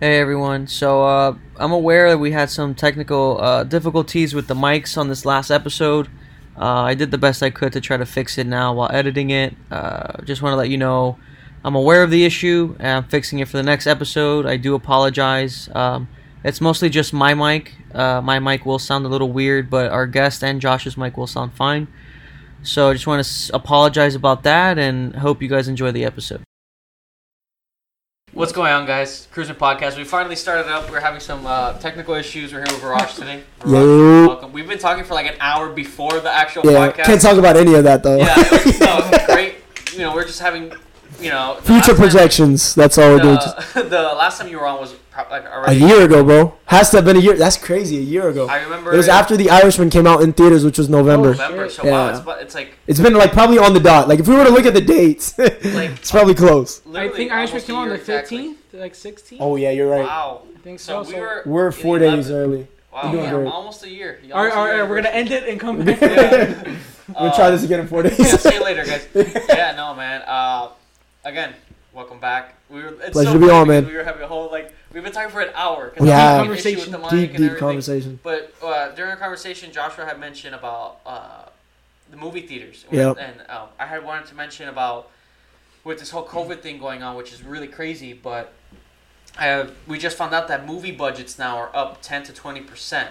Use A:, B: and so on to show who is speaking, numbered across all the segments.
A: Hey everyone. So uh, I'm aware that we had some technical uh, difficulties with the mics on this last episode. Uh, I did the best I could to try to fix it now while editing it. Uh, just want to let you know I'm aware of the issue and I'm fixing it for the next episode. I do apologize. Um, it's mostly just my mic. Uh, my mic will sound a little weird, but our guest and Josh's mic will sound fine. So I just want to s- apologize about that and hope you guys enjoy the episode. What's going on, guys? Cruising Podcast. We finally started up. We're having some uh, technical issues. We're here with Viraj today. Viraj,
B: Yeah.
A: welcome. We've been talking for like an hour before the actual
B: Yeah,
A: podcast.
B: can't talk about any of that
A: uh,
B: though.
A: yeah, it was, no, it was great. You know, we're just having, you know, the
B: Future
A: last time-
B: projections. That's all we're doing. Just
A: The, the last time you were on was prob- like
B: a
A: already.
B: year ago, bro. Has to have been a year. That's crazy. A year ago.
A: I remember.
B: It was after The Irishman came out in theaters, which was November.
A: November. So
B: Yeah.
A: wow, it's, bu- it's like
B: It's been like probably on the dot. Like if we were to look at the dates, it's probably close.
A: literally.
C: I think Irishman
A: almost a
C: came out on
A: year
C: the
A: exactly.
C: 15th, to like 16th.
B: Oh yeah, you're right.
A: Wow.
C: I think
A: So
C: so.
A: we were.
B: We're four
A: in
B: days
A: 11.
B: early.
A: Wow,
B: doing
A: yeah,
B: great.
A: almost a year.
C: All right, all right, we're gonna uh, end it and come back.
B: We'll try this again in four days.
A: yeah, see you later, guys. Yeah, no, man. Uh, again, welcome back. We were, it's
B: Pleasure
A: so
B: to be
A: funny
B: on,
A: because
B: man.
A: We were having a whole like we've been talking for an hour. 'cause
B: We
A: I'm
B: have.
A: having an issue with the mic and
B: deep, deep
A: everything.
B: conversation.
A: But uh, during our conversation, Joshua had mentioned about uh, the movie theaters,
B: Yep.
A: and um, I had wanted to mention about with this whole COVID thing going on, which is really crazy. But I have, we just found out that movie budgets now are up ten to twenty percent.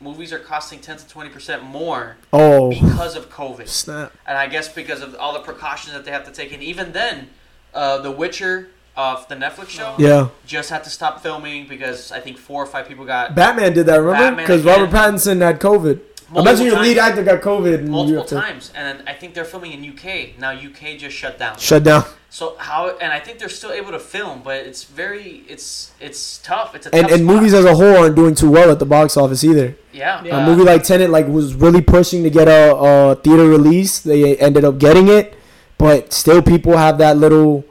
A: Movies are costing ten to twenty percent more
B: Oh
A: because of COVID
B: snap!
A: and I guess because of all the precautions that they have to take, and even then, uh, The Witcher of the Netflix show
B: Yeah,
A: just had to stop filming because I think four or five people got
B: Batman did that. Remember?
A: Batman
B: Because
A: again.
B: Robert Pattinson had COVID.
A: Multiple
B: Imagine your lead
A: times.
B: actor got COVID and you
A: multiple
B: have to
A: times, and then I think they're filming in UK now. UK just shut down,
B: shut down.
A: so how? And I think they're still able to film, but it's very it's it's tough. It's a
B: And
A: tough
B: and
A: spot.
B: movies as a whole aren't doing too well at the box office either.
A: yeah,
C: Yeah.
B: A
A: Uh,
B: movie like Tenet like was really pushing to get a, a theater release. They ended up getting it, but still people have that little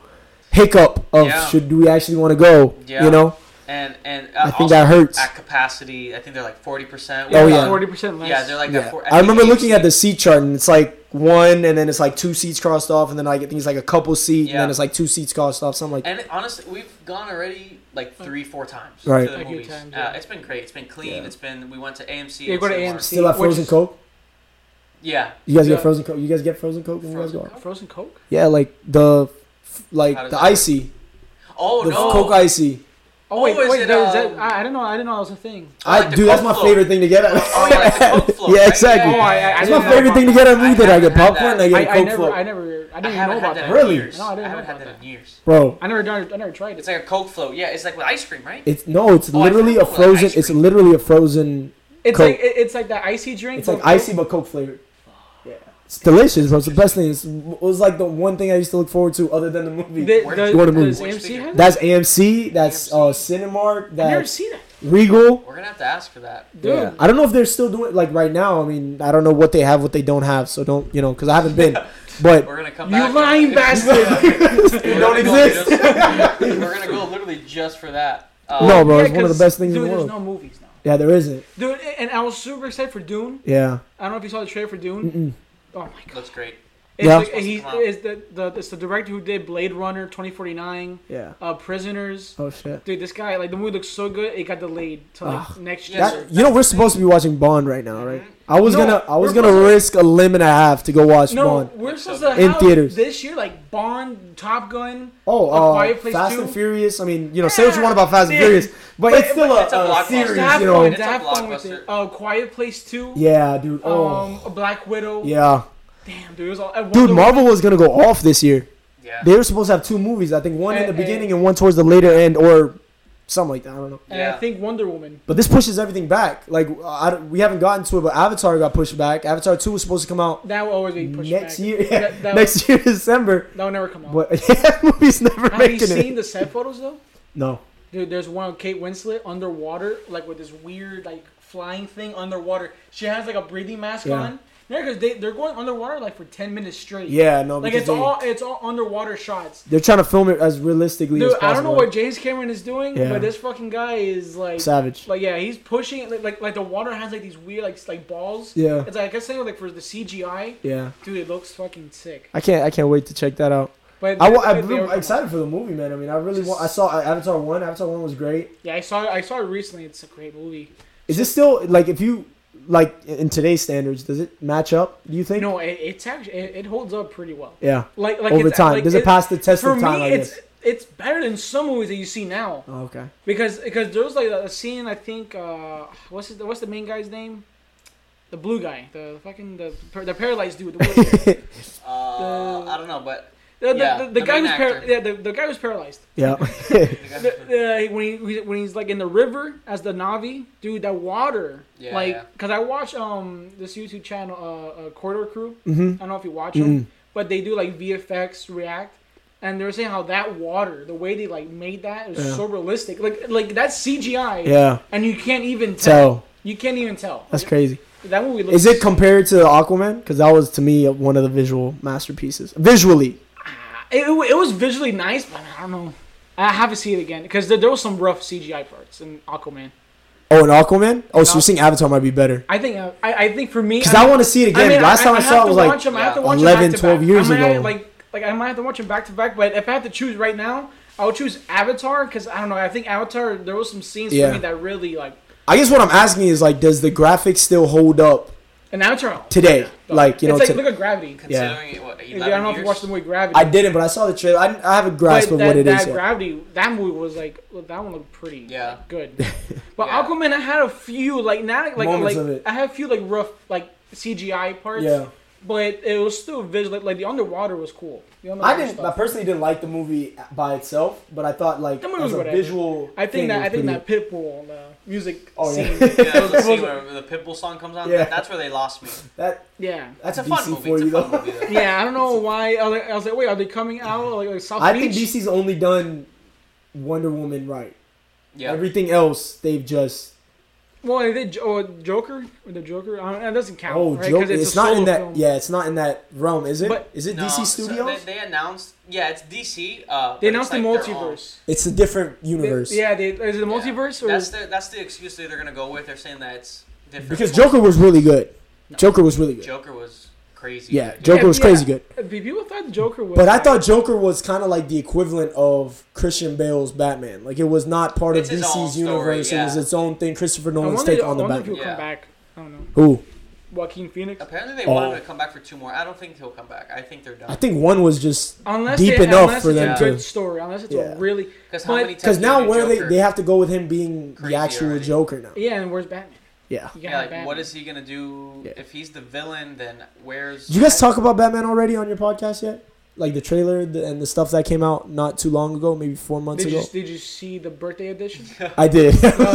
B: hiccup of
A: Yeah.
B: should we actually want to go?
A: Yeah.
B: You know,
A: and and uh,
B: I think
A: also
B: that hurts.
A: at capacity. I think they're like forty percent.
B: Oh, yeah.
C: forty percent less.
A: yeah, they're like
B: yeah.
A: that. Four,
B: I remember
A: think
B: looking at
A: AMC
B: the seat chart and it's like one, and then it's like two seats crossed off, and then like I think it's like a couple seat, and
A: Yeah.
B: then it's like two seats crossed off. Something like
A: And it- honestly, we've gone already like three, four times
B: Right.
A: to the
C: A few
A: movies.
C: times,
A: uh,
C: yeah.
A: it's been great. It's been clean.
B: Yeah.
A: It's been. We went to AMC.
C: Yeah, go to
A: Cinemark.
C: AMC.
B: still have
C: Which
B: frozen
C: is-
B: coke.
A: Yeah.
B: You guys get
C: Yeah.
B: frozen coke. You guys get frozen coke when you guys
A: Frozen
B: go. out?
A: Coke?
C: frozen Coke.
B: Yeah, like the f-
A: How
B: like
A: does
B: the
A: that work?
B: icy,
A: Oh
B: the
A: no.
B: coke icy.
C: Oh wait,
A: is
C: wait,
A: it,
C: that, is
A: um,
C: that, I, I didn't know. I didn't know that was a thing.
A: I
B: I,
A: like the
B: dude, that's
A: Coke
B: my
A: float.
B: favorite thing to get at.
A: Oh, you like the Coke float,
B: yeah,
A: right?
B: exactly.
A: Yeah,
C: Oh, I- I- I
B: that's
C: didn't
B: my
C: know
B: favorite
C: about
B: thing to
C: that.
B: get at a
A: I
B: movie theater. I
A: haven't
B: get
A: had
B: popcorn and
A: that.
B: I
C: I,
B: get
C: I
B: Coke
C: never,
B: float.
C: I never, I
A: I
C: didn't even know
A: haven't had
C: about that.
A: that.
B: Really?
A: In years.
C: No, I didn't
A: I
C: know
A: haven't
C: about
A: had that
C: that.
A: in years.
B: Bro,
C: I never, done, I never tried it.
A: It's like a Coke float. Yeah, it's like with ice cream, right?
B: it's no, it's
A: Oh, I
B: literally a
A: forgot about that
B: frozen.
A: ice
B: It's
A: cream.
B: literally a frozen.
C: It's
B: Coke.
C: like it- it's like that icy drink.
B: It's like
C: but-
B: icy but Coke flavored. Yeah, it's delicious, bro. It's the best thing. It's, it was like the one thing I used to look forward to other than the movie.
C: The,
A: Where
C: the,
A: did
B: you go to
C: does
B: movies?
C: AMC have that?
B: that's AMC. That's uh, Cinemark.
C: I've never
B: That's
C: seen that.
B: Regal.
A: We're gonna have to ask for that.
C: Dude,
B: Yeah. I don't know if they're still doing like right now. I mean, I don't know what they have, what they don't have. So don't you know? Because I haven't been, but
A: We're gonna come back.
C: you lying bastard!
A: We're
B: it don't
A: gonna go
B: exist.
A: just- we're gonna go literally just for that. Uh,
B: No, bro,
C: Oh, Yeah,
B: it's one of the
C: 'cause,
B: best things in
C: Dude,
B: the world.
C: there's no movies now.
B: Yeah, there isn't.
C: Dude, and I was super excited for Dune.
B: Yeah.
C: I don't know if you saw the trailer for Dune.
B: Mm-mm.
C: Oh my god.
A: Looks great.
C: It's
B: Yeah.
C: like,
A: Supposed to
C: he's
A: come out.
C: is the, the it's the director who did Blade Runner 2049,
B: Yeah.
C: uh, Prisoners.
B: Oh shit.
C: Dude, this guy like the movie looks so good it got delayed to like
B: Ugh.
C: next year.
A: Yeah,
B: Ah. That- you know we're supposed to be watching Bond right now, right? I was
C: No,
B: gonna I was
C: we're
B: gonna
C: supposed to-
B: risk a limb and a half to go watch
C: no,
B: Bond.
C: we're
A: Looks so
C: supposed to
B: good. In
C: have
B: theaters.
C: this year like Bond, Top Gun.
B: Oh,
C: A
B: uh,
C: Quiet Place
B: Fast
C: 2?
B: and Furious. I mean, you know, say what you want about Fast and
C: Yeah.
B: Furious, but, it's still
A: but it's a
B: a, a
A: blockbuster.
B: series,
C: To have
B: you
C: fun,
B: know.
A: It's
C: to
A: a
C: have fun with
A: blockbuster.
C: it. Uh, Quiet Place Two.
B: Yeah, dude. Oh,
C: Um, Black Widow.
B: yeah,
C: Damn, dude, it was all. and
B: dude.
C: Wonder
B: Marvel was gonna go off this year.
A: Yeah.
B: They were supposed to have two movies. I think one in
C: Eh,
B: the
C: eh.
B: beginning and one towards the later end, or something like that. I don't know.
C: And
A: Yeah.
C: I think Wonder Woman.
B: But this pushes everything back. Like I, don't- we haven't gotten to it, but Avatar got pushed back. Avatar two was supposed to come out
C: That will always be pushed
B: next
C: back.
B: year.
C: That, that
B: next year, December.
C: That will never come out.
B: But yeah, that movie's never
C: have you
B: making
C: seen
B: it.
C: the set photos though?
B: No.
C: Dude, there's one of Kate Winslet underwater, like with this weird like flying thing underwater. She has like a breathing mask
B: Yeah.
C: on. Yeah, because they they're going underwater like for ten minutes straight.
B: Yeah, no.
C: like
B: because
C: it's
B: they,
C: all it's all underwater shots.
B: They're trying to film it as realistically
C: Dude,
B: as possible.
C: I don't know what James Cameron is doing,
B: Yeah.
C: but this fucking guy is like,
B: Savage.
C: like yeah, he's pushing it, like, like like the water has like these weird like s- like balls.
B: Yeah.
C: It's like I guess saying like for the CGI,
B: Yeah.
C: dude, it looks fucking sick.
B: I can't. I can't wait to check that out.
C: But
B: I, wa-
C: they-
B: I'm
C: they
B: really
C: were-
B: excited for the movie, man. I mean, I really want. I saw Avatar one. Avatar one was great.
C: Yeah, I saw I saw it recently. It's a great movie.
B: Is this still like if you like in today's standards? Does it match up? Do you think?
C: No, it, it's actually it, it holds up pretty well.
B: Yeah.
C: Like like
B: Over
C: it's,
B: time,
C: like,
B: does it, pass the test
C: For
B: of
C: me,
B: time? I
C: it's
B: guess.
C: it's better than some movies that you see now
B: Oh, okay.
C: because because there was like a scene I think uh what's his, what's the main guy's name? The blue guy, the fucking the par- the paralyzed dude. The, wheelchair.
A: Uh, I don't know, but
C: the, the,
A: Yeah,
C: the, the,
A: the
C: guy
A: main
C: who's par-
A: actor.
C: yeah, the, the guy who's paralyzed.
B: Yeah.
C: The, uh, when he when he's like in the river as the Navi dude, that water.
A: Yeah,
C: like,
A: yeah.
C: cause I watch um this YouTube channel, uh, uh Corridor Crew.
B: hmm
C: I don't know if you watch them, but they do like VFX react, and they were saying how that water, the way they like made that, is
B: Yeah.
C: so realistic. Like like that's CGI.
B: Yeah.
C: And you can't even tell.
B: So
C: You can't even tell.
B: that's crazy.
C: That movie looks.
B: Is it compared to Aquaman? Because that was to me one of the visual masterpieces. Visually,
C: it, it was visually nice, but I don't know. I have to see it again because there, there was some rough CGI parts in Aquaman.
B: oh, and Aquaman. Oh, so you're saying Avatar might be better?
C: I think uh, I, I think for me
B: Because I want to see it again. Last time I, saw it was like
C: him, I have to
A: yeah,
C: watch
B: 11,
C: him back
B: 12
C: to back.
B: years
C: I might,
B: ago.
C: Like, like I might have to watch him back to back. But if I had to choose right now, I would choose Avatar because I don't know. I think Avatar. There was some scenes
B: Yeah.
C: for me that really like.
B: I guess what I'm asking is like, does the graphics still hold up
C: And Avatar
B: today? Like you know,
C: it's
B: to-
C: like look at Gravity.
A: considering it, what, 11
C: I don't know if
A: years?
C: you watched the movie Gravity.
B: I didn't, but I saw the trailer. I, I haven't
C: But
B: grasped
C: that,
B: of what it
C: that
B: is yet.
C: Gravity, that movie was like well, that one looked pretty
A: Yeah.
C: like, good. But
A: Yeah.
C: Aquaman, I had a few like not like
B: Moments
C: like
B: of it.
C: I had a few like rough like CGI parts.
B: Yeah.
C: But it was still visual. Like, the underwater was cool. The
B: I
C: underwater
B: didn't. I
C: stuff.
B: personally didn't like the movie by itself, but I thought like
C: The movie
B: as
C: was
B: a
C: whatever.
B: visual.
C: I think
B: thing,
C: that
B: it
C: I
B: was
C: think that Pitbull uh, music
B: Oh, yeah.
C: scene.
A: Yeah, that was the
C: Pitbull's
A: scene
C: like-
A: where the Pitbull song comes on.
B: Yeah.
A: That's where they lost me.
B: that
C: yeah.
B: that's
A: It's a
B: DC
A: fun movie.
B: for
A: It's
B: you
A: a
B: though.
A: fun movie. though.
C: Yeah, I don't know why. I was, like, I was like, wait, are they coming out like, like South
B: I think
C: Beach?
B: DC's only done Wonder Woman right.
A: Yeah.
B: Everything else they've just
C: well, they did Jo- oh, Joker or the Joker. I don't, that doesn't count.
B: oh
C: right? 'Cause
B: joke. It's,
C: a
B: not in
C: solo
B: that.
C: film.
B: Yeah, it's not in that realm, is it? Is
C: But-
B: it
A: No,
B: DC
A: so
B: Studios?
A: they, they announced. Yeah, it's DC. Uh, but
C: They
A: it's
C: announced the
A: like their own.
C: multiverse.
B: it's a different
C: They-
B: universe.
C: yeah, they, is it the
A: Yeah.
C: multiverse or
A: That's the that's the excuse that they're gonna go with. They're saying that it's different.
B: Because Joker was really good. Joker was really good.
A: Joker was crazy.
B: Yeah, Joker was
C: yeah.
B: crazy good.
C: Uh, people thought the Joker was?
B: But I thought Joker was kind of like the equivalent of Christian Bale's Batman. Like it was not part
A: It's
B: of
A: his
B: DC's
A: own story,
B: universe. It was
A: yeah.
B: its own thing. Christopher
C: I
B: Nolan's
C: wonder,
B: take
C: I
B: on the
C: wonder if
B: Batman.
C: he'll come
A: Yeah.
C: back. I don't know.
B: Who?
C: Joaquin Phoenix.
A: Apparently they
B: Oh.
A: wanted him to come back for two more. I don't think he'll come back. I think they're
B: I
A: done.
B: think one was just
C: Unless
B: deep
C: they,
B: enough
C: unless
B: for
C: it's
B: them
C: a
B: to-
C: good story. Unless it's
B: Yeah.
C: a really
A: Because how
C: But-
A: many times?
B: because
A: did
B: now
A: they do
B: where they
A: Joker?
B: they have to go with him being
A: Crazy
B: the actual
A: already.
B: Joker now.
C: yeah. And where's Batman?
B: Yeah.
C: You gotta
A: Yeah,
C: have
A: like
C: Batman.
A: what is he gonna do
B: Yeah.
A: if he's the villain? Then where's
B: Did you guys talk about Batman already on your podcast yet? Like the trailer the, and the stuff that came out not too long ago, maybe four months
C: Did you,
B: ago.
C: did you see the birthday edition?
B: I did.
C: no, no,
B: we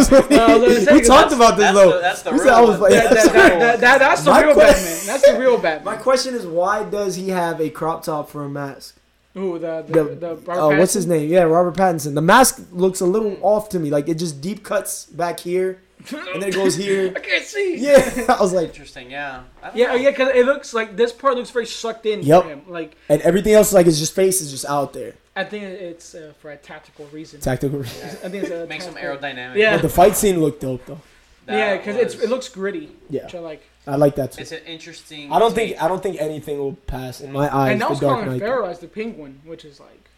C: that's-
B: talked about this
A: that's
B: though.
A: the- that's the
B: We said
A: real
B: I was
A: one.
B: like-
C: that, that, that, that, that, that's the
B: My
C: real
B: question-
C: Batman. That's the real Batman.
B: My question is, why does he have a crop top for a mask?
C: Ooh, the the,
B: the,
C: the, Robert
B: oh, what's his
C: Pattinson?
B: name? Yeah, Robert Pattinson. The mask looks a little off to me. Like it just deep cuts back here, and then it goes here.
C: I can't see.
B: Yeah, I was like,
A: interesting? Yeah. I don't
C: Yeah,
A: know.
C: oh, yeah, because it looks like this part looks very sucked in
B: Yep.
C: for him. Like
B: and everything else, like his just face is just out there.
C: I think it's uh, for a tactical reason.
B: Tactical.
C: I think it's a
A: Make some
C: tactical-
A: aerodynamic.
C: Yeah.
B: But the fight scene looked dope though.
A: That
C: yeah, because it's
A: was-
C: it looks gritty.
B: Yeah.
C: which I like.
B: I like that too.
A: It's an interesting.
B: I don't
A: take.
B: think I don't think anything will pass in my eyes.
C: And that
B: the
C: was
B: Dark
C: Colin
B: Knight.
C: Farrell as the Penguin, which is like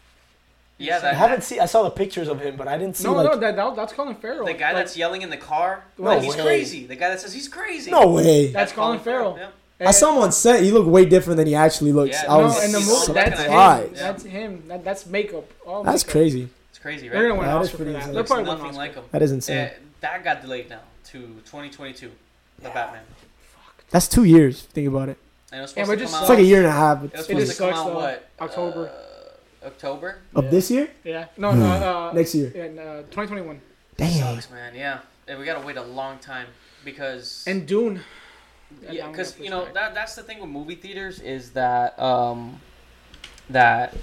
A: Yeah,
B: I
A: that,
B: haven't seen. I saw the pictures of him, but I didn't see
C: no,
B: like.
C: no, that, that that's Colin Farrell.
A: the guy
C: Like,
A: that's yelling in the car.
C: No
A: like, he's
B: way.
A: crazy. The guy that says he's crazy.
B: No way.
C: That's Colin Farrell.
A: Yep.
B: I saw him on set. He looked way different than he actually looks.
A: Yeah,
B: I
C: No,
B: was
C: in the
A: He's
C: movie,
A: so
C: that's
A: recognizable.
C: him.
B: surprised.
C: That's him. That, that's makeup. All
B: That's
C: makeup.
B: crazy.
A: It's crazy,
C: They're gonna
A: right?
C: win
B: That
C: an
B: is
C: Oscar for
B: pretty
C: that.
B: insane.
C: They're
A: Looks
C: probably win an
A: nothing
C: Oscar.
A: like him.
B: That is insane.
A: Uh, that got delayed now to 2022. The Batman.
B: That's two years. Think about it.
A: And it was
C: Yeah,
A: supposed
C: we're
A: to
C: just-
A: come out.
B: It's like a year and a half.
A: It was
B: But
C: It
A: supposed
C: just
A: to come
C: sucks,
A: out
C: though.
A: what?
C: October.
A: Uh, October.
B: of this year,
C: Yeah. No, no. Uh,
B: Hmm. next year.
C: in uh, 2021.
B: Damn.
A: Sucks, man. Yeah, And we gotta wait a long time because
C: And Dune.
A: yeah,
C: I'm
A: because
C: gonna
A: you know
C: push back.
A: that that's the thing with movie theaters is that um that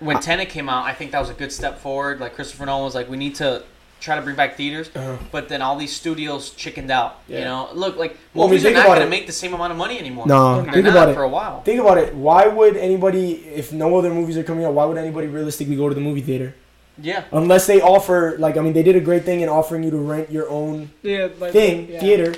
A: when Tenet came out, I think that was a good step forward. Like Christopher Nolan was like, we need to try to bring back theaters, but then all these studios chickened out. You
B: Yeah.
A: know, look like
B: Well, I mean,
A: movies
B: think
A: are not
B: about
A: gonna
B: it.
A: make the same amount of money anymore.
B: No,
C: They're
A: They're
B: think
A: not
B: about it.
A: for a while.
B: Think about it. Why would anybody, if no other movies are coming out, why would anybody realistically go to the movie theater?
A: yeah,
B: Unless they offer, like, I mean, they did a great thing in offering you to rent your own
C: yeah, like,
B: thing,
C: yeah.
B: theater.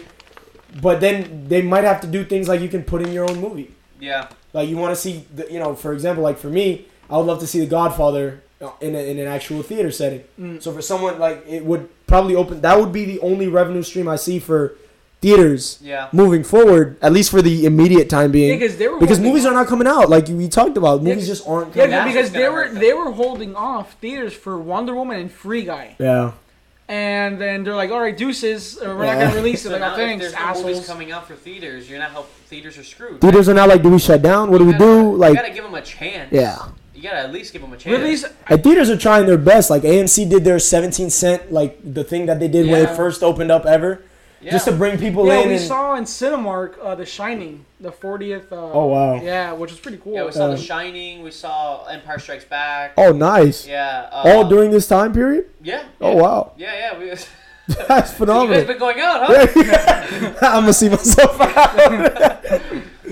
B: But then they might have to do things like you can put in your own movie.
A: yeah,
B: Like, you want to see, the, you know, for example, like for me, I would love to see The Godfather uh, in, a, in an actual theater setting.
C: Mm.
B: So for someone like it would probably open. That would be the only revenue stream I see for theaters
A: Yeah.
B: moving forward, at least for the immediate time being.
C: because they were
B: because
C: holding
B: movies
C: off.
B: are not coming out like we talked about. Movies
C: Yeah,
B: just aren't.
C: Yeah,
B: Coming
A: That's
C: because
A: what's gonna
C: they were
A: hurt them.
C: they were holding off theaters for Wonder Woman and Free Guy,
B: yeah.
C: and then they're like, "All right, deuces, or we're not
B: Yeah.
C: gonna release it."
A: So
C: Like,
A: now
C: oh,
A: if
C: thanks,
A: there's no movies
C: assholes.
A: coming out for theaters, you're not helping. Theaters are screwed.
B: Theaters are not like, do we shut down? What do we
A: You
B: do?
A: gotta-
B: Like,
A: you gotta give them a chance.
B: yeah.
A: You gotta at least give them a chance.
C: Release
B: And theaters are trying their best. Like AMC did their 17 cent, like the thing that they did when it
A: Yeah.
B: first opened up ever,
A: Yeah.
B: just to bring people
C: Yeah,
B: in.
C: we
B: and,
C: saw in Cinemark uh, The Shining, the 40th. Uh,
B: oh wow.
C: Yeah, which was pretty cool.
A: Yeah, we saw
B: Uh,
A: The Shining. We saw Empire Strikes Back.
B: Oh nice.
A: Yeah. Uh,
B: All during this time period.
A: Yeah.
B: Oh wow.
A: Yeah, yeah. We, you
B: That's
A: guys
B: phenomenal.
A: been going out, huh?
B: I'm gonna see myself out.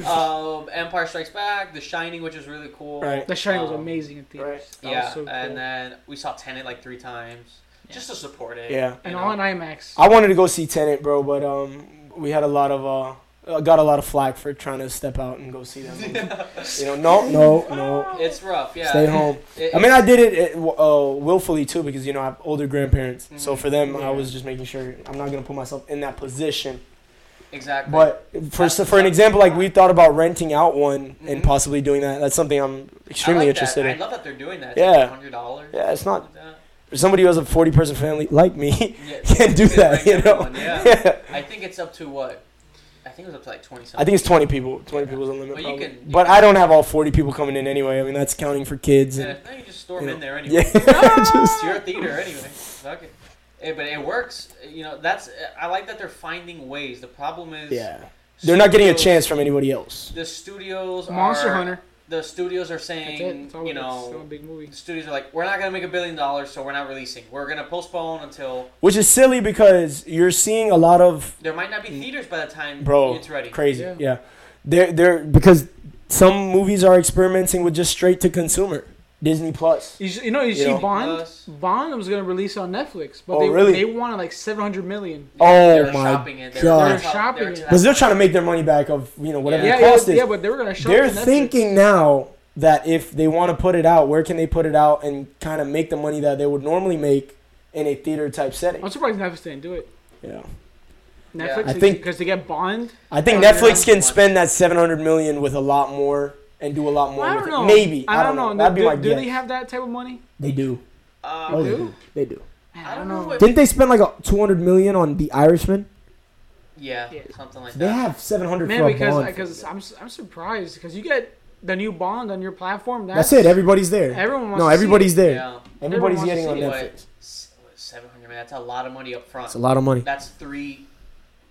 A: um, Empire Strikes Back, The Shining, which is really cool.
B: Right.
C: the Shining was
A: Um,
C: amazing in theaters. That
A: yeah,
C: was so cool.
A: and uh, then we saw Tenet like three times just to support it.
B: Yeah.
C: and
A: you
C: all in
A: know.
C: IMAX.
B: I wanted to go see Tenet, bro, but um, we had a lot of uh, uh, got a lot of flack for trying to step out and go see them. You know, no, no, no.
A: It's rough. Yeah.
B: Stay home.
A: It-
B: I mean, I did it, it uh, willfully too because you know I have older grandparents, so for them I
A: Mm-hmm.
C: Yeah.
B: was just making sure I'm not gonna put myself in that position.
A: exactly.
B: But for so for an example, like we thought about renting out one and
A: Mhm.
B: possibly doing that. That's something I'm extremely
A: I like
B: interested
A: that.
B: in.
A: I love that they're doing that.
B: Yeah.
A: Hundred dollars.
B: Yeah, it's not for somebody who has a 40 person family like me
A: Yeah,
B: can't do
A: it's
B: that.
A: like
B: You know,
A: everyone, yeah.
B: yeah.
A: I think it's up to what? I think it was up to like twenty something.
B: I think it's 20 people. 20 people's the limit.
A: But you
B: probably.
A: can- you
B: but
A: can-
B: I don't have all 40 people coming in anyway. I mean, that's counting for kids
A: Yeah,
B: and
A: now you just storm
B: you know.
A: in there anyway.
B: yeah. just,
A: It's your theater anyway. Fuck it. Eh, but it works. You know, that's. eh, I like that they're finding ways. The problem is,
B: yeah. They're not getting a
A: studios-
B: chance from anybody else.
A: The studios
C: Monster
A: are,
C: Hunter.
A: The studios are
C: That's it.
A: saying,
C: It's always
A: you
C: still a
A: know,
C: big movie.
A: the studios are like, we're not gonna make a billion dollars, so we're not releasing. We're gonna postpone until
B: Which is silly because you're seeing a lot of
A: there might not be theaters by the time
B: Mm. bro
A: it's ready.
B: crazy yeah,
C: Yeah.
B: they're they're because some movies are experimenting with just straight to consumer disney plus
C: You, s- you know, you
B: You
C: see
B: know.
C: Bond.
A: Plus,
C: Bond was gonna release it on Netflix, but
B: Oh,
C: they
B: really?
C: they wanted like 700 million.
B: oh
A: they're
B: my
A: shopping it. They're,
B: God.
A: they're,
C: They're shopping it.
B: because they're trying to make their money back of you know whatever
A: Yeah,
C: Yeah,
B: the
C: yeah,
B: cost
C: yeah,
B: is
C: but they were gonna show
B: they're
C: it to Netflix.
B: thinking now that if they want to put it out where can they put it out and kind of make the money that they would normally make in a theater type setting
C: I'm surprised Netflix didn't do it.
B: yeah
A: Yeah.
C: Netflix,
B: I think-
C: because they get Bond.
B: i think
A: Yeah,
B: netflix
A: yeah.
B: can spend that 700 million with a lot more and do a lot more
C: I
B: with
C: don't know.
B: it maybe
C: I don't, know.
B: that'd
C: do,
B: be my
C: do
B: guess
C: they have that type of money?
B: they do
A: Uh,
B: oh they
C: do?
B: do they do
C: Man,
A: I don't know what-
B: Didn't they spend like a 200 million on The Irishman?
A: yeah,
C: Yeah.
A: something like
B: They
A: that.
B: have 700
C: Man,
B: for a
C: because
B: Bond.
C: because I'm su- I'm surprised because you get the new Bond on your platform. That's,
B: that's it. Everybody's there.
C: everyone wants
B: no,
C: to see
B: everybody's there.
A: yeah.
C: Everyone
B: Everybody's
C: wants
B: getting
C: to
B: on
C: see it.
B: Netflix.
A: Seven hundred. That's a lot of money up front.
B: It's a lot of money.
A: That's three.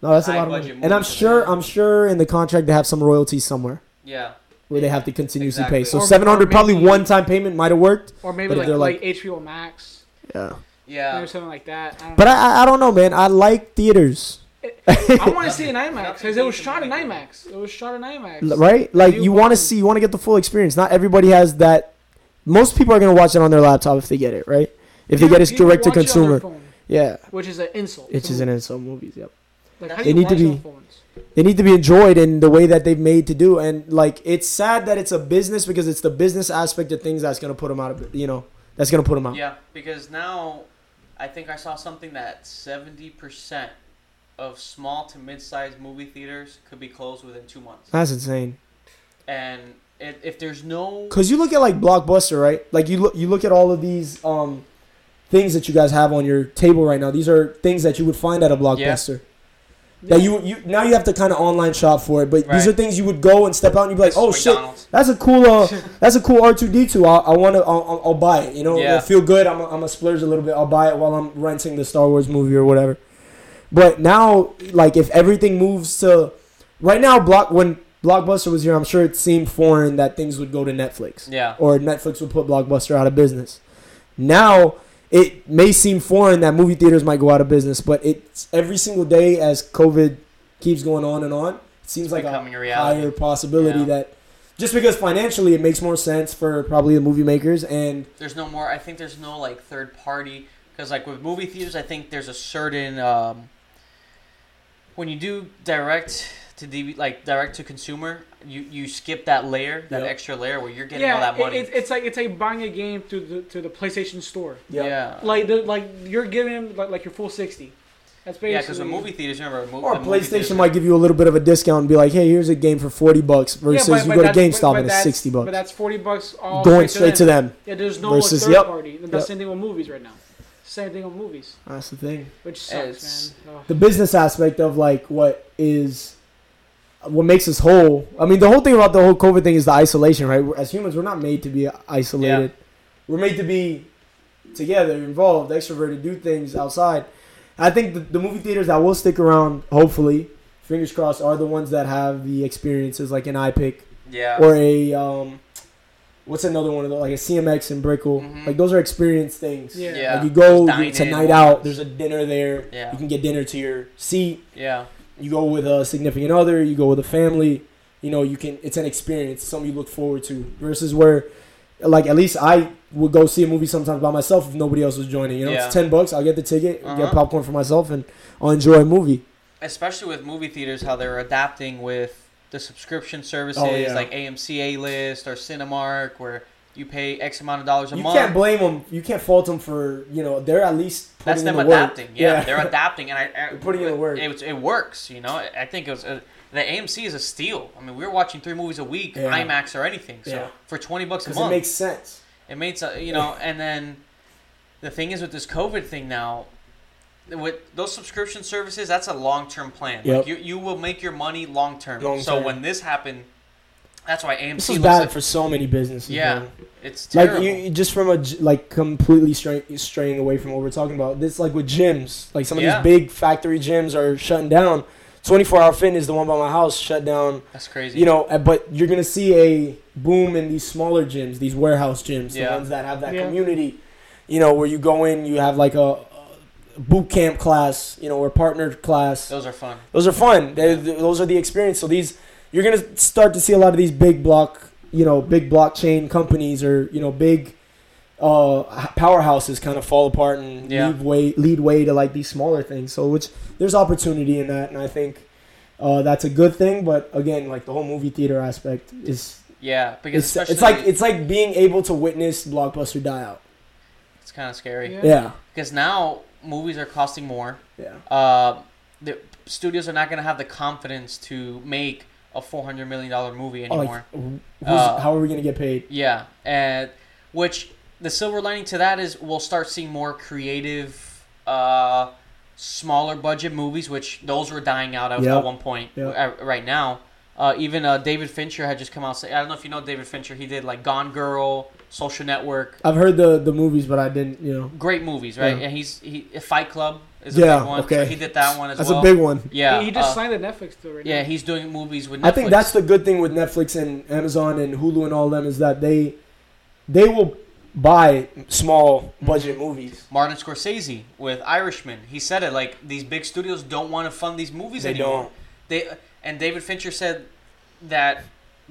B: No, that's a lot of
A: high-budget
B: money. And I'm
A: movies that
B: sure,
A: they-
B: I'm sure, in the contract they have some royalties somewhere
A: Yeah.
B: where they have to continuously pay.
A: Exactly.
B: So
C: Or-
B: 700
C: or
B: probably
C: maybe-
B: one-time payment might have worked.
C: or maybe
B: But if
C: like,
B: they're
C: like
B: like-
C: HBO Max
B: Yeah.
A: Yeah.
C: or something like that. I don't
B: But I, I- I don't know, man. I like theaters,
C: know. I want to see an IMAX
A: nothing
C: because it was
A: beats
C: shot in
A: American.
C: IMAX. It was shot in IMAX.
B: L- right? Like
C: do
B: you want to
C: want-
B: see, you want to get the full experience. Not everybody has that. Most people are gonna watch it on their laptop if they get it right. If they
C: Dude,
B: get it
C: people
B: direct to
C: watch it on their
B: consumer,
C: phone,
B: yeah,
C: which is an insult.
B: it's just an insult. Movies, yep.
C: Like, how do
B: They
C: you
B: need to
C: watch it on
B: be-
C: phones?
B: they need to be enjoyed in the way that they've made to do and like it's sad that it's a business because it's the business aspect of things that's going to put them out of you know that's going to put them out
A: Yeah, because now I think I saw something that 70% of small to mid-sized movie theaters could be closed within 2 months.
B: that's insane
A: And if, if there's no
B: because you look at like blockbuster right like you look you look at all of these um things that you guys have on your table right now these are things that you would find at a blockbuster that you you now you have to kind of online shop for it but these
A: Right.
B: are things you would go and step out and you'd be like oh shit
A: McDonald's.
B: That's a cool. Uh, that's a cool R two D two. I want to. I'll, I'll- I'll buy it. You know,
A: Yeah.
B: it'll feel good. I'm. I'm a splurge a little bit. I'll buy it while I'm renting the Star Wars movie or whatever. But now, like, if everything moves to, right now, block when Blockbuster was here, I'm sure it seemed foreign that things would go to Netflix
A: Yeah.
B: or Netflix would put Blockbuster out of business. Now it may seem foreign that movie theaters might go out of business, but it's every single day as COVID keeps going on and on. It seems like a
A: becoming a reality.
B: higher possibility
A: Yeah.
B: that just because financially it makes more sense for probably the movie makers and
A: There's no more I think there's no like third party cuz like with movie theaters I think there's a certain um when you do direct to DV, like direct to consumer, you you skip that layer, that
B: Yep.
A: extra layer where you're getting all
C: Yeah,
A: that
C: it,
A: money.
C: it's it's like it's like buying a game to the to the PlayStation Store.
B: Yeah.
A: Yeah.
C: Like the, like you're giving like, like your full sixty. That's basically
A: Yeah, because with movie theaters, remember, mo-
B: Or
A: the movie theaters-
B: PlayStation might give you a little bit of a discount and be like, "Hey, here's a game for forty bucks versus
C: but-
B: you
C: but
B: go to
C: that's-
B: GameStop
C: but- but
B: and it's
C: that's-
B: sixty
C: But
B: bucks."
C: that's forty bucks all
B: Going straight to
C: them.
B: them.
C: Yeah, there's no
B: Versus-
C: third
B: yep.
C: party. The
B: Yep.
C: same thing with movies right now. Same thing with movies,
B: That's the thing.
C: which sucks,
A: It's-
C: man. Ugh.
B: The business aspect of like what is what makes us whole. I mean, the whole thing about the whole COVID thing is the isolation, right? As humans, we're not made to be isolated. We're made to be together, involved, extroverted, do things outside. I think the, the movie theaters that will stick around, hopefully, fingers crossed, are the ones that have the experiences like an iPick
A: Yeah.
B: or a um, what's another one of those like a CMX and Brickell.
A: Mhm.
B: Like those are experience things.
C: Yeah.
A: Yeah.
B: Like you go,
A: There's
B: you- it's a
A: dine-in
B: night out. There's a dinner there.
A: Yeah.
B: You can get dinner to your seat.
A: yeah.
B: You go with a significant other. You go with a family. You know, you can. It's an experience. Something you look forward to. Versus where, like at least I would go see a movie sometimes by myself if nobody else was joining. You know,
A: Yeah.
B: it's ten bucks. I'll get the ticket,
A: Uh-huh.
B: get popcorn for myself, and I'll enjoy a movie.
A: Especially with movie theaters, how they're adapting with the subscription services
B: Oh, yeah.
A: like AMC A List or Cinemark, where you pay X amount of dollars a
B: You
A: month.
B: can't blame them. You can't fault them for you know they're at least putting
A: That's
B: in
A: them
B: the work.
A: adapting. Yeah, they're adapting, and I, I
B: They're putting in the work.
A: It, it works, you know. I think it was uh, the AMC is a steal. I mean, we were watching three movies a week,
B: Yeah.
A: IMAX or anything. So
B: Yeah.
A: for twenty bucks a
B: because it
A: month,
B: makes sense.
A: it made some, you know. And then the thing is with this COVID thing now, with those subscription services, that's a long term plan.
B: Yep.
A: Like you, you will make your money long term.
B: Long
A: So
B: term.
A: when this happened, that's why AMC
B: This is
A: looks
B: bad
A: like
B: for so many businesses.
A: yeah,
B: man.
A: it's terrible.
B: like you you- just from a j- like completely stra- straying away from what we're talking about. This like with gyms, like some of
A: Yeah.
B: these big factory gyms are shutting down. Twenty four hour fitness, the one by my house, shut down.
A: that's crazy.
B: You know, uh, but you're gonna see a boom in these smaller gyms, these warehouse gyms,
A: Yeah.
B: the ones that have that
C: Yeah.
B: community. You know, where you go in, you have like a, a boot camp class, you know, or partnered class.
A: those are fun.
B: Those are fun. They, th those are the experience. So these you're gonna start to see a lot of these big block, you know, big blockchain companies or you know big uh, h- powerhouses kind of fall apart and
A: Yeah.
B: leave way lead way to like these smaller things. So which there's opportunity in that, and I think uh, that's a good thing. But again, like the whole movie theater aspect is
A: Yeah, because
B: it's, it's
A: especially-
B: like it's like being able to witness blockbuster die out.
A: it's kind of scary.
C: Yeah.
B: Yeah,
A: because now movies are costing more.
B: yeah,
A: Uh, the studios are not going to have the confidence to make a four hundred million dollar movie
B: Oh,
A: anymore.
B: like, who's,
A: Uh,
B: how are we gonna get paid?
A: yeah, and which the silver lining to that is we'll start seeing more creative, uh, smaller budget movies, which those were dying out of
B: Yeah.
A: at one point.
B: Yeah.
A: uh, Right now, uh, even uh, David Fincher had just come out. Say, I don't know if you know David Fincher. He did like Gone Girl, Social Network.
B: I've heard the the movies, but I didn't. You know,
A: Great movies, right?
B: Yeah.
A: And he's he Fight Club is a
B: Yeah,
A: big one.
B: okay.
A: So he did that one as
B: that's
A: well.
B: a big one.
A: Yeah,
C: he, he just
A: uh,
C: signed a Netflix deal right
A: yeah,
C: now.
A: he's doing movies with. Netflix.
B: I think that's the good thing with Netflix and Amazon and Hulu and all them is that they they will buy small budget
A: Mm.
B: movies.
A: Martin Scorsese with Irishman. He said it like these big studios don't want to fund these movies
B: They
A: anymore.
B: don't.
A: They and David Fincher said that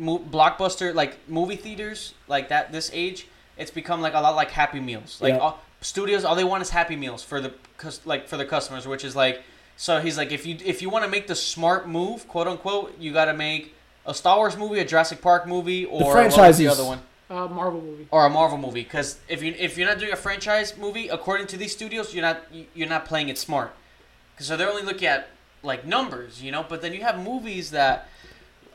A: mo- blockbuster like movie theaters like that this age it's become like a lot like Happy Meals. Like
B: Yeah.
A: all, studios, all they want is Happy Meals for the cus- like for the customers, which is like. So he's like, if you if you want to make the smart move, quote unquote, you got to make a Star Wars movie, a Jurassic Park movie, or what was the
B: franchises.
A: other one.
C: uh, Marvel movie.
A: or a Marvel movie because if you if you're not doing a franchise movie, according to these studios, you're not you're not playing it smart. 'Cause so they're only looking at like numbers, you know. But then you have movies that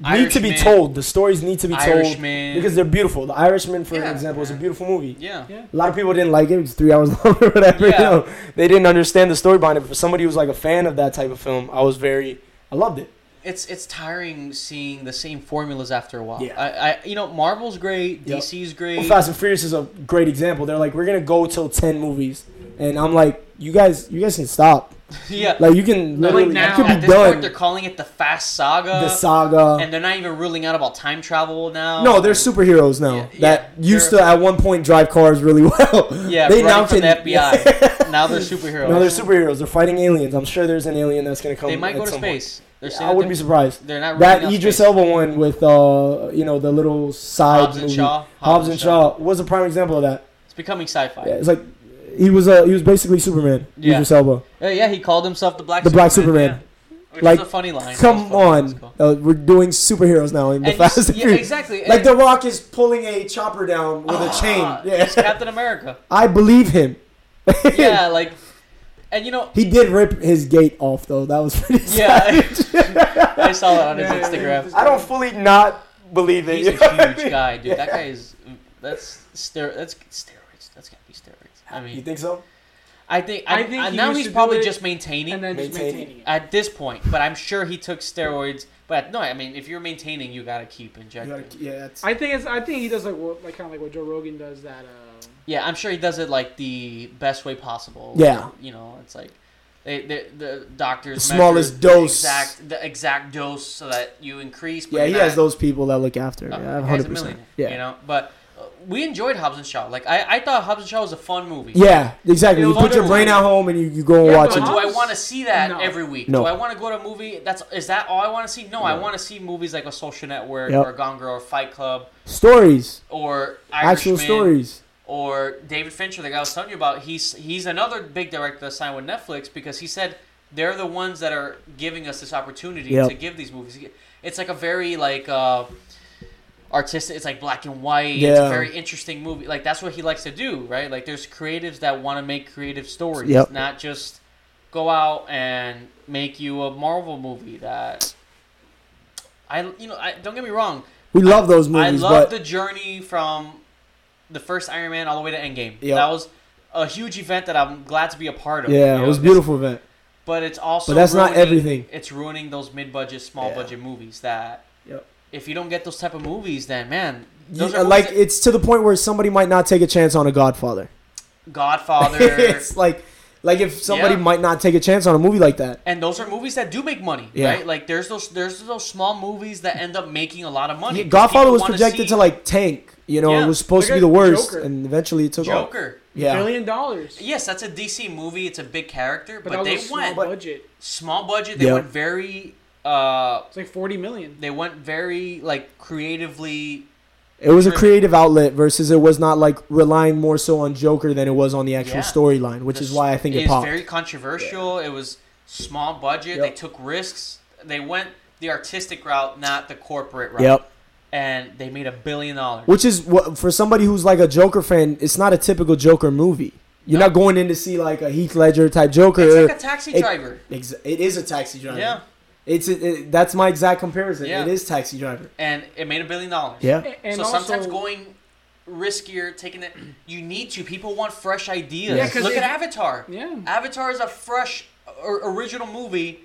B: need to be
A: Irishman-
B: told. The stories need to be told
A: Irishman.
B: because they're beautiful. The Irishman, for
A: Yeah.
B: example, is a beautiful movie.
A: Yeah,
C: Yeah.
B: A lot of people didn't like it. It was three hours long or whatever.
A: Yeah.
B: You know, they didn't understand the story behind it. But for somebody who's like a fan of that type of film, I was very, I loved it.
A: it's it's tiring seeing the same formulas after a while.
B: Yeah.
A: I, I you know Marvel's great,
B: Yep.
A: DC's great.
B: Well, Fast and Furious is a great example. They're like, we're gonna go till ten movies, and I'm like, you guys, you guys can stop.
A: yeah,
B: Like you can
A: Like,
B: literally,
C: now,
B: you
A: at
B: could
A: this
B: be
A: point
B: done.
A: they're calling it the Fast Saga,
B: the saga.
A: and they're not even ruling out about time travel now.
B: No, they're superheroes now
A: Yeah,
B: that
A: yeah,
B: used
A: they're-
B: to at one point drive cars really well.
A: yeah,
B: they
A: running
B: now
A: from
B: can.
A: the FBI. now they're superheroes.
B: No, they're superheroes. They're fighting aliens. I'm sure there's an alien that's gonna come.
A: they might
B: at
A: go to
B: some point.
A: space. They're
B: Yeah,
A: saying
B: I
A: that
B: wouldn't be
A: they're-
B: surprised.
A: They're not
B: That
A: ruling out
B: Idris
A: space.
B: Elba one with uh, you know, the little side
A: Hobbs and
B: movie,
A: Shaw.
B: Hobbs and Shaw, was a prime example of that.
A: It's becoming sci-fi.
B: Yeah, it's like he was uh, he was basically Superman.
A: Yeah.
B: Idris Elba,
A: Uh, yeah, he called himself the Black.
B: the Black
A: Superman.
B: Superman.
A: Which
B: Like,
A: is a funny line. It was
B: Come
A: funny. It was
B: on,
A: cool.
B: uh, we're doing superheroes now in the
A: And
B: Fast
A: just-
B: and
A: yeah,
B: Furious.
A: exactly.
B: Like
A: And-
B: The Rock is pulling a chopper down with a chain.
A: Ah, It's
B: Yeah,
A: Captain America.
B: I believe him.
A: Yeah, like, and you know,
B: He did rip his gate off though. That was pretty.
A: Yeah.
B: savage.
A: I saw that on his
C: Yeah, yeah, yeah.
A: Instagram.
B: I don't fully not believe it.
A: He's a
B: you know what I mean?
A: huge guy, dude. That guy is. That's steroids. That's steroids. That's gotta be steroids. I
B: You
A: mean,
B: think so?
A: I think.
C: I
A: I,
C: think
A: think
C: he
A: now
C: used
A: he's
C: to do
A: probably
C: it,
A: just maintaining
C: and then just
B: Maintaining.
C: maintaining it.
A: at this point, but I'm sure he took steroids. But no, I mean, if you're maintaining, you gotta keep
B: You
A: injecting.
B: gotta- yeah, that's,
C: I think it's. I think he does like what, like kind of like what Joe Rogan does that. Uh,
A: Yeah, I'm sure he does it like the best way possible.
B: Yeah.
A: you know, it's like they, they, the doctors
B: The smallest
A: measure the
B: dose.
A: exact the exact dose, so that you increase. but
B: yeah. He
A: not-
B: has those people that look after. him.
A: Uh,
B: Yeah,
A: the guy's a
B: hundred percent.
A: millionaire,
B: Yeah.
A: you know, but uh, we enjoyed Hobbs and Shaw. Like I, I thought Hobbs and Shaw was a fun movie.
B: Yeah, exactly.
A: It
B: You
A: was
B: put your brain
A: underrated.
B: at home and you, you go and
A: Yeah,
B: watch
A: but do
B: it.
C: Hobbs-
A: I want to see that
C: No.
A: every week?
B: No.
A: Do I want to go to a movie? That's is that all I want to see? No, I want to see movies like a Social Network
B: Yep.
A: or Gone Girl or Fight Club
B: Stories,
A: or
B: actual
A: Irishman
B: stories.
A: or David Fincher, the guy I was telling you about. He's he's another big director that signed with Netflix because he said they're the ones that are giving us this opportunity
B: Yep.
A: to give these movies. It's like a very like. Uh, Artistic, it's like black and white. It's
B: Yeah.
A: a very interesting movie. Like that's what he likes to do, right? Like there's creatives that want to make creative stories,
B: Yep.
A: not just go out and make you a Marvel movie. That I, you know, I, don't get me wrong.
B: We love those
A: I
B: movies,
A: love
B: but
A: the journey from the first Iron Man all the way to Endgame.
B: Yep.
A: That was a huge event that I'm glad to be a part of. you
B: yeah,
A: know,
B: it was
A: it's-
B: beautiful event.
A: But it's also
B: But that's not
A: ruining-
B: everything.
A: It's ruining those mid-budget, small-budget movies. That
B: Yep.
A: if you don't get those type of movies, then man,
B: You- uh,
A: those are
B: like
A: like
B: it's to the point where somebody might not take a chance on a Godfather.
A: Godfather,
B: it's like like if somebody
A: Yeah.
B: might not take a chance on a movie like that.
A: and those are movies that do make money,
B: Yeah.
A: right? Like there's those there's those small movies that end up making a lot of money.
B: Yeah, Godfather
A: People
B: was
A: wanna
B: projected
A: see
B: to like tank. You know,
A: Yeah.
B: it was supposed to
C: Look
B: be the
C: at
B: worst,
C: Joker.
B: and eventually it took off.
A: Joker.
B: Yeah,
C: Billion dollars.
A: Yes, that's a DC movie. It's a big character,
C: But,
A: but,
C: that
A: they
C: was a small
A: went
C: budget.
A: small budget. They
B: Yeah.
A: went very uh
C: It's like forty million.
A: they went very like creatively
B: it was a
A: True.
B: creative outlet versus it was not like relying more so on Joker than it was on the actual
A: Yeah.
B: storyline, which is why I think it
A: it's
B: popped.
A: very controversial. It was small budget.
B: Yep.
A: They took risks. They went the artistic route, not the corporate route.
B: Yep.
A: And they made a billion dollars.
B: Which is what for somebody who's like a Joker fan, it's not a typical Joker movie. You're
A: No.
B: not going in to see like a Heath Ledger type Joker.
A: It's like a taxi
B: it-
A: driver.
B: Ex- it is a taxi driver.
A: Yeah.
B: It's a, it, that's my exact comparison.
A: Yeah.
B: It is taxi driver.
A: And it made a billion dollars.
B: Yeah.
C: A- And
A: so
C: also,
A: sometimes going riskier, taking it, you need to. People want fresh ideas.
B: Yeah, 'cause
A: Look at
C: it-
A: Avatar.
C: Yeah.
A: Avatar is a fresh, or, original movie,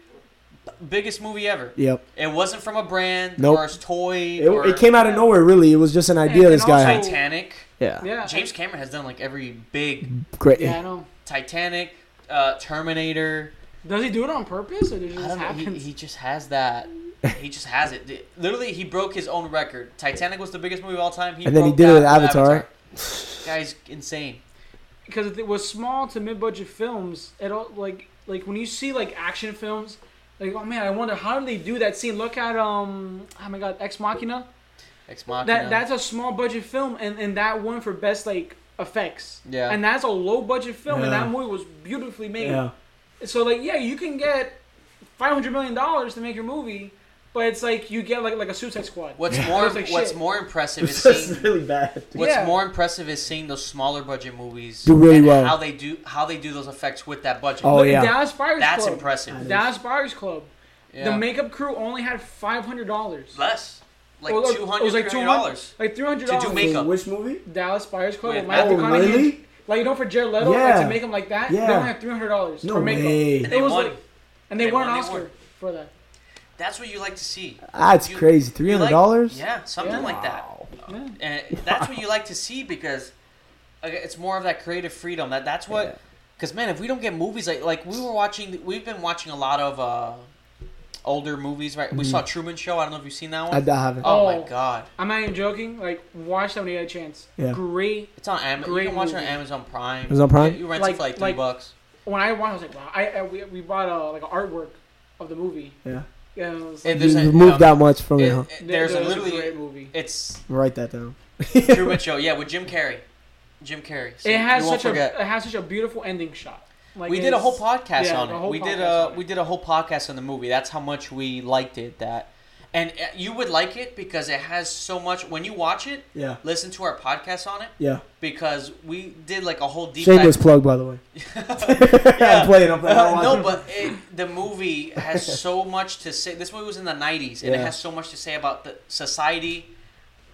A: b- biggest movie ever.
B: Yep.
A: It wasn't from a brand
B: Nope.
A: or a toy.
B: It,
A: or
B: it came out of nowhere. Really, it was just an idea
C: and
B: this guy
C: also-
B: had.
A: Titanic.
B: Yeah.
C: Yeah.
A: James Cameron has done like every big
B: Great.
C: Yeah, I know.
A: Titanic, uh, Terminator.
C: Does he do it on purpose or does it
A: I
C: just
A: don't know.
C: happen?
A: He, he just has that. He just has it. Th- Literally, he broke his own record. Titanic was the biggest movie of all time. He
B: And then he
A: broke
B: did it
A: that
B: with Avatar.
A: Guy's insane.
C: because if it was small to mid-budget films it all like like when you see like action films like oh man i wonder how do they do that scene look at um oh my god ex machina
A: Ex Machina.
C: that that's a small budget film and and that one for best like effects
A: Yeah.
C: and that's a low budget film and
B: Yeah.
C: that movie was beautifully made
B: Yeah.
C: so like yeah you can get 500 million dollars to make your movie but it's like you get like like a suicide squad
A: what's more
C: Looks like
A: What's
C: shit.
A: more impressive is
B: It's
A: seeing
B: really bad.
A: What's
C: Yeah.
A: more impressive is seeing those smaller budget movies
B: Do really
A: and
B: well.
A: How they do how they do those effects with that budget.
B: Oh,
C: Look at
B: yeah.
C: dallas buyers
A: that's
C: club
A: impressive.
C: dallas buyers club
A: Yeah.
C: the makeup crew only had 500 dollars
A: less like
C: It was
A: two hundred
C: like
A: three hundred
C: 200
A: dollars.
C: Like three hundred
A: To do
C: dollars.
A: make- Makeup.
B: Which movie?
C: Dallas Buyers Club.
A: Wait,
C: with Matthew
A: oh,
C: McConaughey.
B: really?
C: Like you know, for Jared Leto, like,
B: Yeah.
C: to make him like that,
B: Yeah.
C: they only have three hundred dollars
B: No
C: for makeup.
B: way.
C: It
A: They
C: was
A: won.
C: like, and they,
A: They
C: won an
A: won, they
C: Oscar
A: won.
C: for that.
A: That's what you like to see.
B: That's
A: You-
B: Ah, crazy.
A: you
B: Three
A: like-
B: hundred dollars.
A: Yeah, something
C: Yeah.
A: like that.
C: Yeah.
A: and that's what you like to see because uh, it's more of that creative freedom. That that's
B: Yeah.
A: what. Because man, if we don't get movies like like we were watching, we've been watching a lot of uh, older movies, right? We saw Truman Show. I don't know if you've seen that
B: Mm-hmm. I, I
A: one.
B: haven't.
A: oh,
C: Oh.
A: my god,
C: I'm not even joking. Like watch that when you get a chance.
B: Yeah.
C: Great.
A: it's on Amazon. You
C: Great
A: can watch it on
C: movie.
A: Amazon Prime.
B: Amazon Prime?
A: You, you rent
C: Like-
A: it for like three
C: like-
A: bucks.
C: When I watched, I was like, wow. I, I we, we bought a like an artwork of the movie.
B: Yeah.
C: Yeah. It was,
A: And
C: like,
A: there's
B: You
A: a-
B: moved
A: um,
B: that much from it.
A: It-
B: Huh?
A: it- there's
C: that
A: a
C: was
A: literally
C: great movie.
A: it's
B: Write that down.
A: Truman Show. Yeah, with Jim Carrey. Jim Carrey. So
C: It has
A: you won't
C: such a
A: forget.
C: it has such a beautiful ending shot. Like
A: we did a
C: it's-
A: whole podcast
C: yeah,
A: on
C: a
A: it.
C: whole
A: We did
C: podcast
A: a
C: on it.
A: we did a whole podcast on the movie. That's how much we liked it. That, and uh, you would like it because it has so much. When you watch it,
B: Yeah.
A: listen to our podcast on it
B: Yeah.
A: because we did like a whole deep
B: Shameless
A: dive.
B: plug, by the way. I'm playing. I'm playing. I
A: Uh,
B: don't
A: no,
B: watch
A: but it, the movie has so much to say. This movie was in the '90s, and it
B: Yeah.
A: has so much to say about the society,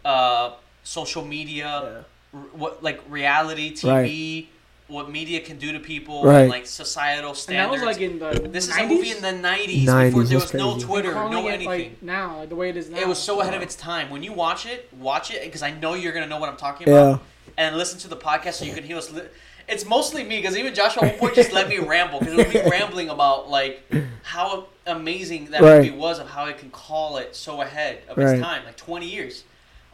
A: uh, social media, r- what like reality TV, what media can do to people,
B: Right.
A: and, like societal
C: And that was
A: standards.
C: like in the
A: this is
C: 90s?
A: a movie in the '90s,
B: 90s,
A: before there was
B: that's
A: no
B: crazy.
A: Twitter,
C: Calling
A: no
C: it,
A: anything.
C: Like, now, like, the way it is now.
A: it was so ahead of its time. When you watch it, watch it because I know you're gonna know what I'm talking
B: Yeah.
A: about, and listen to the podcast so you can hear us. Li- it's mostly me because even Joshua at one point just let me ramble because it was me rambling about like how amazing that
B: Right.
A: movie was and how it can call it so ahead of
B: Right.
A: its time, like 20 years.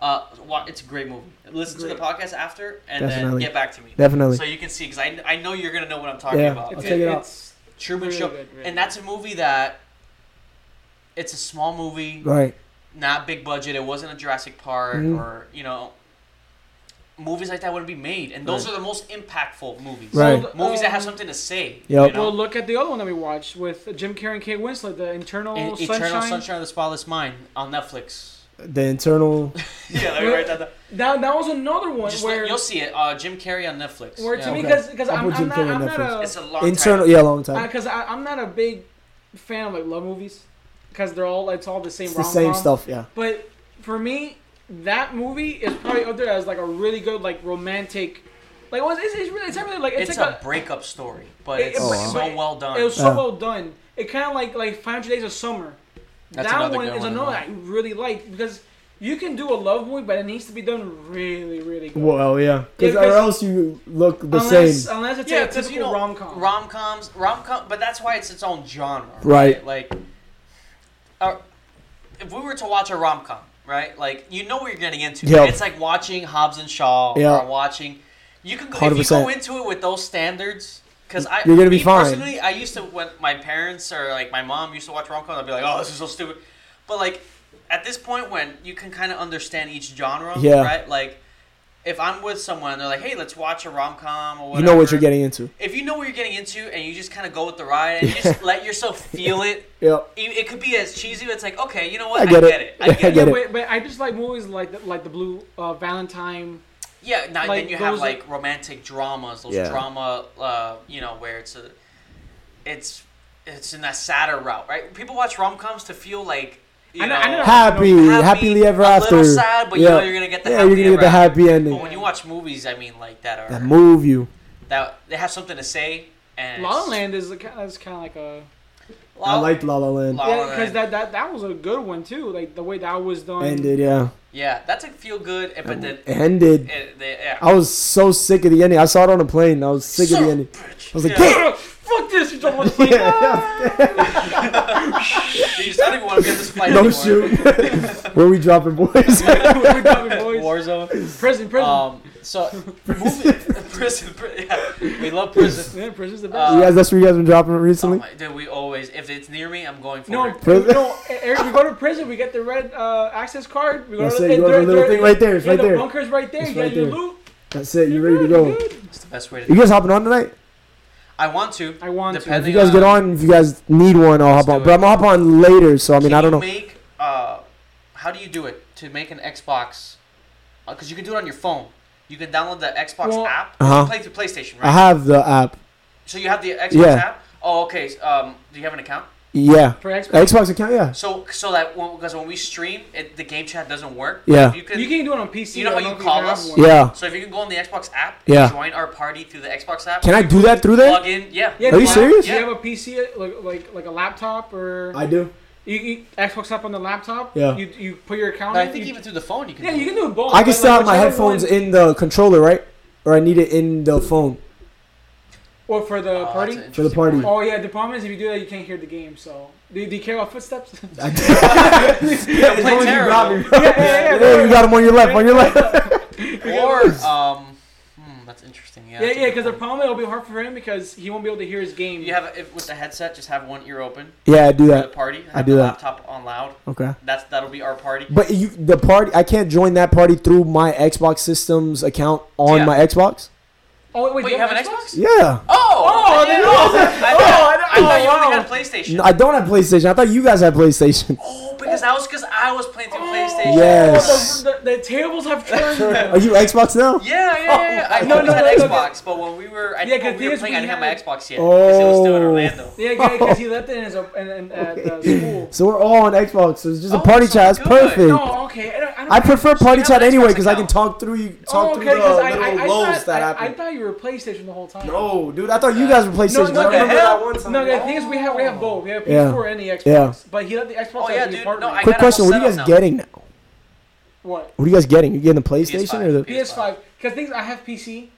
A: Uh, wa- it's a great movie. Listen to the podcast after and then
B: Definitely.
A: get back to me.
B: Definitely.
A: So you can see because I, I know you're gonna know what I'm talking
B: Yeah.
A: about.
B: I'll
C: It's,
A: It's
B: check it out.
C: it's
A: Truman
C: really
A: Show,
C: good, really
A: and that's a movie that it's a small movie
B: Right.
A: not big budget. It wasn't a Jurassic Park
B: Mhm.
A: or you know, movies like that wouldn't be made. And those are the most impactful movies.
B: Right.
C: Well,
A: Movies that have
C: um,
A: something to say.
B: Yep.
A: You know?
C: Well, look at the other one that we watched with Jim Carrey and Kate Winslet, the Internal
A: E-
C: Sunshine.
A: Eternal Sunshine of the Spotless Mind on Netflix.
B: The internal.
A: yeah, let me write that down.
C: That that was another one
A: Just
C: where
A: let- you'll see it. Uh, Jim Carrey on Netflix.
C: where
A: Yeah.
C: to me
B: Okay.
C: because because
B: I'll
C: I'm,
B: put
C: I'm
B: Jim
C: not
B: Carrey on
C: I'm not
B: Netflix.
A: it's
C: a
A: a long
B: internal.
A: title.
B: Yeah, long time.
C: because I I'm not a big fan of like love movies because they're all it's all the same
B: It's the
C: rom-com.
B: same stuff. Yeah.
C: But for me, that movie is probably up there as like a really good like romantic. Like it was, it's, it's really it's not really like it's,
A: It's
C: like
A: a breakup story, but
C: It-
A: it's
B: Oh, wow.
A: so well done.
C: It was so
B: Yeah.
C: well done. It kind of like like 500 Days of Summer.
A: That's
C: that
A: another
C: one
A: good
C: is
A: one as
C: another
A: well.
C: I really like because you can do a love movie, but it needs to be done really, really good.
B: Well, yeah.
C: Yeah,
B: Because or
C: because-
B: else you look the
C: unless,
B: same.
C: unless it's
A: yeah,
C: a
A: because
C: typical
A: you know
C: rom com.
A: rom coms, rom com, but that's why it's its own genre,
B: Right.
A: Like, uh, if we were to watch a rom com, right? Like, you know what you're getting into.
B: Yep.
A: It's like watching Hobbs and Shaw
B: Yeah.
A: or watching. You can go, if you go
B: 100%.
A: into it with those standards, because I
B: You're gonna be
A: me
B: fine.
A: Personally, I used to when my parents or like my mom used to watch rom coms, I'd be like, oh, this is so stupid. But like at this point, when you can kind of understand each genre,
B: Yeah.
A: right? Like. If I'm with someone, they're like, "Hey, let's watch a rom com or
B: You
A: uh, whatever."
B: know what you're getting into.
A: if you know what you're getting into and you just kind of go with the ride and you just let yourself feel it, E,
B: Yeah.
A: it it could be as cheesy, but it's like, okay, you know what?
B: I get it.
A: I get it.
B: I get it.
C: But, but I just like movies like the, like the Blue uh, Valentine.
A: Yeah, now
C: Like,
A: then you have
C: those-
A: like romantic dramas, those
B: Yeah.
A: drama, uh, you know, where it's a, it's, it's in that sadder route, right? People watch rom coms to feel like, you
C: I
A: know,
C: know- I know-
B: Happy,
A: Happy,
B: happily ever
A: a little
B: after.
A: sad, but you know you're gonna get the
B: yeah,
A: happy
B: you're gonna get the
A: ever after.
B: happy ending.
A: But when you watch movies, I mean, like that are
B: That move you.
A: that they have something to say. And
C: La La
A: it's-
C: Land is kind of like a
A: La-
B: I liked La La Land.
A: La- La
C: yeah because
A: Land.
C: that, that that was a good one too. Like the way that was done.
B: Ended. Yeah.
A: Yeah, that's a feel good, eh, but then
B: Ended.
A: it, they, yeah.
B: I was so sick of the ending. I saw it on a plane. I was sick of the ending. I was like,
A: Yeah.
B: damn.
C: Fuck this! You don't want to play.
A: You just don't even want to be on this flight
B: No
A: anymore.
B: shoot. Where we dropping, boys?
C: We're talking boys.
A: Warzone.
C: Prison, prison.
A: Um, so moving prison, pri- yeah, we love prison.
C: yeah, prison's the
A: uh,
C: best.
B: you guys, that's what you guys been dropping
A: Oh
B: recently.
A: my, dude, we always if it's near me, I'm going for
C: no,
A: it.
B: Prison?
C: no. Eric, we go to prison. We get the red uh, access card. We go
B: That's
C: to
B: it, you
C: they're-
B: have a little
C: they're-
B: thing right there, it's
C: yeah,
B: right
C: the
B: there.
C: bunker's right there.
B: It's
C: You got
B: right
C: your
B: there.
C: loot.
B: That's it. You
C: You're
B: ready to
C: good,
B: go?
C: you're good.
A: It's the best way to.
B: You guys hopping on tonight?
A: I want to.
C: I want to.
B: If
A: depending
B: you guys get on, if you guys need one, I'll hop
A: do
B: on.
A: it.
B: But I'm gonna hop on later, so I mean,
A: can
B: I don't
A: you
B: know.
A: Make uh, how do you do it to make an Xbox? Because you can do it on your phone. You can download the Xbox
C: Well-
A: app.
B: Uh-huh.
A: You play through PlayStation,
B: I
A: right?
B: have the app.
A: So you have the Xbox
B: Yeah.
A: app. Oh, okay. so, Um, do you have an account?
B: Yeah,
C: For Xbox.
B: Xbox account. Yeah,
A: So so that when, because when we stream, it, the game chat doesn't work.
B: Yeah.
A: You can,
C: You can do it on PC.
A: You know how
C: I don't
A: you
C: if
A: call
C: have
A: us?
C: one.
B: yeah.
A: So if you can go on the Xbox app,
B: Yeah.
A: and join our party through the Xbox app.
B: Can I do that through there?
A: plug in? Yeah.
C: Yeah,
B: Are you
C: do
B: serious?
C: Have, do you have a PC, like like, like a laptop, or
B: do.
C: you, you Xbox app on the laptop?
B: Yeah.
C: You, you put your account.
A: But I
C: in,
A: think
C: you-
A: even through the phone you can.
C: yeah,
A: do
C: you
A: it.
C: can do both.
B: I can
C: but,
B: still have my
C: Oh, whichever
B: headphones
C: one-
B: in the controller, right? Or I need it in the phone
C: Or for the
A: Oh, that's
C: party.
A: an
B: for the
A: interesting
B: party.
A: point.
C: Oh yeah, the problem is if you do that, you can't hear the game. So do, do you care about footsteps? yeah,
A: play terrible.
C: yeah, yeah.
B: Yeah, you got them on your left. On your left.
A: Or um, hmm, that's interesting. Yeah.
C: yeah,
A: that's a
C: yeah.
A: good
C: Because the
A: point.
C: problem it'll be hard for him because he won't be able to hear his game.
A: you have if, with the headset, just have one ear open
B: yeah, I do
A: for the
B: that.
A: party. Have
B: I do
A: the
B: that.
A: Laptop on loud.
B: Okay.
A: That's that'll be our party.
B: But you, the party, I can't join that party through my Xbox system's account on
A: Yeah.
B: my Xbox.
C: Oh wait,
A: Wait,
C: do
A: you have an Xbox?
B: Yeah.
A: Oh,
C: Oh,
A: then
C: then-
A: no. I thought, I thought you
C: wow.
A: only had a PlayStation.
B: Oh, No, I don't have PlayStation. I thought you guys had PlayStation.
A: Oh, because that was because I was playing through PlayStation.
B: Oh,
A: Oh,
B: Yes.
C: oh, The, the, the tables have turned.
B: Are you Xbox now?
A: Yeah, yeah, yeah. yeah. I
C: Oh,
A: know
C: no,
A: you
C: no,
A: had
C: no, no.
A: Xbox, but when we were, I
C: Yeah,
A: think when
C: 'cause
A: we were
C: these
A: playing,
C: we
A: I didn't have my
C: had-
A: Xbox yet because it was still in
B: Oh.
A: Orlando.
C: yeah, because he left it in his op- and, and at uh, school.
B: So we're all on Xbox. So it's just a
A: Oh,
B: party
A: so
B: chat. It's
A: good.
B: perfect.
C: No, okay. I, don't, I, don't
B: I prefer party
A: have
B: chat
A: an Xbox
B: anyway because I can
A: account.
B: talk through you, talk
C: Oh,
B: through
C: okay.
B: the
C: Because
B: little
C: I, I, I,
B: lows
C: thought,
B: that
C: I, I
B: happen.
C: thought you were PlayStation the whole time.
B: No, dude, I thought you guys were PlayStation.
C: no,
B: I
C: the
B: remember
A: hell?
B: that one time.
C: No, the thing is, we have we have both. We have
B: Yeah.
C: PS4 and the Xbox.
B: Yeah.
C: But he left the Xbox
A: Oh,
C: at
A: yeah,
C: the
A: dude.
C: apartment.
A: No, I- got
B: Quick
A: a
B: question:
A: whole
B: What are you guys
A: setup now.
B: getting now?
C: what?
B: What are you guys getting? You getting the PlayStation or the?
C: PS5. Because things I have PC,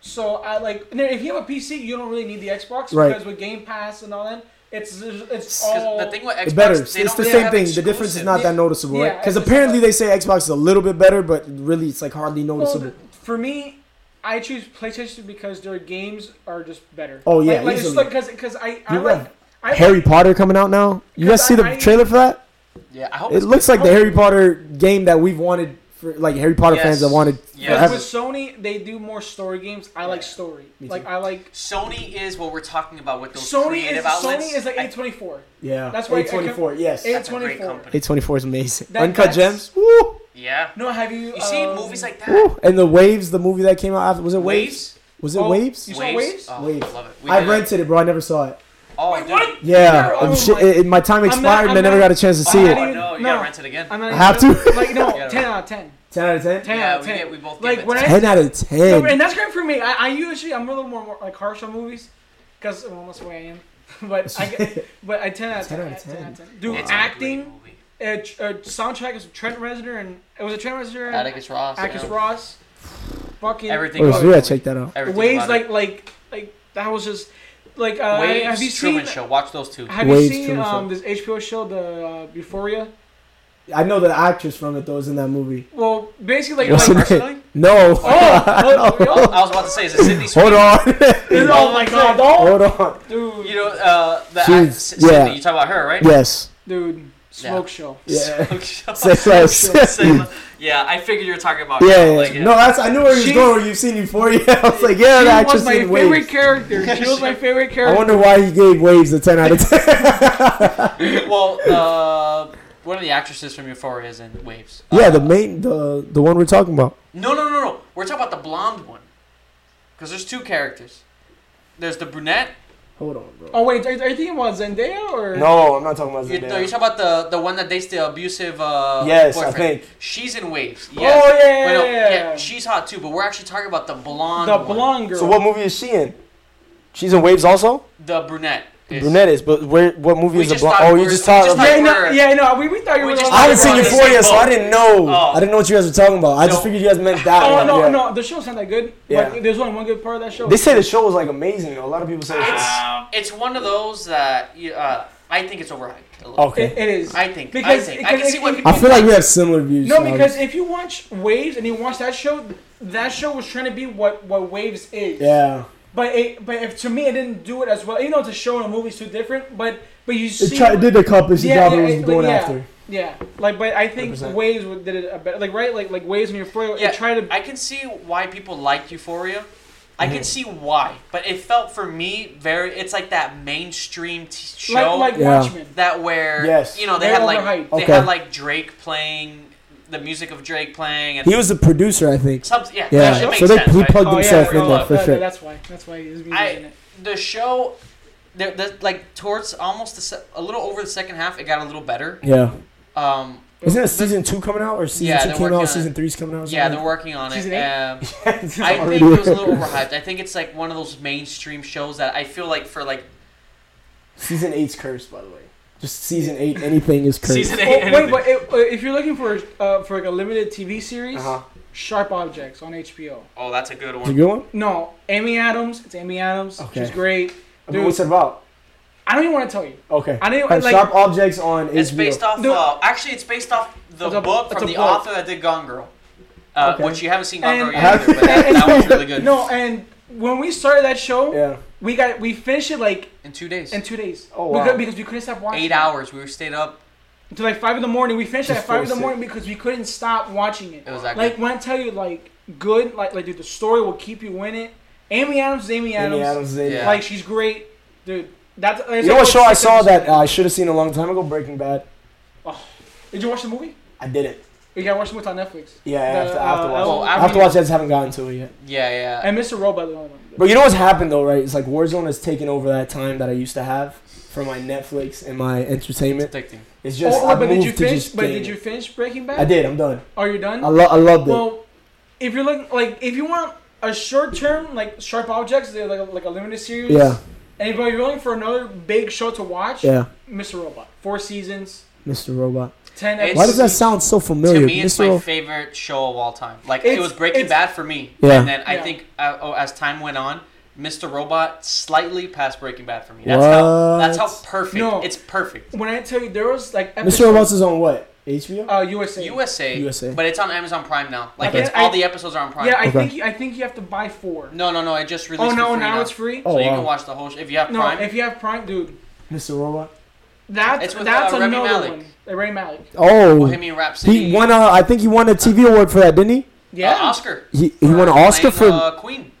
C: so I like. no, If you have a PC, you don't really need the Xbox
B: Right.
C: because with Game Pass and all that, it's it's
A: 'Cause
C: all.
A: the thing with Xbox,
B: It's better.
A: they
B: It's it's
A: don't
B: the
A: really
B: same
A: have
B: thing. The difference is
A: exclusives.
B: not that noticeable,
C: Yeah,
B: right? Because
C: it's- it's
B: apparently
C: not-
B: they say Xbox is a little bit better, but really it's like hardly
C: Well,
B: noticeable.
C: th- for me, I choose PlayStation because their games are just better.
B: Oh, yeah,
C: like, like, it's
B: easily.
C: like because because I I
B: You're
C: like
B: right.
C: I
B: Harry Potter coming out now. You guys
C: Because
B: see the
C: I- Oh. I-
B: trailer for that?
A: Yeah, I hope
B: It
A: it's
B: looks like the Harry Potter game that we've wanted for like Harry Potter
A: Yes.
B: fans that wanted.
A: Yes.
C: Like,
B: forever.
C: with Sony, they do more story games. I like story.
B: Me
C: Like
B: too.
C: I like
A: Sony is what we're talking about with those
C: Sony
A: creative
C: is
A: outlets.
C: Sony is like
A: I-
C: eight twenty four.
B: Yeah.
C: That's why I- I
B: twenty four.
C: kept-
B: Yes.
C: Eight-
A: that's a great
C: 24.
A: company.
B: Eight twenty four is amazing.
C: That-
B: Uncut
C: that's-
B: gems. Woo.
A: Yeah.
C: No, have you?
A: You see
C: um,
A: movies like that?
B: Woo. And the waves, the movie that came out after was it
A: Waves?
B: Was it
C: Oh,
B: waves?
C: you saw
A: Waves?
C: Waves?
A: Oh,
B: Waves.
A: love it. We
B: I
A: did it.
B: rented it, bro. I never saw it.
A: Oh,
C: Wait,
A: dude.
C: what?
B: Yeah,
C: Oh
B: I'm shi-
C: my-
B: it- my time
C: not-
B: expired,
C: I'm
B: and I never
C: not-
B: got a chance to
C: I'm
B: see
C: not
B: it.
A: Oh,
C: even-
A: no, you
C: no.
A: gotta rent it again.
C: I'm not
B: I have
C: even-
B: to.
C: like no,
A: Yeah.
C: ten out of ten.
B: 10 out of 10?
C: Ten
A: Yeah,
C: out of
A: we
C: ten.
A: did- we both
C: like
A: gave it
C: when I
B: 10 out of 10.
C: No, and that's great for me. I, I usually I'm a little more, more like harsh on movies because well, that's the way I am. but I get- but I ten out of
B: 10
C: ten.
B: out of 10.
C: out of 10. Dude,
A: It's a great
C: acting,
A: movie.
C: uh, tr- uh, soundtrack is Trent Reznor and it was a Trent Reznor, and
A: Atticus Ross.
C: Atticus
A: yeah.
C: Ross, fucking
A: Everything.
B: Oh,
A: about
B: so we
A: it.
B: gotta check that out.
A: Everything
C: waves
A: about it.
C: like like like that was just like uh,
A: Waves,
C: have you
A: Truman
C: seen
A: Show. Watch those two.
C: have
B: Waves,
C: you seen
B: Truman Show.
C: um, this HBO show the uh, Euphoria?
B: I know the actress from it, though, is in that movie.
C: Well, basically like,
B: What's
C: like
B: her
A: personally?
B: name? No.
C: oh, oh, oh,
A: I was about to say, is it Sydney Sweeney?
B: Hold on.
C: oh,
A: Oh my
C: my god,
B: Hold on.
C: dude,
A: You know, uh, the
B: She's-
A: act- Sydney,
B: yeah.
A: you talk about her, right?
B: Yes.
C: dude, smoke show.
B: Yeah.
A: So-
B: Say less.
A: so- yeah, I figured you were talking about.
B: Yeah,
A: her,
B: yeah,
A: like,
B: yeah. No, that's I knew where you was
C: She's-
B: going. Where you've seen Euphoria, I was like, yeah, that
C: she was
B: actress
C: my
B: in
C: favorite
B: Waves.
C: character. She was my favorite
B: I
C: character.
B: wonder why he gave Waves a ten out of ten.
A: Well, uh, one of the actresses from Euphoria is in Waves. Uh,
B: yeah, the main, the the one we're talking about.
A: No, no, no, no. We're talking about the blonde one, because there's two characters. There's the brunette.
B: Hold on, bro.
C: oh wait, are, are you thinking about Zendaya or? Oh,
B: No, I'm not talking about
A: You,
B: Zendaya.
A: no, you're talking about the the one that dates the abusive. Uh,
B: Yes, I
A: boyfriend.
B: think.
A: she's in Waves.
C: Oh,
A: Yes.
C: yeah,
A: Wait, no,
C: yeah, yeah.
A: She's hot too, but we're actually talking about the blonde.
C: the
A: one.
C: blonde girl.
B: So what movie is she in? She's in Waves also.
A: The brunette. is-
B: Brunette is, but where? What movie
A: We
B: is the
A: just
B: blonde?
A: thought
B: Oh,
A: we
B: you
A: were-
B: just
A: we
B: thought.
A: just
B: of-
A: thought-
C: yeah, no, yeah, no. We, we thought you
A: We
C: were.
A: just
C: Just
B: I
A: thought-
B: haven't seen
A: We're on the same
B: Euphoria, so I
A: boat.
B: didn't know.
A: Oh.
B: I didn't know what you guys were talking about. I just
A: No.
B: figured you guys meant that.
C: Oh
B: one,
C: no,
B: yeah.
C: no, the show's not that good.
B: Yeah.
C: Like, there's only one good part of that show.
B: They say the show was like amazing. though. A lot of people say it's
A: It's, it's one of those that you, uh, I think it's overhyped. A little.
B: okay.
C: It- it is.
A: I think.
C: Because-
A: I think. I
C: because
A: can see
C: it-
A: what
C: it-
A: people
B: I feel like we have similar views.
C: no,
B: so I
C: because
B: was-
C: if you watch Waves and you watch that show, that show was trying to be what, what Waves is.
B: yeah,
C: But it, but if to me it didn't do it as well. You know, it's a show and a movie's too different. But but you
B: it,
C: see,
B: tried, it did accomplish the job it was
C: but
B: going
C: yeah,
B: after.
C: Yeah, like but I think
B: 100%.
C: Waves would- did it a better. Like right, like like Waves and Euphoria.
A: Yeah,
C: it tried to.
A: I can see why people like Euphoria. I
B: Mm-hmm.
A: can see why, but it felt for me very. It's like that mainstream t- show
C: like like
B: Yeah.
C: Watchmen.
A: that where
B: Yes.
A: you know they
C: They're
A: had like
C: overhyped.
A: they
B: Okay.
A: had like Drake playing the music of Drake playing and
B: He was the producer, I think.
A: some, yeah,
B: Yeah,
A: that shit makes
B: so they
A: sense,
B: he
A: right?
C: Oh,
B: plugged himself
A: yeah,
B: in
A: yeah,
B: there for
C: that-
B: sure.
C: That's why. That's why his music
A: I-
C: in it.
A: the show. There, the, like towards almost the se- a little over the second half, it got a little better.
B: Yeah,
A: Um,
B: isn't it season two coming out or season
A: Yeah,
B: two
A: they're
B: came
A: working
B: out?
A: on
B: Season
A: it.
B: three's coming out. or
A: yeah, they're
B: something?
A: working on it.
C: Season eight?
A: Um,
B: It's
A: I
B: already-
A: think it was a little overhyped. I think it's like one of those mainstream shows that I feel like for like
B: Season eight's cursed, by the way. Just season eight, anything is cursed.
A: season
C: Oh,
A: eight.
C: wait, but it, uh, if you're looking for uh, for like a limited TV series,
B: Uh-huh.
C: Sharp Objects on HBO.
A: oh, that's a good
B: It's a
A: one.
B: good one.
C: No, Amy Adams. It's Amy Adams.
B: Okay.
C: She's great.
B: I mean,
C: Dude,
B: what's it about?
C: I don't even want to tell you.
B: Okay.
C: I didn't-
B: Have
C: like-
B: sharp objects on
A: It's
B: HBO.
A: based off.
C: No.
A: Uh, actually, it's based off the
C: It's a-
A: book
C: it's
A: from
C: a
A: the
C: book.
A: author that did Gone Girl, uh,
B: Okay.
A: which you haven't seen Gone
C: And-
A: Girl yet, either, but that, that was really good.
C: No, and when we started that show,
B: Yeah.
C: we got we finished it like
A: in two days,
C: in two days.
B: Oh,
C: We
B: wow.
C: could- Because we couldn't stop watching.
A: eight hours, we were stayed up.
C: to like five in the morning. We finished
B: Just
C: at five in
B: force it.
C: the morning because we couldn't stop watching it.
A: It was that
C: like
A: good.
C: when I tell you, like good, like like dude, the story will keep you in it. Amy Adams is Amy Adams.
B: Amy Adams is Amy
A: Yeah.
C: Like she's great, dude. That's, that's
B: You know what show I saw that uh, I should have seen a long time ago? Breaking Bad.
C: Did you watch the movie?
B: I didn't.
C: You gotta watch the movie on Netflix.
B: Yeah, I have to, I have to
C: The,
B: watch.
C: uh,
B: it.
A: Well,
B: I
A: I
B: have to
A: mean-
B: watch. it, I just haven't gotten to it yet.
A: Yeah, yeah.
C: And Mr. Robot. The only one.
B: But you know what's happened though, right? It's like Warzone has taken over that time that I used to have for my Netflix and my entertainment.
A: It's addicting.
B: It's just.
C: oh,
B: I
C: oh, but did
B: moved
C: you
B: to
C: finish?
B: just
C: But
B: gaming.
C: did you finish Breaking Bad?
B: I did. I'm done.
C: Are you done?
B: I love. I loved it.
C: Well, if you're looking like if you want a short term like sharp objects, they're like a, like a limited series.
B: yeah.
C: And if you're looking for another big show to watch,
B: Yeah.
C: Mr. Robot, four seasons,
B: Mr. Robot.
C: ten
A: It's-
C: episodes.
B: Why does that
A: It's-
B: sound so familiar?
A: To me, it's
B: Mr.
A: my
B: Ro-
A: favorite show of all time. Like it
C: It's-
A: was Breaking
C: it's-
A: Bad for me,
B: Yeah.
A: and then I
C: Yeah.
A: think uh, oh, as time went on, Mr. Robot slightly passed Breaking Bad for me. That's how. That's
B: What?
A: how perfect.
C: No.
A: It's perfect.
C: When I tell you there was like
B: Mr. Robot's is on what? HBO.
C: uh, USA.
A: USA,
B: USA.
A: but it's on Amazon Prime now. Like
C: Okay.
A: it's all
C: I-
A: the episodes are on Prime.
C: Yeah, I
B: Okay.
C: think you- I think you have to buy four.
A: no, no, no. It just
C: oh
A: released.
C: no,
A: for free
C: now
A: now
C: it's free.
B: Oh,
A: so you
B: wow.
A: can watch the whole. Sh- if you have
C: no,
A: Prime,
C: if you have Prime, dude,
B: Mr. Robot.
C: that's
A: It's with,
C: that's
A: uh, Rami
C: another
A: Malek.
C: one. Uh, Rami Malik.
B: Oh,
A: Bohemian Rhapsody.
B: he won. A, I think he won a TV award for that, didn't he?
A: yeah,
C: Yeah.
A: Uh, Oscar.
B: He he won an
A: For
B: Oscar
A: playing,
B: for.
A: uh, Queen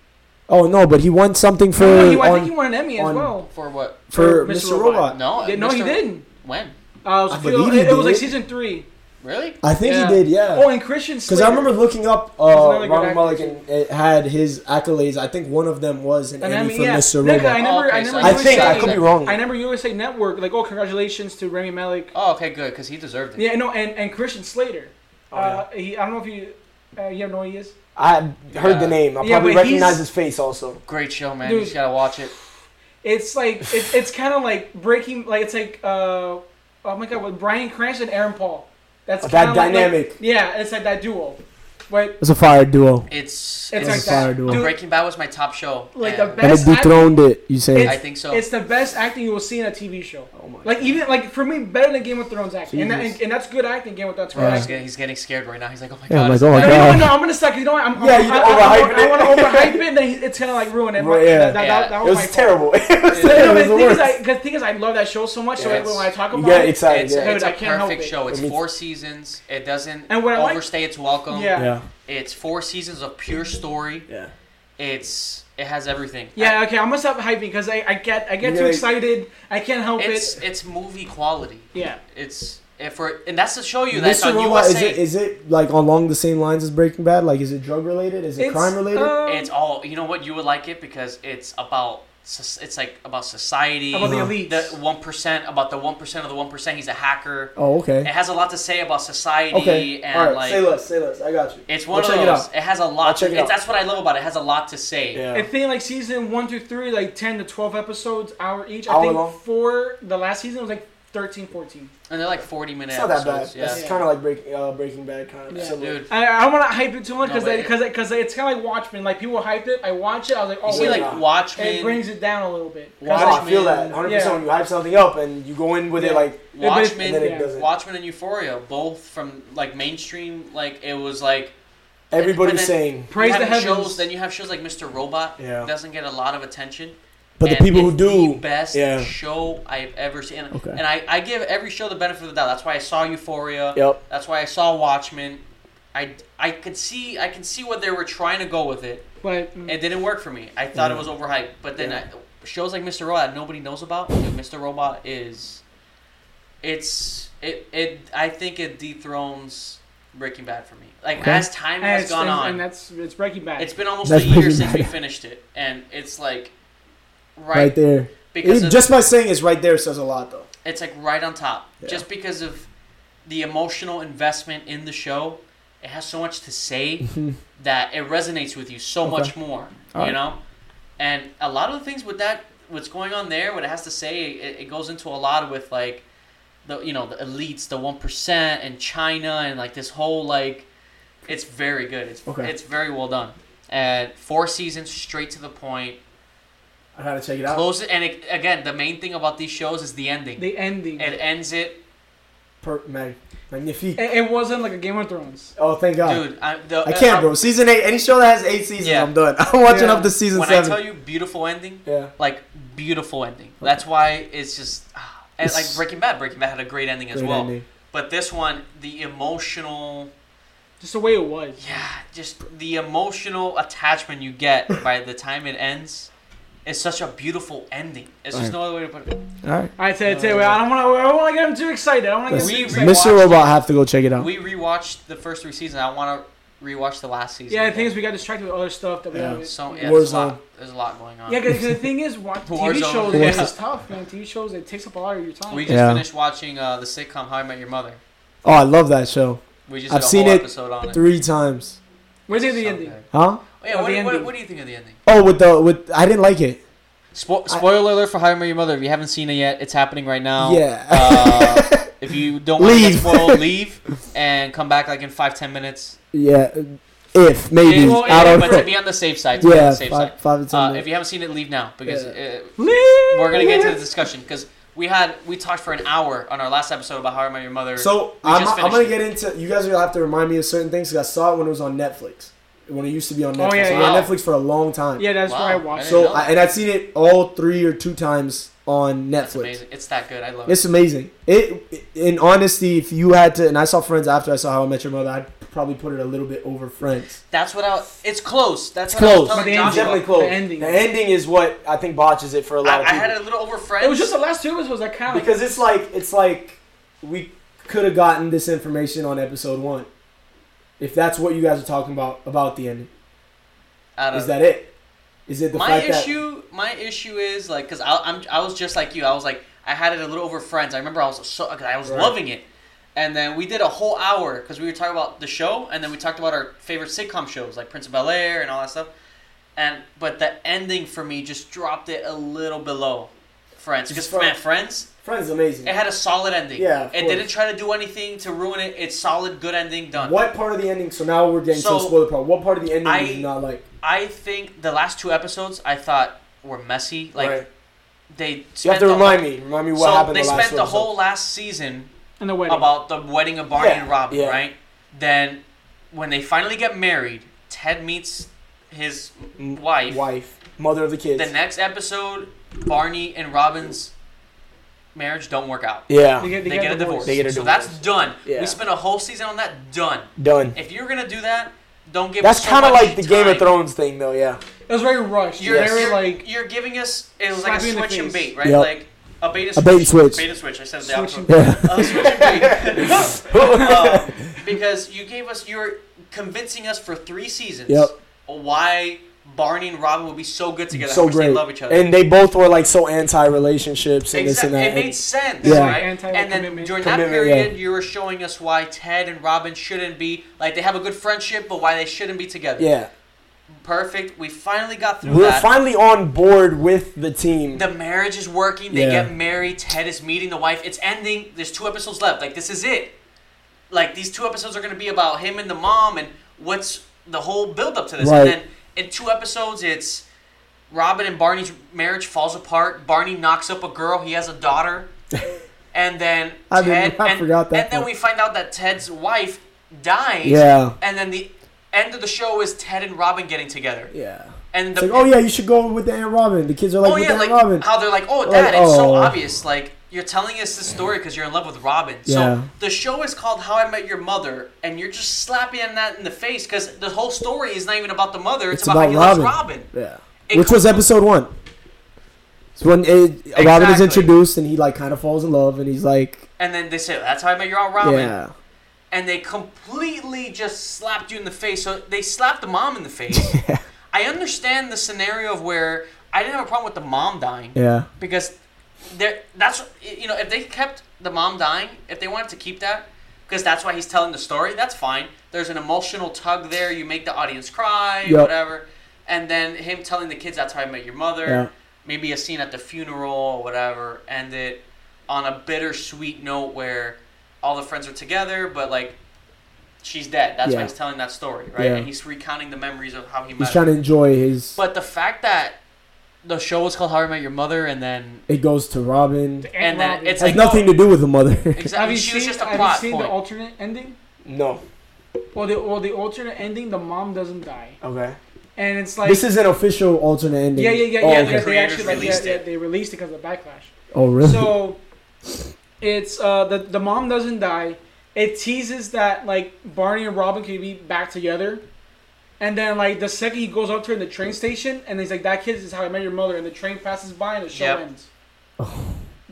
B: Oh no, but he won something for
C: No, he- I think he
B: on,
C: won an Emmy as
B: on-
C: well.
A: for what?
B: for
C: for Mr.
B: Mr. Robot.
A: No,
C: Yeah, no, he
A: Mr.
C: didn't.
A: When?
C: Uh, it was,
B: I believe he
C: it, it was like
B: did.
C: season three.
A: Really?
B: I think
C: Yeah.
B: he did. Yeah.
C: Oh, and Christian
B: Because I remember looking up uh,
C: another good
B: Rami
C: actor,
B: Malek
C: too.
B: and it had his accolades. I think one of them was an
C: And
B: Emmy for Mr.
C: Nick, I
B: Robot.
C: never,
A: okay,
C: I
A: so
C: never.
B: I
A: I
C: USA,
B: think I could be wrong.
C: I never USA Network like, oh, congratulations to Remy Malik.
A: Oh, okay, good, because he deserved it.
C: Yeah, no, and, and Christian Slater.
A: Oh,
C: uh, he, I don't know if you, uh, you have no he is.
B: I heard the
A: Yeah.
B: name. I
C: Yeah,
B: probably
C: but
B: recognize
C: he's-
B: his face also.
A: Great show, man.
C: Dude.
A: You just gotta watch it.
C: It's like it's it's kind of like breaking, like it's like uh, oh my god, with Brian Cranston and Aaron Paul. That's
B: That
C: kinda like-
B: dynamic.
C: Like, yeah, it's like that duo, but
B: It's a fire duo.
A: It's
C: it's
A: it's,
C: like
B: a fire
C: that.
B: duo.
C: Dude,
A: Breaking Bad was my top show.
C: Like
A: and
C: the best act-
B: it. You say?
A: I
C: it's-
A: think so.
C: it's the best acting you will see in a TV show.
B: oh my
C: Like even like for me, better than Game of Thrones acting, and, that,
B: Jesus.
C: and, and that's good acting. Game of Thrones.
A: Bro,
C: acting.
A: he's, getting, he's getting scared right now. He's like, oh my
B: Yeah,
A: god.
B: like,
A: it's
B: oh my
A: bad.
C: No,
B: God.
C: no, no, I'm gonna suck. it. You know, what? I'm, I'm,
B: Yeah, you
C: I,
B: overhype
C: I, I,
B: it.
C: I want to overhype it, then he- it's kind of like ruin it.
B: Right,
C: Right,
B: yeah.
C: yeah. That, that,
A: Yeah.
C: that, that
B: It
C: was, oh
B: was
C: my fault.
B: terrible. It was
A: Yeah,
C: No,
B: terrible.
C: but
B: It
C: the
B: was
C: thing
B: worse.
C: is, I, cause the thing is, I love that show so much.
A: Yeah,
C: so when I
A: it's-
C: talk about
B: Yeah,
C: it,
B: excited.
A: It's,
B: yeah.
A: it's
C: Dude,
A: a
C: I can't help
A: perfect
C: it.
A: show. It's
B: It means-
A: four seasons. It doesn't
C: And what I like-
A: overstay its welcome.
C: Yeah.
B: yeah.
A: It's four seasons of pure story.
B: Yeah.
A: It's it has everything.
C: yeah, okay, I'm gonna stop hyping because I, I get I get
B: Yeah.
C: too excited. I can't help
A: It's
C: it.
A: it's movie quality.
C: Yeah,
A: It's if we're, and that's to show you that's
B: Mr.
A: on
B: Robot is
A: USA.
B: it is it like along the same lines as Breaking Bad? Like, is it drug related? Is it
C: It's,
B: crime related?
C: um,
A: it's all you know what you would like it because it's about soc- it's like about society
C: About the
B: Uh-huh.
C: elites.
A: one percent about the one percent of the one percent he's a hacker it
B: oh, okay.
A: has a lot to say about society
B: Okay.
A: and
B: All right.
A: like
B: say less. Say less. I got you.
A: it's one
B: I'll
A: of
B: check
A: those
B: It
A: it, has a lot
B: check
A: to,
B: it
A: it's,
B: out.
A: that's what i love about it it has a lot to say
B: out.
C: I
B: Yeah.
C: think like season one through three, like ten to twelve episodes, hour each. I
B: Hour
C: think
B: long?
C: for the last season it was like 13, 14.
A: and they're like 40 minute
B: It's not that bad.
A: episodes
B: It's
A: yeah
B: kind of like break, uh, Breaking Bad, kind of
C: Yeah.
B: similar.
A: dude
C: I, I don't want to hype it too much
A: No,
C: because
A: but it-
C: because because it's kind of like Watchmen. Like people hyped it, I watch it, I was like, oh,
A: you see
C: wait,
A: like
B: Yeah.
C: it
A: watchmen
C: brings it down a little bit. 'Cause,
B: No,
A: Watchmen.
C: like,
B: I feel that 100%
C: Yeah.
B: when you hype something up and you go in with it
C: Yeah.
B: like
C: Yeah, but it's-
A: watchmen
B: and then it
C: Yeah.
B: doesn't.
A: watchmen and euphoria both from like mainstream like it was like
B: Everybody's
A: then-
B: saying,
C: Praise
A: you
C: the
A: have
C: heavens.
A: shows then you have shows like mr robot
B: Yeah.
A: doesn't get a lot of attention
B: but the
A: and
B: people who
A: it's
B: do,
A: the best
B: yeah,
A: show I've ever seen. And,
B: Okay.
A: and I, I give every show the benefit of the doubt. That's why I saw Euphoria.
B: yep,
A: That's why I saw Watchmen. I, I could see I can see what they were trying to go with it.
C: But mm,
A: It didn't work for me. I thought
B: Yeah.
A: it was overhyped. But then
B: Yeah.
A: I, shows like Mr. Robot that nobody knows about. Dude, Mr. Robot is it's it it I think it dethrones Breaking Bad for me. Like
B: Okay.
A: as time
C: and
A: has
C: it's-
A: gone
C: and,
A: on,
C: and that's it's Breaking Bad.
A: it's been almost
B: That's
A: a year
B: Breaking
A: since we
B: Bad.
A: finished it, and it's like right,
B: right, there.
A: because
B: It-
A: of-
B: just by saying it's right there says a lot, though.
A: it's like right on top
B: Yeah.
A: just because of the emotional investment in the show it has so much to say that it resonates with you so much more you
B: Alright.
A: know and a lot of the things with that what's going on there what it has to say it, it goes into a lot with like the you know the elites the 1% and china and like this whole like it's very good it's
B: Okay.
A: it's very well done and four seasons straight to the point
B: I gotta check it out.
A: close it and it, again the main thing about these shows is the ending
C: the ending.
A: it
C: It,
A: ends it
B: Per- mag- magnifique.
C: it wasn't like a Game of Thrones.
B: Oh, thank God.
A: Dude, I, the,
B: I can't,
A: uh,
B: bro. Season eight. Any show that has eight seasons,
A: Yeah.
B: I'm done. I'm watching
C: Yeah.
B: up to season
A: When
B: seven.
A: I tell you beautiful ending,
B: yeah.
A: like beautiful ending. That's why it's just ah. and
B: It's-
A: like Breaking Bad. Breaking Bad had a great ending as
B: Great
A: well.
B: ending.
A: But this one, the emotional
C: Just the way it was.
A: Yeah, just the emotional attachment you get by the time it ends is such a beautiful ending. It's just
B: Right.
A: no other way to put it.
B: All right.
C: All right, Ted, Ted, wait, I don't want to. I don't want to get him too excited. I don't want to get
A: We
C: him too
A: re-
C: excited.
B: Mr. Robot have to go check it out.
A: We rewatched the first three seasons. I want to rewatch the last season.
C: Yeah, the thing is, we got distracted with other stuff that we.
B: Yeah.
C: Yeah.
A: so
C: yeah.
A: yeah, there's a,
B: Warzone.
A: lot, there's a lot going on.
C: because the thing is, watch TV
A: Warzone.
C: shows.
B: Yeah.
C: This is tough, man. TV shows it takes up a lot of your time.
A: we just
B: Yeah.
A: finished watching uh, the sitcom How I Met Your Mother.
B: Oh, I love that show.
A: We just
B: I've
A: did a
B: seen
A: whole
B: it
A: episode on it.
B: Three times.
C: Where's the
A: So
C: ending?
A: good.
B: Huh?
A: Oh, Yeah,
C: Of
A: what,
C: the
A: do- what,
C: ending.
A: what do you think of the ending?
B: Oh, with the with I didn't like it.
A: Spo- spoiler alert for How I Met Your Mother. If you haven't seen it yet, it's happening right now.
B: Yeah.
A: Uh, if you don't want to get
B: Leave.
A: spoiled, leave and come back like in five ten minutes.
B: Yeah. If maybe
A: Yeah, well,
B: I
A: yeah,
B: don't
A: but
B: know.
A: to be on the safe side, to be on
B: yeah,
A: the safe
B: five, five and ten.
A: side. Uh, if
B: minutes.
A: you haven't seen it, leave now because
B: Yeah.
A: uh we're gonna get to the discussion because we had we talked for an hour on our last episode about How I Met Your Mother.
B: so
A: we
B: I'm,
A: just
B: I'm
A: finished
B: gonna
A: it.
B: get into. You guys are gonna have to remind me of certain things because I saw it when it was on Netflix. When it used to be on Netflix.
C: Oh, yeah,
B: It was
A: yeah.
B: on Netflix for a long time.
C: Yeah, that's
A: Wow.
C: where I watched.
A: I
B: So
A: didn't know
B: I, and I've seen it all three or two times on
A: That's
B: Netflix.
A: amazing. It's that good. I love it.
B: It's amazing. It in honesty, if you had to, and I saw Friends after I saw How I Met Your Mother, I'd probably put it a little bit over Friends.
A: That's what I. It's close. That's
B: It's
A: what
B: close.
A: I
C: But
A: was telling
C: the ending-
A: Joshua.
B: Definitely close.
C: The ending.
B: is what I think botches it for a
A: I,
B: lot
A: I
B: of people
A: had a little over friends.
C: It was just the last two episodes that kind of.
B: because it's like it's like we could have gotten this information on episode one, if that's what you guys are talking about about the ending.
A: I don't
B: Is
A: know.
B: that it? Is it the
A: Uh, my
B: fact
A: issue my issue is like because I'm I was just like you I was like I had it a little over friends I remember I was so 'cause I was
B: Right.
A: loving it and then we did a whole hour because we were talking about the show and then we talked about our favorite sitcom shows like Prince of Bel Air and all that stuff and but the ending for me just dropped it a little below Friends because
B: It's fun.
A: man Friends
B: that Friends is amazing?
A: it had a solid ending
B: Yeah, of
A: it
B: course.
A: didn't try to do anything to ruin it it's solid good ending done
B: What part of the ending? So now we're getting to
A: So,
B: the spoiler part. What part of the ending
A: I-
B: did you not like?
A: I think the last two episodes I thought were messy like
B: Right.
A: they
B: You have
A: spent
B: to
A: the whole-
B: remind me. Remind me what
A: so
B: happened.
A: they
B: the last
A: spent the
B: episode.
A: whole last season
C: in the wedding.
A: about the wedding of Barney
B: Yeah,
A: and Robin,
B: yeah.
A: right? Then when they finally get married, Ted meets his wife.
B: wife, mother of the kids.
A: The next episode, Barney and Robin's marriage don't work out.
C: They
B: yeah,
C: get,
A: They, get, a divorce.
B: They get a
A: so
B: divorce.
A: that's done.
B: Yeah.
A: We spent a whole season on that. Done.
B: done.
A: If you're gonna do that, don't give.
B: That's
A: us so
B: kind of
A: much
B: like the Game
A: time.
B: of Thrones thing, though. Yeah,
C: It was very rushed.
A: You're,
B: Yes.
A: you're
C: very
A: like
C: like.
A: you're giving us it was like a
C: Slap you in the
A: switch and
C: face.
A: bait, right?
B: Yep.
A: Like a bait and
B: A
A: switch.
B: bait and switch.
A: Bait and switch. I said the
C: Switch
A: outro.
C: and
B: yeah.
A: Uh, switch and bait. Uh, because you gave us you were convincing us for three seasons
B: Yep.
A: why Barney and Robin would be so good together. how
B: so
A: much
B: great.
A: They love each other.
B: And they both were like so anti relationships
A: Exact-
B: and this
A: It
B: and that.
A: made sense,
B: Yeah.
A: right?
C: Anti-
A: And then
C: commitment.
A: during that
B: Commitment,
A: period,
B: yeah.
A: you were showing us why Ted and Robin shouldn't be like they have a good friendship, but why they shouldn't be together.
B: yeah,
A: Perfect. We finally got through
B: we're
A: that.
B: finally on board with the team.
A: the marriage is working. They
B: Yeah.
A: get married. Ted is meeting the wife. It's ending. There's two episodes left. Like this is it. Like these two episodes are going to be about him and the mom and what's the whole build up to this.
B: Right.
A: And then in two episodes, it's Robin and Barney's marriage falls apart. Barney knocks up a girl. He has a daughter. And then
B: I did-
A: Ted,
B: I
A: and,
B: forgot that
A: and then
B: part.
A: we find out that Ted's wife dies.
B: Yeah.
A: And then the end of the show is Ted and Robin getting together.
B: yeah,
A: And
B: it's
A: the
B: like oh yeah, you should go with the Aunt Robin. The kids are like
A: oh
B: with
A: yeah,
B: the Aunt
A: like
B: Robin.
A: how they're like, oh
B: Like,
A: dad, it's so
B: oh.
A: obvious. Like you're telling us this story because you're in love with Robin.
B: Yeah.
A: So the show is called How I Met Your Mother, and you're just slapping that in the face because the whole story is not even about the mother. It's,
B: It's
A: about,
B: about
A: how he loves
B: Robin.
A: Robin.
B: yeah,
A: It
B: which was episode one. It's when it, Robin is
A: Exactly.
B: introduced and he like kind of falls in love and he's like
A: And then they say that's how I met your aunt Robin,
B: yeah,
A: and they completely just slapped you in the face. So they slapped the mom in the face. I understand the scenario of where I didn't have a problem with the mom dying.
B: yeah,
A: because there that's you know if they kept the mom dying if they wanted to keep that because that's why he's telling the story that's fine there's an emotional tug there you make the audience cry
B: Yep.
A: whatever and then him telling the kids that's how i met your mother
B: Yeah.
A: maybe a scene at the funeral or whatever end it on a bittersweet note where all the friends are together but like she's dead that's why
B: Yeah.
A: he's telling that story right
B: Yeah.
A: and he's recounting the memories of how he met
B: he's
A: her.
B: trying to enjoy his.
A: but the fact that the show was called how i met your mother and then
B: it goes to Robin. It
A: and then it's
B: has
A: like oh,
B: nothing to do with the mother.
A: Exactly.
C: Have you
A: she
C: seen?
A: was just a
C: Have you
A: plot
C: seen
A: point.
C: the alternate ending?
B: no.
C: Well, the well the alternate ending, the mom doesn't die,
B: Okay.
C: and it's like
B: This is an official alternate ending.
C: yeah, yeah, yeah,
B: Oh,
C: yeah.
B: okay.
C: they- They
A: creators
C: actually like, yeah,
A: released
C: yeah,
A: it.
C: they released it because of the backlash.
B: Oh, really?
C: So it's uh, the the mom doesn't die. it teases that like Barney and Robin could be back together, and then like the second he goes up to her in the train station, and he's like, "That kid is how I met your mother," and the train passes by and the show
A: Yep.
C: ends.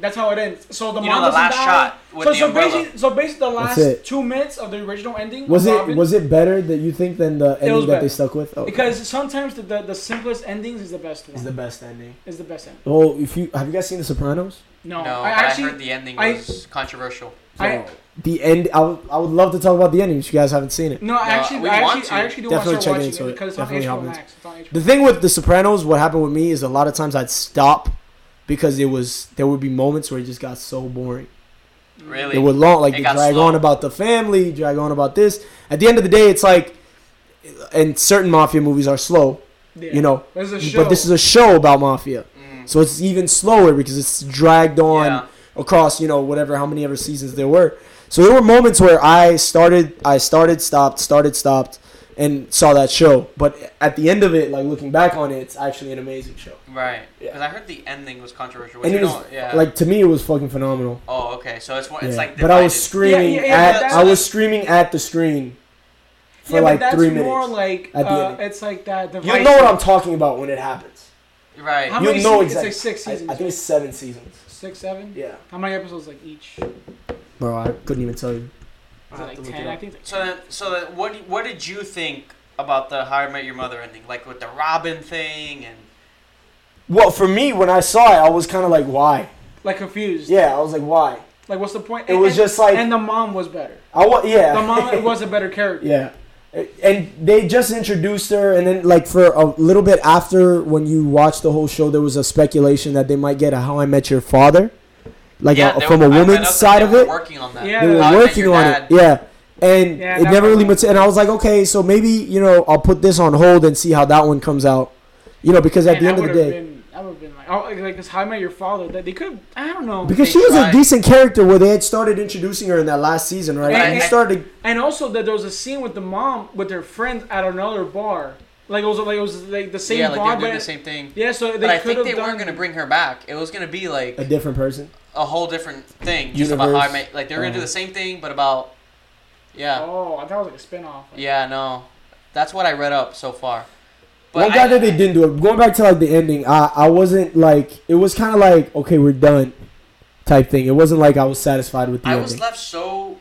C: That's how it ends. So the
A: You
C: mom
A: know, the
C: doesn't
A: last
C: die.
A: shot with
C: so
A: the
C: so
A: umbrella.
C: basically, so basically the last
B: it.
C: two minutes of the original ending
B: Was
C: with
B: it
C: Robin-
B: was it better that you think than the ending
C: was
B: that
C: better.
B: they stuck with? Oh, okay.
C: because sometimes the, the, the simplest endings is the best one.
B: it's the best ending.
C: Is the best ending.
B: Oh, if you have you guys seen The Sopranos?
C: No,
A: no,
C: I
A: but
C: actually
A: I heard the ending
C: I-
A: was controversial.
B: Oh.
C: I-
B: the end. I would I would love to talk about the ending if you guys haven't seen it.
C: No, I actually,
A: Uh, we
C: I,
A: want
C: actually I
A: to.
C: actually do want to
B: Definitely
C: start
B: check
C: watching it,
B: into it.
C: because it's on
B: Definitely
C: HBO
B: hop into
C: Max.
B: it.
C: It's on HBO.
B: The thing with The Sopranos, what happened with me is a lot of times I'd stop because it was there would be moments where it just got so boring.
A: Really?
B: It would long like
A: It
B: they
A: got
B: drag
A: slow.
B: on about the family, drag on about this. At the end of the day, it's like, and certain mafia movies are slow,
C: Yeah.
B: you know.
C: There's a show.
B: But this is a show about mafia,
A: Mm.
B: so it's even slower because it's dragged on
A: Yeah.
B: across you know whatever how many ever seasons there were. So there were moments where I started, I started, stopped, started, stopped, and saw that show. But at the end of it, like looking back on it, it's actually an amazing show.
A: Right.
B: Yeah.
A: Because I heard the ending was controversial. Which
B: And
A: you
B: it was
A: know, yeah.
B: like to me, it was fucking phenomenal.
A: oh, okay. So it's one-
B: Yeah.
A: it's like.
B: but I was
A: divided.
B: screaming
C: Yeah, yeah, yeah,
B: at
C: that's-
B: I was screaming at the screen for
C: yeah,
B: like
C: but that's
B: three minutes.
C: more like
B: at the
C: uh,
B: ending.
C: it's like that. Device.
B: You'll know what I'm talking about when it happens.
A: Right.
C: How
B: You'll
C: many
B: know
C: seasons?
B: exactly.
C: It's like six
B: I-
C: seasons.
B: I, think it's seven seasons.
C: six, seven.
B: Yeah,
C: How many episodes like each? Is it
B: bro, I couldn't even tell you. I have
C: like
B: to look it
C: ten?
B: up.
C: I think. It's
A: so then, so then what do- what did you think about the How I Met Your Mother ending, like with the Robin thing and?
B: Well, for me, when I saw it, I was kind of like, why?
C: like confused.
B: Yeah, I was like, why?
C: Like, what's the point?
B: It was just like-
C: And the mom was better.
B: I wa- yeah.
C: The mom was a better character.
B: Yeah. And they just introduced her, and then like for a little bit after, when you watched the whole show, there was a speculation that they might get a "How I Met Your Father," like
A: Yeah,
B: a,
A: they
B: from
A: were-
B: a
A: I read up
B: woman's
A: that
B: side
A: they
B: of
A: were
B: it.
A: Working on that.
C: Yeah,
B: They were
A: How Oh, I Met
B: working
A: Your
B: on
A: Dad.
B: it, yeah. And
C: Yeah,
B: it
C: that
B: never really
C: was-
B: materialized. And I was like, okay, so maybe you know I'll put this on hold and see how that one comes out, you know, because at
C: Man,
B: the
C: I
B: end of the
C: would've
B: day,
C: been, I would have been like, oh, like, like this. How I Met Your Father. That they could. I don't know.
B: because
A: they
B: she was
A: tried.
B: a decent character where they had started introducing her in that last season, right?
C: And-
B: And, you
A: and-
B: started
C: And also that there was a scene with the mom with her friends at another bar. Like it was like it was like the same
A: yeah,
C: bar,
A: like they
C: but
A: were doing the same thing.
C: yeah. So
A: But
C: they
A: I
C: could
A: think
C: have
A: they
C: done.
A: weren't gonna bring her back. It was gonna be like
B: a different person.
A: a whole different thing, just about how I
B: Universe.
A: met. Like they were gonna do
B: Uh-huh.
A: the same thing, but about yeah,
C: Oh, I thought it was like a spin-off. Like,
A: yeah, no, that's what I read up so far.
B: One guy that they didn't do it. Going back to like the ending, I I wasn't like it was kind of like okay we're done, type thing. It wasn't like I was satisfied with the
A: I
B: ending.
A: was left so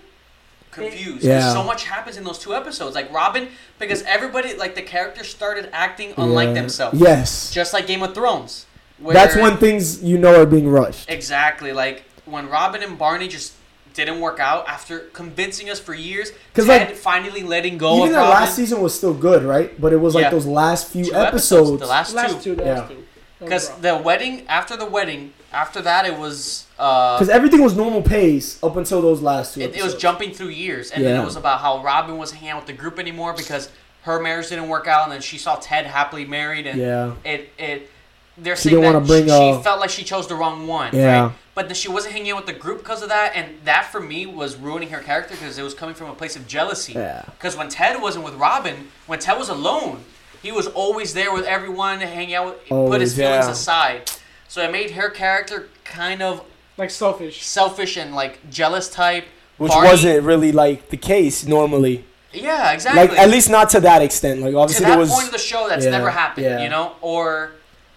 A: confused.
B: Yeah.
A: Yeah. So much happens in those two episodes. Like Robin, because everybody, like the characters started acting unlike
B: Yeah.
A: themselves.
B: Yes,
A: Just like Game of Thrones. Where
B: that's when things you know are being rushed.
A: Exactly. Like when Robin and Barney just didn't work out after convincing us for years.
B: 'Cause,
A: Ted
B: like,
A: finally letting go
B: Even
A: of
B: that
A: Oh, Robin.
B: last season was still good, right? But it was like
A: Yeah.
B: those last few
A: Two
B: episodes.
A: The last,
C: last
A: two.
C: two. The last
B: Yeah.
C: two. Those
A: Because
C: were off.
A: the wedding, after the wedding, after that it was. Uh,
B: Because everything was normal pace up until those last two.
A: it, it was
B: episodes.
A: jumping through years, and then
B: Yeah.
A: it was about how Robin wasn't hanging out with the group anymore because her marriage didn't work out, and then she saw Ted happily married, and
B: Yeah.
A: it it. They're
B: She
A: saying
B: didn't
A: that
B: wanna bring
A: she,
B: a-
A: she felt like she chose the wrong one,
B: Yeah.
A: right? But then she wasn't hanging out with the group because of that, and that for me was ruining her character because it was coming from a place of jealousy.
B: Yeah.
A: Because when Ted wasn't with Robin, when Ted was alone, he was always there with everyone, hanging out, with, put his
B: Always,
A: feelings
B: yeah.
A: aside. So it made her character kind of
C: like selfish.
A: selfish and like jealous type.
B: Which
A: Barney-
B: wasn't really like the case normally.
A: yeah, exactly.
B: Like at least not to that extent. Like
A: to
B: obviously
A: that
B: there was.
A: point of the show, that's
B: yeah,
A: never happened,
B: yeah.
A: you know. Or,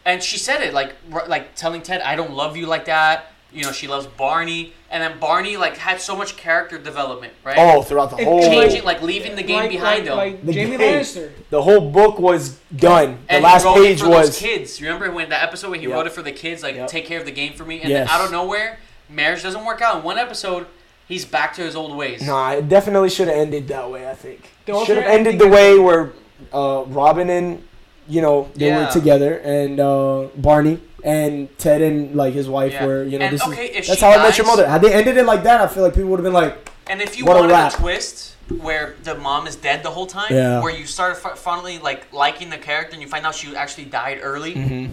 A: and she said it like r- like telling Ted, "I don't love you like that." You know, she loves Barney, and then Barney like had so much character development, right?
B: oh, throughout the
C: It
B: whole.
A: changing like leaving the game
C: like,
A: behind
C: like,
A: him.
C: like
B: The
C: Jamie
B: game.
C: Lannister.
B: The whole book was done. The
A: and
B: last
A: he wrote
B: page
A: it for those
B: was.
A: kids. Remember when the episode when he
B: Yep.
A: wrote it for the kids, like
B: Yep.
A: take care of the game for me, and
B: Yes.
A: then out of nowhere, marriage doesn't work out. In one episode, he's back to his old ways.
B: Nah, it definitely should have ended that way. I think
C: The alternate
B: should have ended
C: ending
B: the
C: is-
B: way where uh, Robin and you know they
A: Yeah.
B: were together, and uh, Barney and Ted and like his wife
A: Yeah.
B: were. You know,
A: And,
B: this
A: okay, if
B: is that's
A: she
B: how I met your
A: dies-
B: mother. Had they ended it like that, I feel like people would have been like,
A: And if you
B: What a
A: wanted
B: wrap.
A: a twist where the mom is dead the whole time,
B: Yeah.
A: where you start fi- finally like liking the character and you find out she actually died early,
B: Mm-hmm.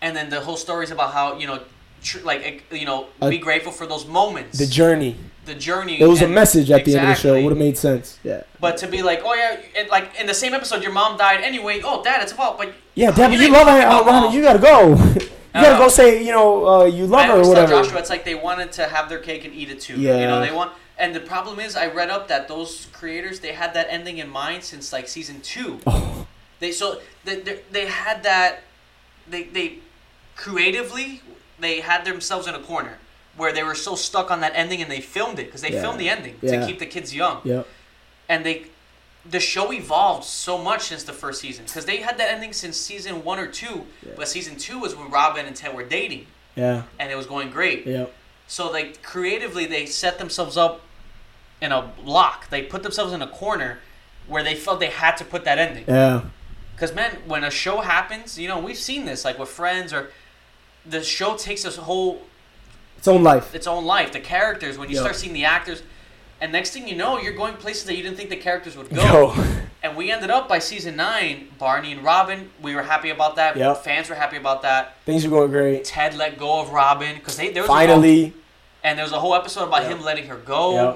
A: and then the whole story's about how you know, tr- like ec- you know,
B: Uh,
A: be grateful for those moments,
B: the journey.
A: the journey.
B: It was a
A: and-
B: message at the end of the show. It
A: Exactly.
B: would have made sense. Yeah.
A: But to be like, oh yeah, and like in the same episode, your mom died anyway. Oh, dad, it's about but
B: Yeah, Debbie, you
A: didn't
B: love
A: talk
B: her.
A: about
B: Oh, Robin,
A: mom.
B: you gotta go. you
A: no.
B: gotta go say you know uh, you love
A: Oh. I
B: her or
A: always tell
B: whatever.
A: Joshua, it's like they wanted to have their cake and eat it too. You know,
B: Yeah.
A: they want. And the problem is, I read up that those creators they had that ending in mind since like season two.
B: Oh.
A: They so they, they, they had that they they creatively they had themselves in a corner where they were so stuck on that ending and they filmed it because they
B: Yeah.
A: filmed the ending
B: Yeah.
A: to keep the kids young
B: Yep.
A: and they the show evolved so much since the first season because they had that ending since season one or two but season two was when robin and ted were dating
B: Yeah.
A: and it was going great
B: Yep.
A: so like creatively they set themselves up in a block they put themselves in a corner where they felt they had to put that ending
B: Yeah.
A: because man, when a show happens, you know we've seen this like with Friends or the show takes a whole
B: Its own life.
A: its own life. The characters when you
B: Yeah.
A: start seeing the actors, and next thing you know, you're going places that you didn't think the characters would go.
B: Yo.
A: And we ended up by season nine, Barney and Robin. We were happy about that.
B: Yeah.
A: Fans were happy about that.
B: Things are going great.
A: Ted let go of Robin because they there was a whole-
B: Finally.
A: and there was a whole episode about
B: Yeah.
A: him letting her go.
B: Yep.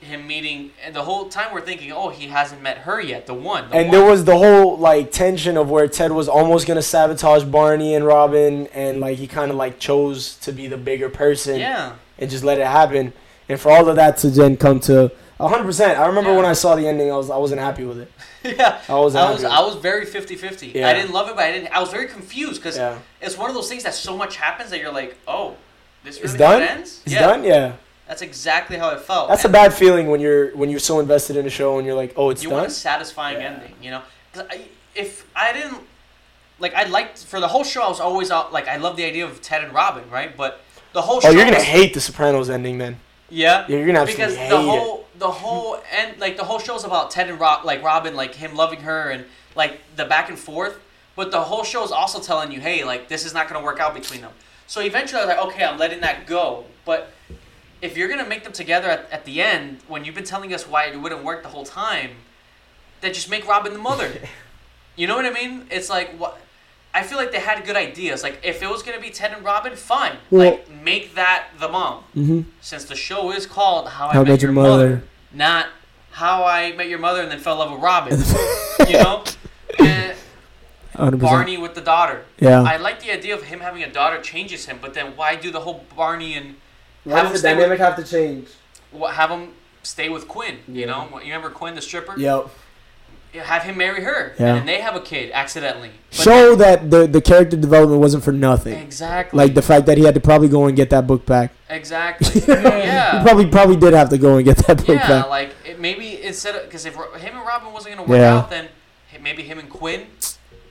A: Him meeting, and the whole time we're thinking, oh, he hasn't met her yet, the one. the
B: And
A: one.
B: there was the whole like tension of where Ted was almost gonna sabotage Barney and Robin, and like he kind of like chose to be the bigger person
A: yeah,
B: and just let it happen. And for all of that to then come to 100%. I remember
A: Yeah.
B: when I saw the ending, I was I wasn't happy with it.
A: yeah.
B: I was
A: I was
B: happy.
A: I was very 50-50.
B: Yeah.
A: I didn't love it, but I didn't. I was very confused because
B: Yeah.
A: it's one of those things that so much happens that you're like, oh, this really
B: It's done.
A: ends.
B: It's done. Yeah.
A: That's exactly how it felt.
B: That's a
A: And
B: bad feeling when you're when you're so invested in a show and you're like, oh, it's
A: You
B: done.
A: want a satisfying
B: Yeah.
A: ending, you know? 'Cause I, if I didn't like, I liked for the whole show. I was always out. Like, I love the idea of Ted and Robin, right? But the whole show.
B: Oh, you're gonna
A: was-
B: hate the Sopranos ending then.
A: Yeah.
B: You're gonna
A: because
B: absolutely hate
A: the whole the whole and like the whole show's about Ted and Rob, like Robin, like him loving her and like the back and forth. But the whole show's also telling you, hey, like this is not gonna work out between them. So eventually, I was like, okay, I'm letting that go. But if you're gonna make them together at, at the end, when you've been telling us why it wouldn't work the whole time, then just make Robin the mother. you know what I mean? It's like what. I feel like they had good ideas. Like if it was gonna be Ted and Robin, fine.
B: Well-
A: like make that the mom
B: it. Mm-hmm.
A: since the show is called How I
B: How I
A: Met,
B: Met
A: Your
B: Your
A: mother.
B: Mother.
A: not How I Met Your Mother and then fell in love with Robin. you know, and
B: 100%.
A: Barney with the daughter.
B: Yeah.
A: I like the idea of him having a daughter changes him, but then why do the whole Barney and
B: Why
A: have him
B: does the
A: stay
B: dynamic have to change?
A: with, wh- have him stay with Quinn?
B: Yeah.
A: You know, you remember Quinn the stripper?
B: Yep.
A: Have him marry her,
B: Yeah.
A: and then they have a kid accidentally. But-
B: Show that the the character development wasn't for nothing.
A: Exactly.
B: Like the fact that he had to probably go and get that book back.
A: exactly.
B: He
A: yeah.
B: probably probably did have to go and get that book
A: Yeah,
B: back.
A: like it, maybe instead of because if Ro- him and Robin wasn't gonna work
B: Yeah.
A: out, then h- maybe him and Quinn,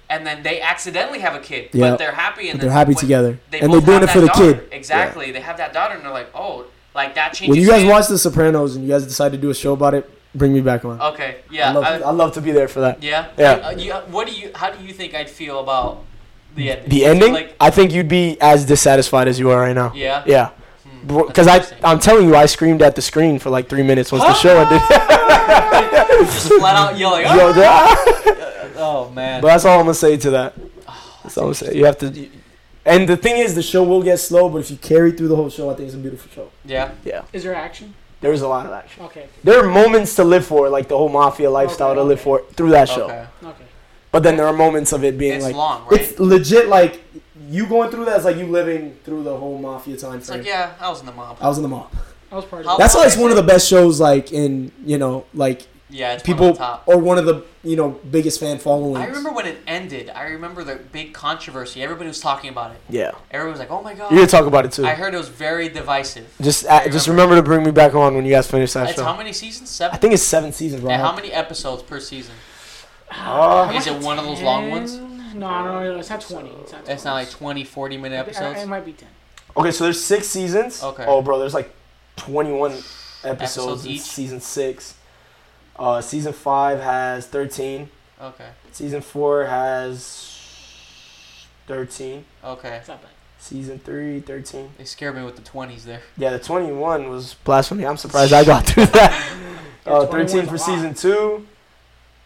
A: and then they accidentally have a kid,
B: Yeah.
A: but they're happy and
B: But they're
A: then
B: happy
A: when-
B: together.
A: They
B: And
A: both
B: they're doing
A: have
B: it for
A: that
B: the
A: daughter.
B: kid.
A: Exactly, they have that daughter, and they're like, oh, like that changes.
B: When you guys
A: it.
B: watch The Sopranos and you guys decide to do a show about it, bring me back on.
A: okay, Oh, yeah,
B: I love,
A: I-
B: I, love to be there for that.
A: yeah,
B: Yeah.
A: Uh, you- what do you? How do you think I'd feel about the ending?
B: The ending,
A: Like,
B: I think you'd be as dissatisfied as you are right now.
A: yeah,
B: Yeah.
A: Hmm, that's
B: Because I,
A: interesting.
B: I'm telling you, I screamed at the screen for like three minutes once the show ended.
A: just flat out yelling.
B: Yo,
A: "Ah!"
B: that-
A: Oh man,
B: but that's all I'm gonna say to that. That's all I'm gonna say. You have to. And the thing is, the show will get slow, but if you carry through the whole show, I think it's a beautiful show.
A: yeah,
C: Is there action?
B: There was a lot of action.
C: Okay.
B: There are moments to live for, like the whole mafia lifestyle to live for through that show.
A: okay,
C: Okay.
B: But then there are moments of it being
A: it's
B: like
A: long, right?
B: it's legit like you going through that is like you living through the whole mafia time
A: It's
B: frame.
A: like yeah, I was in the mob.
B: I was in the mob.
C: I was part
A: How-
C: of it.
B: That's why it's one of the best shows like in you know like
A: Yeah, it's one
B: people
A: of the top.
B: or one of the you know biggest fan followings.
A: I remember when it ended. I remember the big controversy. Everybody was talking about it.
B: Yeah,
A: Everyone was like, "Oh my god!"
B: you're gonna talk about it too.
A: I heard it was very divisive.
B: just uh, just remember to bring me back on when you guys finish that
A: It's
B: show.
A: how many seasons?
B: I
A: Seven.
B: think it's seven seasons, right?
A: and how many episodes per season?
C: Ah.
B: Uh,
A: Is it one of those long ones?
C: Ten? No, no, no, no. It's not twenty. It's not. 20.
A: It's not like 20, 40 minute
C: I think- I- It
A: episodes.
C: might be ten.
B: okay, so there's six seasons.
A: Okay.
B: Oh, bro, there's like 21 episodes,
A: Episodes
B: in
A: each?
B: season six. Uh, season five has 13.
A: Okay.
B: Season four has 13.
A: Okay.
C: It's not bad.
B: Season three, 13.
A: They scared me with the twenties there.
B: Yeah, the 21 was blasphemy. I'm surprised I got through that.
C: Yeah,
B: Uh,
C: 21 's
B: 13
C: a
B: for
C: lot.
B: season two.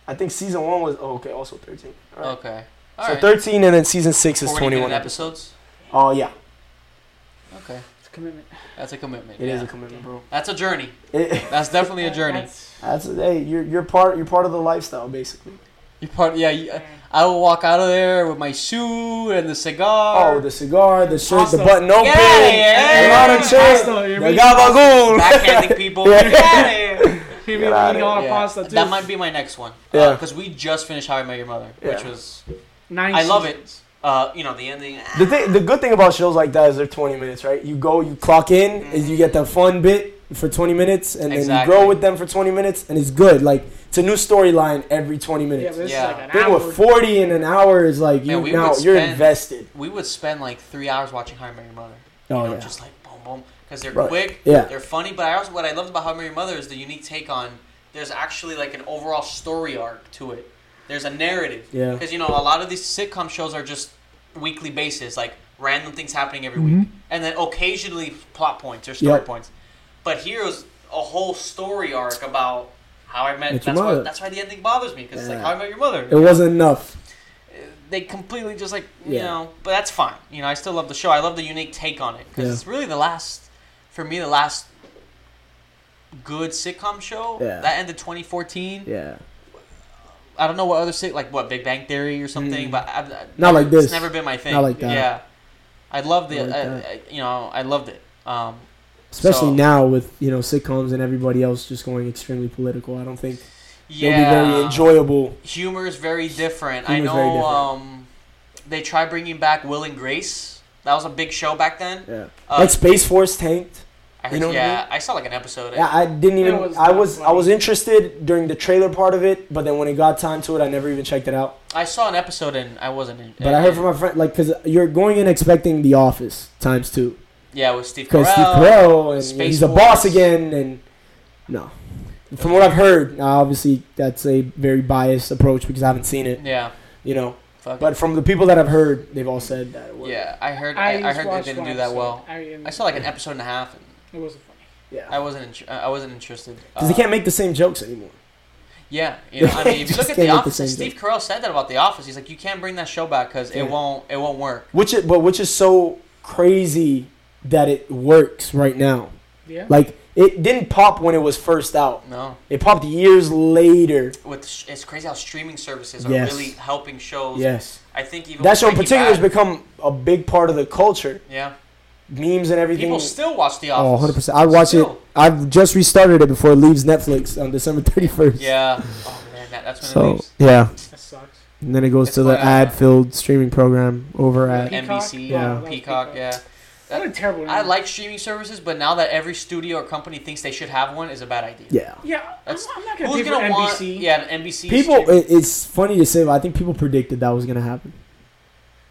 B: I think season one was oh, okay, also 13. All right.
A: Okay. All
B: so
A: right.
B: 13 and then season six is
A: 40 minute
B: 21 episodes.
A: episodes.
B: Oh yeah,
A: Okay.
C: It's a commitment.
A: That's a commitment.
B: it is
A: yeah.
B: a commitment, bro.
A: That's a journey.
B: It-
A: That's definitely a journey.
C: That's-
B: That's hey, you're you're part you're part of the lifestyle basically.
A: You part. Yeah. You, I will walk out of there with my suit and the cigar.
B: Oh, the cigar, the shirt, the
C: Pasta.
B: button open,
A: Yeah, yeah,
B: a lot
A: yeah.
B: of chairs.
C: Pasta, your
B: I got my goal.
A: backhanding people.
B: Yeah.
A: Get outta here.
C: He
B: Get outta
C: made all
A: Yeah.
C: pasta too.
A: That might be my next one.
B: Yeah.
A: Because we just finished How I Met Your Mother, which
B: Yeah.
A: was,
C: Nine
A: I love it.
C: seasons.
A: uh, you know, the ending. ah,
B: The, thing, the good thing about shows like that is they're 20 minutes, right? You go, you clock in, is you get that fun bit for 20 minutes, and then
A: Mm-hmm. Exactly.
B: you grow with them for 20 minutes, and it's good. Like, it's a new storyline every 20
C: Yeah, but
B: minutes.
C: this
A: Yeah.
C: is like an
B: They
C: hour.
B: were 40 in an hour is like, you
A: Man, we
B: now,
A: would
B: you're
A: spend-
B: invested.
A: We would spend like three hours watching How I Met Your Mother. You
B: Oh,
A: know,
B: yeah.
A: Just like boom, boom. Because they're
B: Right.
A: quick,
B: Yeah.
A: they're funny. But I also, what I loved about How I Met Your Mother is the unique take on. There's actually like an overall story arc to it. There's a narrative.
B: Yeah.
A: Because you know a lot of these sitcom shows are just weekly basis, like random things happening every week, and then occasionally plot points or story
B: Mm-hmm. Yep.
A: points. But here was a whole story arc about how I met.
B: Met your
A: that's why
B: mother.
A: that's why the ending bothers me because it's like
B: Yeah.
A: how I met your mother
B: It wasn't enough.
A: they completely just like you
B: Yeah.
A: know but that's fine you know i still love the show i love the unique take on it because
B: Yeah.
A: it's really the last for me the last good sitcom show
B: Yeah.
A: that ended 2014
B: Yeah.
A: i don't know what other sit like what big bang theory or something but I've, I-
B: Mm. Not like this.
A: it's never been my thing
B: Not like that.
A: yeah i love the
B: Not like
A: I, I, you know i loved it um
B: Especially
A: So-
B: now with, you know, sitcoms and everybody else just going extremely political. I don't think
A: yeah
B: it'll be very enjoyable.
A: humor is very different i
B: Humor's
A: know
B: very different.
A: um they tried bringing back will and grace that was a big show back then
B: Yeah.
A: Uh,
B: like Space Force tanked.
A: I
B: You
A: heard,
B: know what I
A: yeah, I, saw like an episode.
B: Yeah, I didn't even.
C: It was
B: I
C: not
B: was I
C: funny.
B: was interested during the trailer part of it, but then when it got time to it, I never even checked it out.
A: I saw an episode and I wasn't in.
B: But I heard from my friend, like, because you're going in expecting The Office times two,
A: yeah with Steve Carell.
B: because Steve Carell and
A: Space
B: he's a boss
A: Force.
B: again, and no. From what I've heard, now obviously that's a very biased approach because I haven't seen it,
A: Yeah,
B: you know.
A: fuck.
B: But from the people that I've heard, they've all said that. It was,
A: yeah, I heard.
C: I,
A: I, I,
C: just
A: heard
C: watched
A: they didn't
C: one
A: do that
C: episode.
A: well.
C: I, didn't-
A: I saw like an episode and a half, and
C: It wasn't funny.
B: yeah.
A: I wasn't. intr I wasn't interested. Uh,
B: Because they can't make the same jokes anymore.
A: Yeah, you know, I mean, if you
B: Just
A: look at
B: can't make
A: The
B: the
A: Office, and
B: same
A: Steve Carell said that about The Office. He's like, you can't bring that show back because
B: Yeah.
A: it won't. It won't work.
B: Which, is, but which is so crazy that it works right now.
C: Yeah.
B: Like it didn't pop when it was first out.
A: No,
B: It popped years later.
A: with sh- it's crazy how streaming services are
B: Yes.
A: really helping shows.
B: Yes.
A: I think even
B: That
A: with
B: show in
A: Breaking
B: particular has
A: Bad,
B: become a big part of the culture.
A: yeah,
B: Memes and everything.
A: people still watch The
B: oh,
A: Office.
B: 100%. I watch it.
A: Still.
B: I've just restarted it before it leaves Netflix on December 31st.
A: Yeah. Oh man, that, that's when it
B: So,
A: leaves.
B: yeah.
C: That sucks.
B: And then it goes
A: It's
B: to the
A: like, uh,
B: ad filled streaming program over at.
C: Yeah.
A: NBC,
B: Yeah.
A: Peacock, yeah.
C: What a terrible.
A: I
C: name.
A: like streaming services, but now that every studio or company thinks they should have one, is a bad idea.
B: Yeah.
C: Yeah, I'm,
A: That's-
C: I'm not gonna
A: Who's
C: pay for
A: gonna want?
C: NBC.
A: Yeah, an NBC.
B: People,
A: stream-
B: it, it's funny to say, but I think people predicted that was going to happen.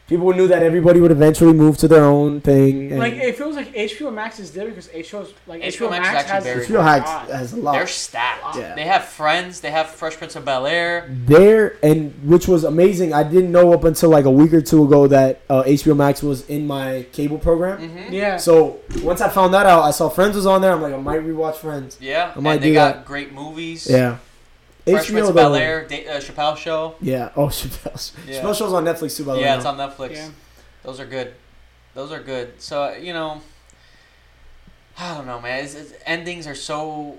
B: People knew that everybody would eventually move to their own thing. And
C: Like it feels like HBO Max is different because HBO's like
A: HBO
C: HBO,
A: Max is
C: Max
A: actually
C: has
A: very
B: if your hacks has uh, a lot.
A: they're stacked.
B: Yeah.
A: They have Friends. They have Fresh Prince of Bel Air.
B: there and which was amazing. I didn't know up until like a week or two ago that uh, HBO Max was in my cable program.
A: hmm
C: Yeah.
B: So once I found that out, I saw Frims was on there. I'm like, I might rewatch Friends.
A: Yeah,
B: might
A: and they
B: do
A: got
B: that.
A: great movies.
B: Yeah,
A: Fresh Prince
B: HBO
A: of
B: though.
A: Bel Air, da- uh, Chappelle Show.
B: Yeah. Oh, Chappelle's.
A: Yeah.
B: Chappelle's show's on Netflix too, by the way.
A: yeah, it's
B: now.
A: on Netflix.
C: Yeah.
A: Those are good. Those are good. So uh, you know, I don't know, man. It's, it's, endings are so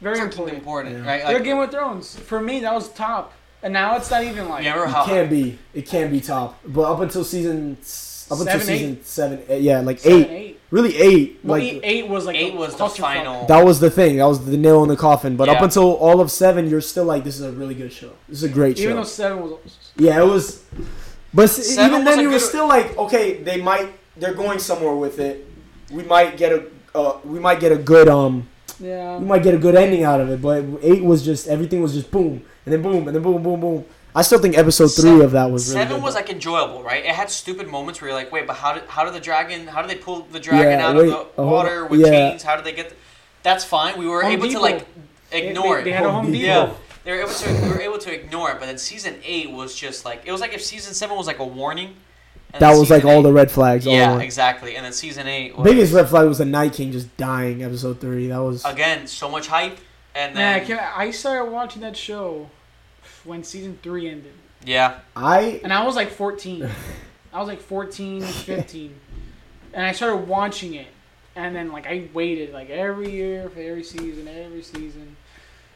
C: very
A: freaking
C: important.
A: important,
B: Yeah.
A: right?
C: They're
A: Like,
C: Game of Thrones. For me, that was top, and now it's not even like.
A: remember
B: It
A: how
B: can be. It can be top, but up until season, s- up until
C: Seven,
B: season seven, eh, yeah, like
C: seven,
B: eight, really eight,
C: Well,
B: like.
C: eight, eight was like
A: eight
C: a
A: was the
C: clusterfuck.
A: final?
B: That was the thing. That was the nail in the coffin. But up
A: Yeah.
B: until all of seven, you're still like, this is a really good show. This is a great show.
C: Even though seven was.
B: Yeah, it was. But s-
A: Seven was
B: even then,
A: a
B: you were
A: good-
B: still like, okay, they might, they're going somewhere with it. We might get a, uh, we might get a good, um, we
C: Yeah.
B: might get a good ending out of it. But eight was just everything was just boom and then boom and then boom boom boom. I still think episode three
A: Seven-
B: of that was really
A: Seven
B: good,
A: was
B: though.
A: like enjoyable, right? It had stupid moments where you're like, wait, but how did how did the dragon? How did they pull the dragon
B: Yeah,
A: out
B: wait,
A: of
B: uh,
A: the
B: hold
A: water
B: on.
A: with
B: Yeah.
A: chains? How did they get? The, that's fine. We were
C: Home
A: able to
C: Depot.
A: like
C: They-
A: ignore
C: they,
A: it.
C: They had a
B: Home
C: Home Depot.
B: Depot.
A: yeah, they were able to we were able to ignore it. But then season eight was just like it was like if season seven was like a warning. and then
B: that was like
A: season
B: all the
A: eight-
B: red flags. all in
A: yeah
B: one.
A: exactly. And then season eight was,
B: Biggest red flag was the Night King just dying. Episode three. That was
A: again so much hype and
C: Nah, I,
A: then
C: can't- I started watching that show when season three ended,
A: yeah
B: I.
C: and I was like 14. I was like 14, 15, and I started watching it, and then like I waited like every year for every season, every season,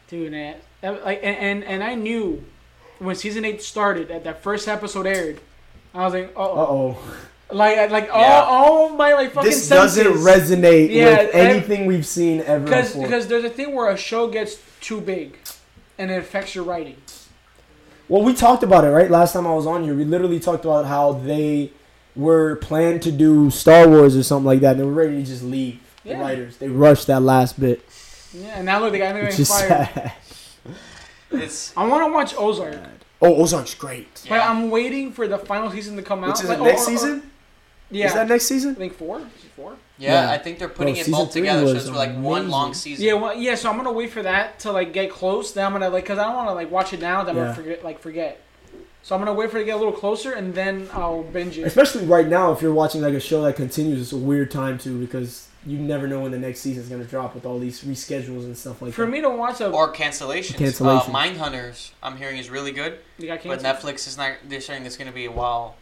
C: doing that. That- Like and and, and I knew when season eight started, that that first episode aired, I was like,
B: Uh
C: oh,
B: oh.
C: Like, like
A: Yeah.
C: all, all my like fucking
B: This doesn't
C: senses.
B: resonate
C: Yeah,
B: with
C: ev-
B: anything we've seen ever
C: Because
B: before.
C: because there's a thing where a show gets too big, and it affects your writing.
B: Well, we talked about it, right? Last time I was on here, we literally talked about how they were planned to do Star Wars or something like that. And they were ready to just leave.
C: Yeah.
B: The writers, they rushed that last bit,
C: Yeah, and now look, they got me
B: which is
C: fired.
B: sad.
A: It's
C: I want to watch Ozark,
B: Oh, Ozark's great.
C: but um,
A: yeah.
C: I'm waiting for the final season to come out.
B: Which is
C: like,
B: it
C: or-
B: next
C: or- or-
B: season?
C: Yeah,
B: Is that next season?
C: I think four. Is it four?
A: Yeah,
B: Yeah.
A: I think they're putting
B: Bro,
A: it
B: season
A: all
B: three
A: together. So
B: was
A: it's like one long
B: amazing.
A: season.
C: Yeah, well, yeah. So I'm gonna wait for that to like get close. Then I'm gonna like, cause I don't want to like watch it now. Then I'm
B: Yeah.
C: gonna forget, like forget. So I'm gonna wait for it to get a little closer, and then I'll binge it.
B: Especially right now, if you're watching like a show that continues, it's a weird time too because you never know when the next season's gonna drop with all these reschedules and stuff like
C: For
B: that.
C: me to watch a,
A: Or cancellations.
B: Cancellations.
A: Uh, Mindhunters, I'm hearing is really good,
C: you got
A: but
C: canceled.
A: Netflix is not. They're saying it's going to be a while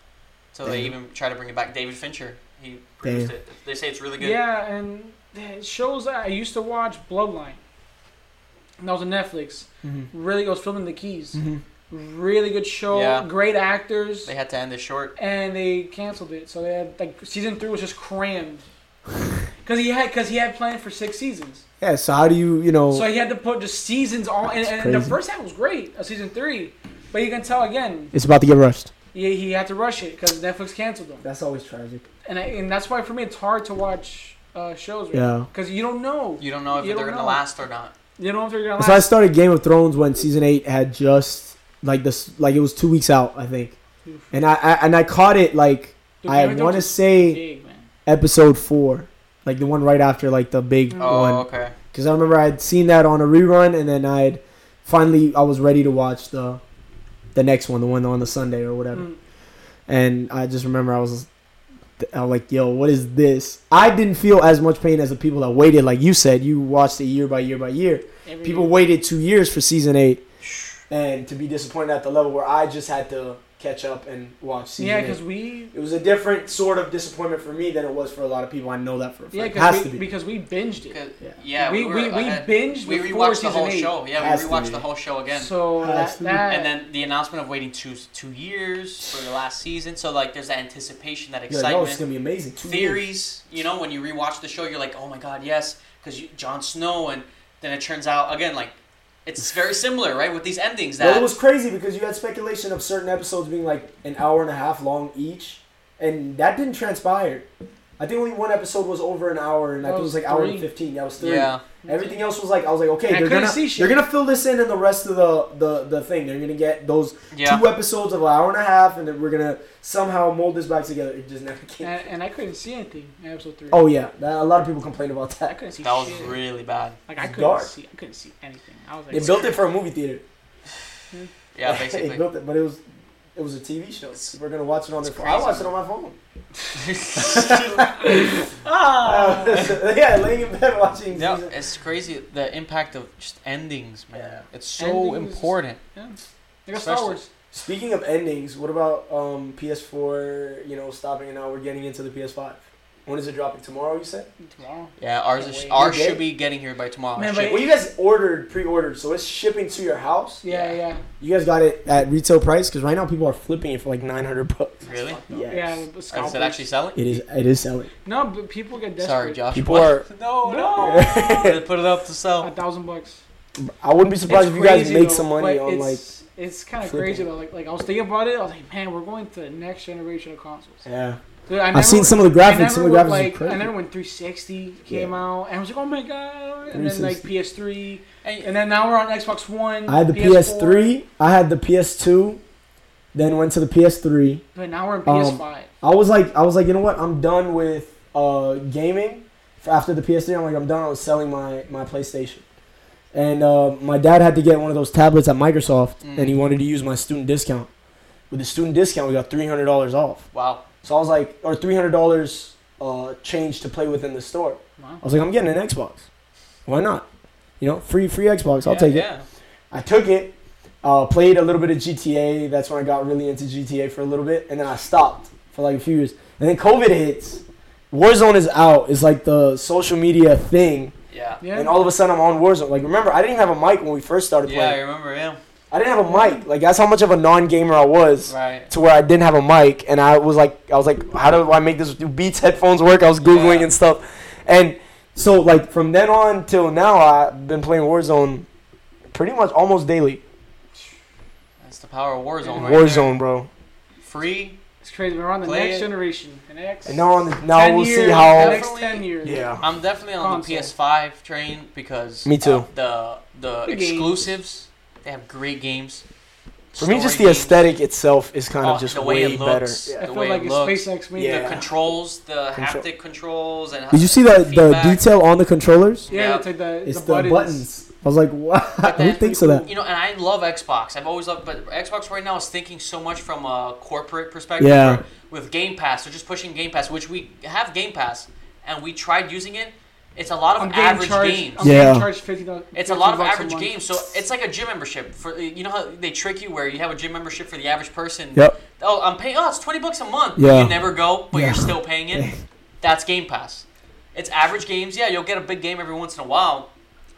A: till they
B: Damn.
A: even try to bring it back. David Fincher, he produced
B: Damn.
A: it. They say it's really good.
C: yeah, and the shows that I used to watch, Bloodline. And that was on Netflix.
B: Mm-hmm.
C: Really, it was filming the keys. Really good show.
A: Yeah.
C: Great actors.
A: They had to end this short.
C: and they canceled it. So they had like season three was just crammed. Cause he had, cause he had planned for six seasons.
B: Yeah. So how do you, you know?
C: So he had to put just seasons all, and,
B: Oh. That's
C: and the
B: crazy.
C: first half was great of season three, but you can tell again
B: it's about to get rushed.
C: he, he had to rush it because Netflix canceled them,
B: That's always tragic.
C: and I, and that's why for me it's hard to watch uh, shows. Right
B: Yeah.
C: because you don't know,
A: You don't know if
C: You
A: they're
C: don't
A: going to
C: know.
A: last or not.
C: you don't know if they're gonna
B: So I
C: last.
B: started Game of Thrones when season eight had just like this, like it was two weeks out, I think, and I, I and I caught it like
C: Dude,
B: I
C: Game of Thrones
B: want to
C: is
B: say
C: big, man.
B: episode four, like the one right after like the big one.
A: Oh, okay.
B: because I remember I had seen that on a rerun, and then I had finally I was ready to watch the the next one, the one on the Sunday or whatever.
C: Mm.
B: And I just remember I was I was like, "Yo, what is this?" I didn't feel as much pain as the people that waited, like you said. You watched it year by year by year.
C: Every
B: People waited two years for season eight, and to be disappointed at the level where I just had to catch up and watch season
C: yeah,
B: eight.
C: because we
B: It was a different sort of disappointment for me than it was for a lot of people. I know that for a fact.
C: yeah
B: it has
C: because
B: to
C: we,
B: be.
C: because we binged it.
A: 'Cause-
B: Yeah.
A: Yeah,
C: we
A: we
C: we,
A: were
C: we,
A: ahead.
C: binged
A: We
C: before
A: rewatched the
C: season
A: whole
C: eight.
A: show. Yeah,
B: Has
A: we
B: to
A: rewatched
B: be.
A: the whole show again.
C: So
B: Has to
C: that,
B: be.
C: that
A: and then the announcement of waiting two two years for the last season. So like, there's that anticipation, that
B: You're like, oh, it's
A: excitement.
B: gonna be amazing. Two years.
A: theories. You know, when you rewatch the show, you're like, oh my god, yes, because Jon Snow, and then it turns out again like it's very similar, right, with these endings. That
B: Well, it was crazy because you had speculation of certain episodes being like an hour and a half long each, and that didn't transpire. I think only one episode was over an hour, and I
C: That
B: think it was
C: was
B: like hour and
C: three.
B: fifteen. That was three.
A: yeah,
B: Everything else was like I was like, okay,
C: I
B: they're
C: couldn't
B: gonna
C: see shit.
B: they're gonna fill this in in the rest of the the, the thing. They're gonna get those
A: yeah.
B: two episodes of an hour and a half, and then we're gonna somehow mold this back together. It just never came.
C: and, and I couldn't see anything in episode three.
B: oh yeah, that, a lot of people complained about
C: I
B: that.
C: couldn't see
A: That was
C: shit.
A: really bad.
C: Like I
B: It's
C: couldn't
B: dark.
C: see, I couldn't see anything. I was like,
B: They built it for a movie theater.
A: Yeah,
B: they
A: basically.
B: built it, but it was it was a TV show.
A: It's-
B: We're gonna watch it on their.
A: it's
B: phone. I
A: crazy.
B: watched it on my phone.
A: yeah,
C: ah,
B: Uh, yeah, laying in bed watching. season-
A: it's crazy the impact of just endings, man.
B: Yeah.
A: It's so
C: Endings is-
A: important.
C: they got Star
A: Especially-
C: Wars.
B: Speaking of endings, what about um, PS4? You know, stopping and now we're getting into the PS5. When is it dropping tomorrow? You said.
C: tomorrow.
A: Yeah, ours is,
C: Wait,
A: ours
B: you
A: should
B: did?
A: be getting here by tomorrow.
C: Man,
A: It
C: but
A: should-
B: Well, you guys ordered pre-ordered, so it's shipping to your house.
C: Yeah,
A: Yeah.
C: yeah,
B: You guys got it at retail price because right now people are flipping it for like nine hundred bucks.
A: really?
B: Yes.
C: yeah. the
A: Or
C: scalpers.
A: Is it actually selling?
B: It is. It is selling.
C: No, but people get desperate.
A: Sorry, Josh.
B: People
A: What?
B: are-
A: no, no.
B: I
A: They put it up to
C: A
A: sell.
C: thousand bucks.
B: wouldn't be surprised
C: It's
B: if you guys
C: crazy,
B: made
C: though,
B: some money
C: but
B: on like.
C: it's, It's kind of
B: flipping.
C: crazy though. Like, like I was thinking about it. I was like, man, we're going to the next generation of consoles.
B: Yeah.
C: Dude, I
B: I've seen some of the
C: I
B: graphics.
C: never
B: Some of the
C: went,
B: graphics are
C: like,
B: crazy.
C: I never when 360 came
B: Yeah.
C: out, and I was like, oh my god. And then like
B: 360.
C: PS3,
A: And-
C: and then now we're on Xbox One.
B: I had the
C: PS4,
B: PS3. I had the PS2. Then went to the PS3.
C: but now we're in
B: Um,
C: PS5.
B: I was like, I was like, you know what? I'm done with uh, gaming. After the PS3, I'm like, I'm done. I was selling my my PlayStation, and uh, my dad had to get one of those tablets at Microsoft,
A: Mm.
B: and he wanted to use my student discount. With the student discount, we got three hundred dollars off.
A: Wow.
B: So I was like, or three hundred dollars uh, change to play with in the store.
C: Wow.
B: I was like, I'm getting an Xbox. Why not? You know, free free Xbox. I'll take it.
A: yeah.
B: I took it, uh, played a little bit of GTA. That's when I got really into GTA for a little bit, and then I stopped for like a few years. And then COVID hits. Warzone is out. It's like the social media thing,
A: Yeah.
C: Yeah.
B: and all of a sudden I'm on Warzone. Like remember, I didn't even have a mic when we first started
A: Yeah, I
B: playing.
A: remember. Yeah.
B: I didn't have a mic. Like that's how much of a non-gamer I was.
A: Right.
B: To where I didn't have a mic, and I was like, I was like, how do I make this do Beats headphones work? I was googling
A: Yeah.
B: and stuff, and so like from then on till now, I've been playing Warzone pretty much almost daily.
A: That's the power of Warzone. Right
B: Warzone, bro.
A: There. Free.
C: It's crazy. We're on the
A: Play
C: next
A: it.
C: generation. The next
B: And now on the, now
C: 10
B: we'll see
C: years, The
B: how.
A: Definitely.
C: next ten years.
B: Yeah.
A: I'm definitely on
C: Console.
A: the PS5 train because
B: Me too.
A: of the the
C: The games.
A: exclusives. They have great games.
B: For me, just
A: Story
B: the
A: games.
B: aesthetic itself is kind
A: Oh,
B: of just
A: the way
B: way,
A: it
B: better.
A: looks.
B: Yeah.
C: I
A: The
C: feel
A: way
C: like
A: it
C: it's
A: looks.
C: SpaceX made
A: The
B: Yeah.
A: controls, the
B: Control.
A: haptic controls, and
B: Did you see the, the
A: feedback.
B: detail on the controllers?
C: Yeah,
A: Yeah.
C: it's like the,
B: It's
C: the, buttons.
B: I was like, what? Who
A: then-
B: thinks of that?
A: You know, and I love Xbox. I've always loved, but Xbox right now is thinking so much from a corporate perspective.
B: Yeah.
A: right? With Game Pass, they're just pushing Game Pass, which we have Game Pass, and we tried using it. It's a lot of
C: I'm getting
A: average
C: charged.
A: games.
C: I'm
B: Yeah.
C: getting charged fifty dollars.
A: It's a lot of average games, so it's like a gym membership. For you know how they trick you, where you have a gym membership for the average person.
B: Yep.
A: Oh, I'm paying. Oh, it's twenty bucks a month.
B: Yeah.
A: You never go, but
B: Yeah.
A: you're still paying it. That's Game Pass. It's average games. Yeah, you'll get a big game every once in a while,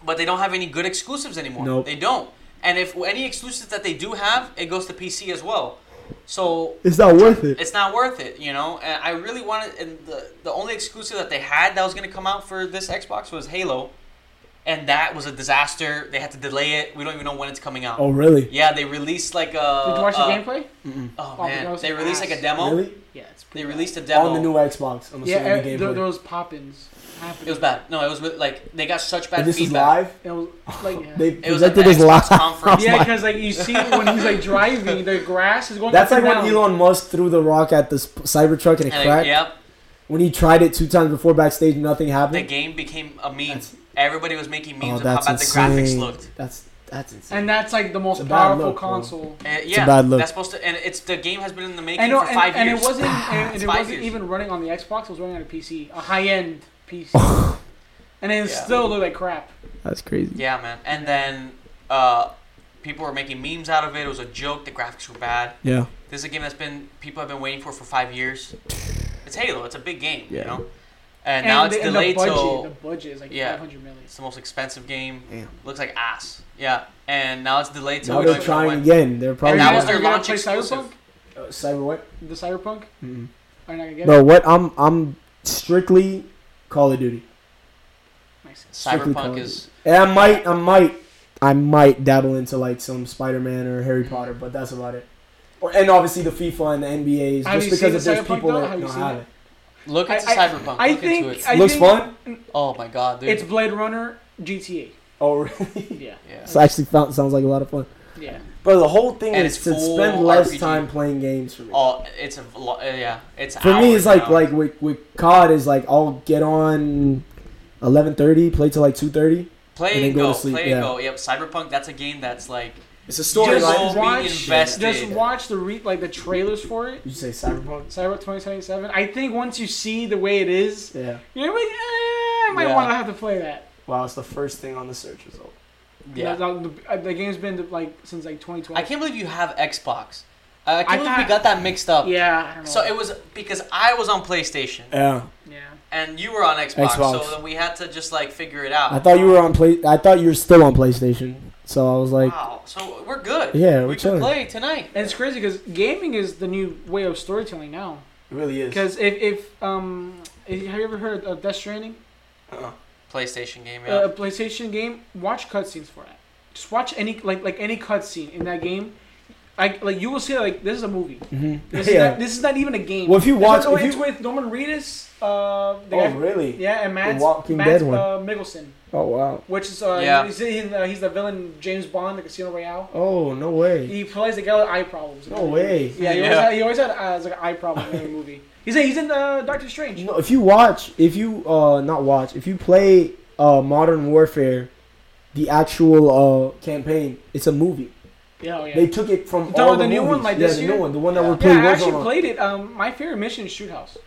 A: but they don't have any good exclusives anymore.
B: Nope.
A: They don't. And if any exclusives that they do have, it goes to PC as well. So
B: It's not worth it.
A: it's not worth it, you know. And I really wanted, and the the only exclusive that they had that was going to come out for this Xbox was Halo, and that was a disaster. They had to delay it. We don't even know when it's coming out.
B: Oh, really?
A: Yeah, they released like a.
C: Did you watch
A: uh,
C: the gameplay?
A: Oh
C: Oh, that
A: man,
C: was
A: they released like a
C: ass.
A: demo.
B: Really?
C: Yeah, it's pretty
A: They
C: bad.
A: released a demo.
B: On the new Xbox. I'm assuming
C: Yeah, er,
B: the
C: th-
B: gameplay.
C: those poppins. happened.
A: It was bad. No, it was with, like they got such bad
B: And this
A: feedback.
B: is live.
C: It was like yeah.
B: They
A: It was at the
B: presented this live.
A: Xbox conference.
C: Yeah, because like you see when he's like driving, the grass is going.
B: That's
C: up
B: like
C: and
B: when
C: down.
B: Elon Musk threw the rock at the sp- Cybertruck and it
A: And
B: cracked.
A: it, yep,
B: When he tried it two times before backstage, nothing
A: the
B: happened.
A: game became a meme. Everybody was making
B: oh,
A: memes of how
B: that's
A: bad the graphics
B: insane.
A: looked.
B: That's that's insane.
C: And that's like the
B: It's
C: most
B: a bad
C: powerful
B: look, bro.
C: console.
A: Uh, yeah,
B: a bad look.
A: that's supposed to. And it's the game has been in the making
C: And, no,
A: for
C: and,
A: five
C: and
A: years.
C: it wasn't, and, and it
A: Five
C: wasn't
A: years.
C: even running on the Xbox. It was running on a PC, a high-end PC. and it
A: Yeah.
C: still looked like crap.
B: That's crazy.
A: Yeah, man. And then uh, people were making memes out of it. It was a joke. The graphics were bad.
B: Yeah.
A: This is a game that's been people have been waiting for for five years. It's Halo. It's a big game.
B: Yeah.
A: You know. And, now it's
C: the,
A: delayed
C: and the budget,
A: till
C: the budget is like
A: Yeah.
C: 500 million.
A: it's the most expensive game.
B: Damn.
A: Looks like ass. Yeah. And now it's delayed till
B: now
A: we don't
B: they're
A: even know
B: trying
A: when.
B: again. They're
A: And
B: probably
A: that
C: Are
A: was
C: you
A: their
C: gonna
A: launch
C: play
A: exclusive.
C: Cyberpunk?
B: Uh, cyber what?
C: The Cyberpunk?
B: Mm-mm.
C: Are you not gonna get
B: No, what? I'm I'm strictly Call of Duty.
C: it? Nice.
B: Strictly Call
A: Cyberpunk
B: of
A: is
B: And I might, I might, I might dabble into like some Spider-Man or Harry Potter, but that's about it. Or and obviously the FIFA and the NBAs,
C: Have
B: just
C: you
B: because
C: seen
B: if
C: the
B: there's
C: Cyberpunk,
B: people
C: though?
B: that
C: Have you
B: don't
C: seen
B: have
C: it?
B: it.
A: look
C: I-
A: into
C: I-
A: Cyberpunk.
C: I
A: look
C: think
A: into it.
C: I
B: Looks
C: think
B: fun.
A: oh my god, dude.
C: It's Blade Runner GTA.
B: Oh, really?
C: Yeah,
A: yeah.
B: It's actually found, sounds like a lot of fun.
C: yeah.
B: But the whole thing
A: And
B: is
A: it's
B: to
A: full
B: spend less
A: RPG.
B: time playing games for me.
A: Oh, it's a lo- uh, yeah. It's
B: for me,
A: hours
B: it's like
A: now.
B: like with, with COD is like I'll get on eleven thirty, play till like two thirty. and
A: play
B: then
A: and
B: go to
A: go,
B: sleep,
A: play
B: yeah.
A: and go. Yep, Cyberpunk. That's a game that's like
B: It's a
A: storyline.
C: Just
A: You'll be
C: watch-
A: invested.
C: Just watch the re- like the trailers for it.
B: You say cyberpunk?
C: Cyber 2077. I think once you see the way it is,
B: Yeah.
C: you're like, eh, I might
A: Yeah.
C: want to have to play that.
B: Wow, it's the first thing on the search result.
A: yeah.
C: The, the- the game's been like since like 2012.
A: I can't believe you have Xbox. Uh, I can't
C: I
A: believe we
C: thought-
A: got that mixed up.
C: Yeah. I don't know.
A: So it was because I was on PlayStation
B: Yeah.
C: yeah.
A: and you were on Xbox,
B: Xbox.
A: so then we had to just like figure it out.
B: I thought you were on play. I thought you were still on PlayStation. So I was like,
A: wow. So we're good.
B: Yeah, we're
A: we can
B: chilling.
A: play tonight.
C: And it's crazy because gaming is the new way of storytelling now.
B: it really is.
C: Because if, if um if- have you ever heard of Death Stranding?
A: PlayStation game. Yeah.
C: Uh, a PlayStation game. Watch cutscenes for that. Just watch any like like any cutscene in that game. I, like you will see like this is a movie. This, is,
B: Mm-hmm. Yeah.
C: not, this is not even a game.
B: Well, if you
C: This
B: watch-
C: one- oh,
B: if you-
C: it's with Norman Reedus. Uh, the
B: oh
C: guy-
B: really?
C: Yeah, and Matt
B: Walking
C: Matt
B: Dead one.
C: uh, Mickelson,
B: Oh wow.
C: which is uh,
A: Yeah.
C: he's, he's, uh, he's the villain James Bond, the Casino Royale.
B: Oh no way.
C: He plays the guy with eye problems.
B: No way.
C: Yeah, he
A: Yeah.
C: always had, he always had uh, it's like an eye problem in every movie. He's in, he's in uh, Doctor Strange.
B: You know, if you watch, if you uh not watch, if you play uh Modern Warfare, the actual uh campaign, it's a movie.
C: Yeah, oh, yeah.
B: They took it from
C: Talking
B: all
C: about
B: the,
C: the new one,
B: movies.
C: like
B: yeah,
C: this
B: the
C: year?
B: new one, the one that
A: Yeah.
B: we're
C: yeah,
B: playing
C: I
B: Warzone
C: actually
B: on.
C: played it. Um, my favorite mission is Shoot House,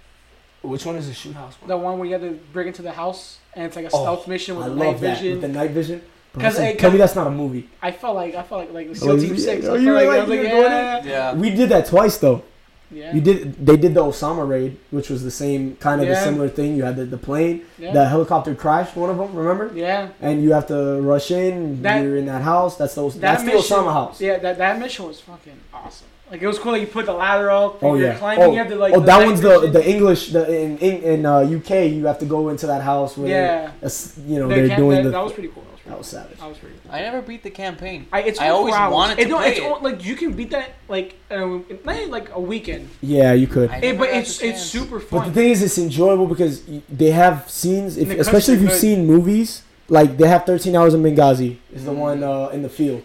B: Which one is the shoot house one?
C: the one where you got to break into the house and it's like a
B: Oh,
C: stealth mission with
B: I
C: a
B: love
C: night
B: that.
C: vision.
B: With the night vision. Bro,
C: 'Cause,
B: listen,
C: like,
B: tell me
C: uh,
B: that's not a movie.
C: I felt like I felt like like the
B: Oh,
C: SEAL Team
B: you-
C: Six.
B: oh,
C: I
B: you
C: felt
B: were
C: like, I
B: like-
C: was like
B: you were going
C: yeah.
A: yeah.
B: We did that twice though.
C: Yeah.
B: You did. They did the Osama raid, which was the same kind of a
C: Yeah.
B: similar thing. You had the, the plane,
C: Yeah.
B: the helicopter crashed. One of them, remember?
C: yeah.
B: And you have to rush in.
C: That-
B: you're in that house. That's the
C: That
B: that's the
C: mission-
B: Osama house.
C: Yeah, that, that mission was fucking awesome. Like it was cool that you put the ladder up.
B: Oh
C: you're
B: yeah.
C: Climbing,
B: oh,
C: you have to, like,
B: oh,
C: the
B: that
C: light
B: one's the
C: vision.
B: the English. The in in, in uh, UK, you have to go into that house where
C: Yeah.
B: they- it's- you know
C: They
B: they're
C: can't-
B: doing
C: that,
B: the.
C: that was Oh. pretty cool.
B: that
C: That was, pretty
B: was savage.
C: cool. That was pretty cool.
A: I never beat the campaign.
C: I, it's
A: I
C: only four
A: always
C: hours.
A: wanted
C: It
A: to
C: don't-
A: play
C: it's
A: it.
C: all- like you can beat that like uh, not like a weekend,
B: Yeah, you could.
A: I
C: It-
A: never
C: but
A: got
C: it's
A: the
C: it's
A: chance.
C: super
B: But
C: fun.
B: the thing is, it's enjoyable because y- they have scenes, if,
C: And the
B: especially if you've
C: cutscenes are-
B: seen movies. Like they have 13 hours in Benghazi. Is the one uh, in the field,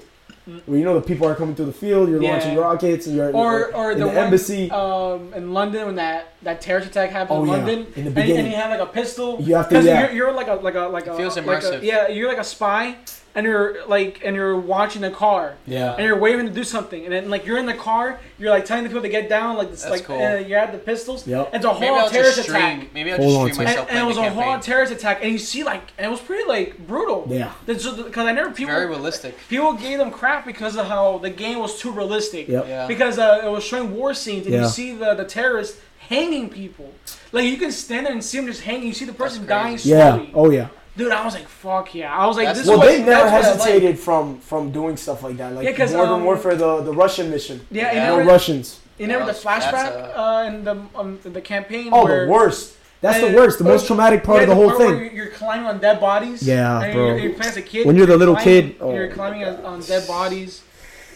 C: Mm.
B: where you know the people are coming through the field. You're launching
C: Yeah.
B: rockets, and you're
C: or or
B: in
C: the,
B: the
C: one,
B: embassy.
C: um, in London when that, that terrorist attack happened
B: Oh,
C: in
B: yeah. In
C: London,
B: the
C: and- and,
B: beginning.
C: you have like a pistol.
B: You have to-
C: Because
B: yeah.
C: you're, you're like a like a like a
A: feels
C: like a-
A: immersive.
C: yeah, you're like a spy, and you're like and you're watching the car. and
B: yeah,
C: you're waving to do something, and then like you're in the car, you're like telling the people to get down, like this,
A: That's
C: like
A: cool.
C: and you're at the pistols.
B: Yep.
C: It's a
A: Maybe
C: whole
A: I'll
C: terrorist
A: just
C: attack.
A: stream. Maybe I'll
B: Hold on
A: just
B: to
A: stream
B: it.
C: And,
A: myself
C: and it
A: playing
C: was
A: the
C: a whole
A: campaign.
C: terrorist attack, and you see like, and it was pretty like brutal.
B: Yeah.
C: Because I never people
A: Very realistic.
C: people gave them crap because of how the game was too realistic.
B: Yep.
A: Yeah.
C: Because uh, it was showing war scenes, and
B: Yeah.
C: you see the the terrorists hanging people. Like you can stand there and see them just hanging. You see the person
A: crazy.
C: dying
B: yeah.
C: slowly.
B: Oh yeah.
C: Dude, I was like, fuck yeah. I was like,
A: That's-
C: this
B: Well,
C: was,
B: they never
C: that's what I like.
B: hesitated from from doing stuff like that, like
C: Yeah, 'cause,
B: Modern
C: um,
B: Warfare, the the Russian mission.
C: Yeah,
A: Yeah.
C: yeah.
B: No
C: And
B: Russians.
C: You remember
A: That's-
C: the
A: that's
C: flashback
A: a-
C: uh, in the um, in the campaign?
B: Oh,
C: where,
B: the worst. That's the
C: and-
B: worst. The most traumatic part
C: yeah,
B: of the whole
C: part
B: thing.
C: Where you're- you're climbing on dead bodies.
B: Yeah,
C: and
B: bro.
C: You're, you're playing as a kid.
B: When you're the little
C: climbing-
B: kid, oh
C: you're
B: my
C: climbing on, on dead bodies.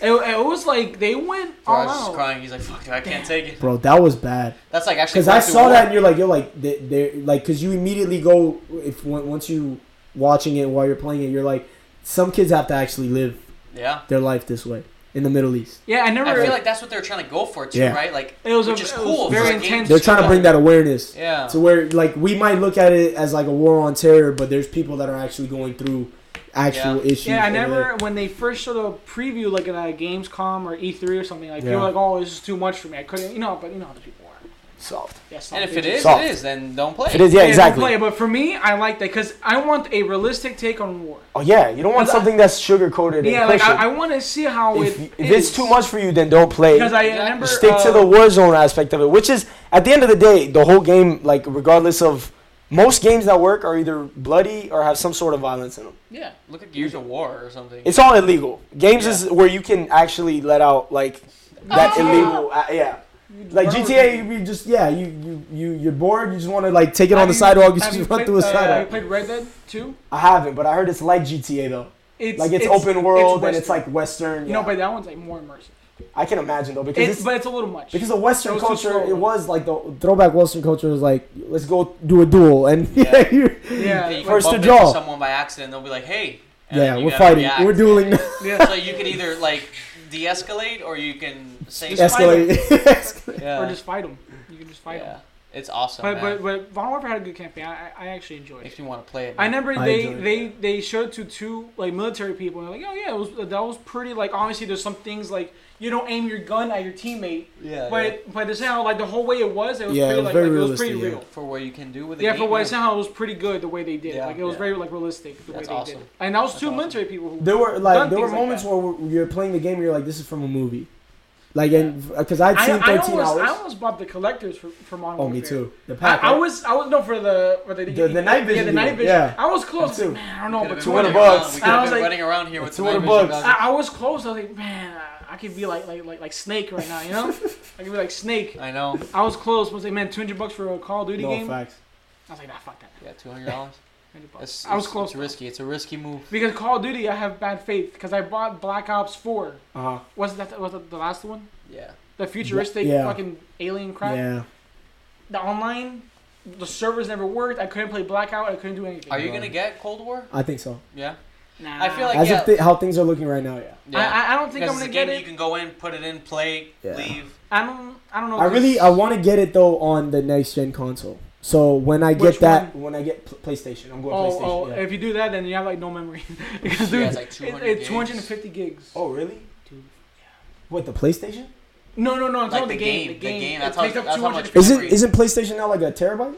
C: It, it was like they went
A: Bro, I
C: all
A: was just
C: out.
A: crying. He's like, "Fuck, dude, I can't take it."
B: Bro, that was bad.
A: That's like actually.
B: Because I
A: going through
B: saw
A: war.
B: that and you're like, you're like, they- they're like, because you immediately go if on- once you watching it while you're playing it, you're like, some kids have to actually live
A: Yeah.
B: their life this way in the Middle East.
C: Yeah, I never.
A: I feel like that's what they're trying to go for too,
B: Yeah.
A: right? Like
C: It was a-
A: which is
C: it was
A: cool.
C: very
A: Like, it-
C: intense.
B: They're trying to bring that awareness
A: Yeah.
B: to where like we might look at it as like a war on terror, but there's people that are actually going through actual issues.
C: yeah, I
B: over there.
C: never. When they first showed a preview, like at a Gamescom or E3 or something, like
B: Yeah.
C: people were like, "Oh, this is too much for me. I couldn't." You know, but you know how the people are.
B: Soft.
C: Yeah, some
A: and if it
C: people-
A: is,
B: Soft.
A: it is. Then don't play.
B: It is, yeah,
C: don't
B: exactly.
C: play it, but for me, I like that because I want a realistic take on war.
B: Oh yeah, you don't want
C: Cause I-
B: something that's sugar coated.
C: Yeah, like I, I want to see how
B: if,
C: it.
B: if
C: is.
B: it's too much for you, then don't play.
C: because I remember
B: Stick to
C: uh,
B: the war zone aspect of it, which is at the end of the day, the whole game. Like regardless of most games that work are either bloody or have some sort of violence in them.
A: Yeah. Look at Gears of War or something.
B: It's all illegal. Games
A: Yeah.
B: is where you can actually let out like that
C: Ah!
B: illegal. Uh, yeah. Like
C: Where were
B: GTA,
C: we?
B: you just yeah, you you you you're bored. You just want to like take it on
C: Have
B: the
C: you-
B: sidewalk. You
C: have
B: just
C: you
B: run
C: played-
B: through a
C: uh, Have you
B: sidewalk.
C: played Red Dead 2?
B: I haven't, but I heard it's like GTA though.
C: It's
B: Like it's, open world and it's
C: Western.
B: like Western.
C: you know,
B: yeah.
C: but that one's like more immersive.
B: I can imagine though because
C: It's,
B: it's,
C: but it's a little much.
B: because the Western
C: It was too
B: culture it
C: slow.
B: was like the throwback Western culture was like let's go do a duel and yeah, you're-
C: yeah,
A: you can
B: First
A: bump
B: to
A: into
B: draw.
A: someone by accident. They'll be like, "Hey." and
B: yeah,
A: then you
B: we're
A: gotta
B: fighting,
A: react.
B: we're dueling, now.
C: yeah.
A: So you can either like de-escalate or you can say
C: Just fight
B: escalate. Escalate.
A: Yeah.
C: or just fight them. You can just fight
A: yeah.
C: them.
A: It's awesome.
C: But,
A: man.
C: but but Modern Warfare had a good campaign. I, I I actually enjoyed it.
A: Makes me want to play it.
C: I
A: man.
C: remember
B: I
C: they,
B: enjoyed it.
C: they they showed it to two like military people and they're like, oh yeah, it was, that was pretty like obviously there's some things like you don't aim your gun at your teammate,
A: Yeah. yeah.
C: but but this how like the whole way it was, it was
B: Yeah,
C: pretty
B: it was
C: like,
B: very
C: like, it was pretty
B: realistic, yeah.
C: real.
A: for what you can do with the
C: Yeah,
A: game.
C: for what it sounded, it was pretty good the way they did
A: Yeah,
C: it. Like it was
A: yeah.
C: very like realistic the
A: That's
C: way they
A: awesome.
C: did it. And that was
A: That's
C: two
A: awesome.
C: military people who
B: There were like
C: Done
B: there were
C: things like
B: moments
C: that.
B: where you're playing the game and you're like this is from a movie, like and because I'd
C: I,
B: seen
C: I
B: 13
C: almost I
B: hours.
C: almost bought the collectors for, for Modern
B: oh, me
C: Warfare.
B: too. The
C: I,
B: pack.
C: I
B: right?
C: was I was no for the for the,
B: The- the night
C: Yeah,
B: vision
C: the
B: you
C: night
B: did,
C: vision.
B: yeah.
C: I was close. I
B: too.
C: was like, man, I don't know, but
B: Two
C: two
B: hundred
C: hundred
A: running
B: bucks.
A: around- We could
C: bucks. I
A: have
C: was
A: been
C: like-
A: running around here with
B: Two hundred
A: night vision
B: bucks.
C: I, I was close. I was like, man, I, I could be like like like like Snake right now, you know? I could be like Snake.
A: goggles. I know.
C: I was close. I was like, man, two hundred bucks for a Call of Duty
B: no
C: game.
B: facts.
C: I was like, nah, fuck that.
A: Yeah, two hundred dollars.
C: 100 bucks.
A: That's
C: I was
A: it's-
C: close
A: It's risky. It's a risky move.
C: because Call of Duty, I have bad faith because I bought Black Ops Four.
B: Uh huh.
C: Was that was that the last one?
A: Yeah.
C: The futuristic
B: Yeah.
C: fucking alien crap.
B: Yeah.
C: The online, the servers never worked. I couldn't play Blackout. I couldn't do anything.
A: Are you gonna get Cold War?
B: I think so.
A: Yeah.
C: Nah.
A: I feel like-
B: As
A: yeah.
B: if thi- how things are looking right now, yeah.
A: Yeah.
C: I, I don't think
A: Because
C: I'm
A: it's a game
C: gonna get
A: that you
C: it.
A: can go in, put it in, play,
B: Yeah.
A: leave.
C: I don't. I don't know.
B: I
C: if
B: really
C: it's-
B: I want to get it though on the next gen console. So when I get
C: Which
B: that, when I get pl- PlayStation, I'm going
C: Oh,
B: PlayStation.
C: oh
B: yeah.
C: if you do that, then you have like no memory. because
A: Yeah,
C: dude,
A: it's like 200
C: it- it's
A: gigs.
C: 250 gigs.
B: oh really?
C: Dude.
B: What the PlayStation?
C: No, no, no. I'm
A: Like
C: talking
A: the
C: the
A: game,
C: game. The
A: the
C: game.
A: game,
C: It
A: that's how-
C: takes up
A: that's how much
C: 250
B: Isn't
A: Memory.
B: isn't PlayStation now like a terabyte?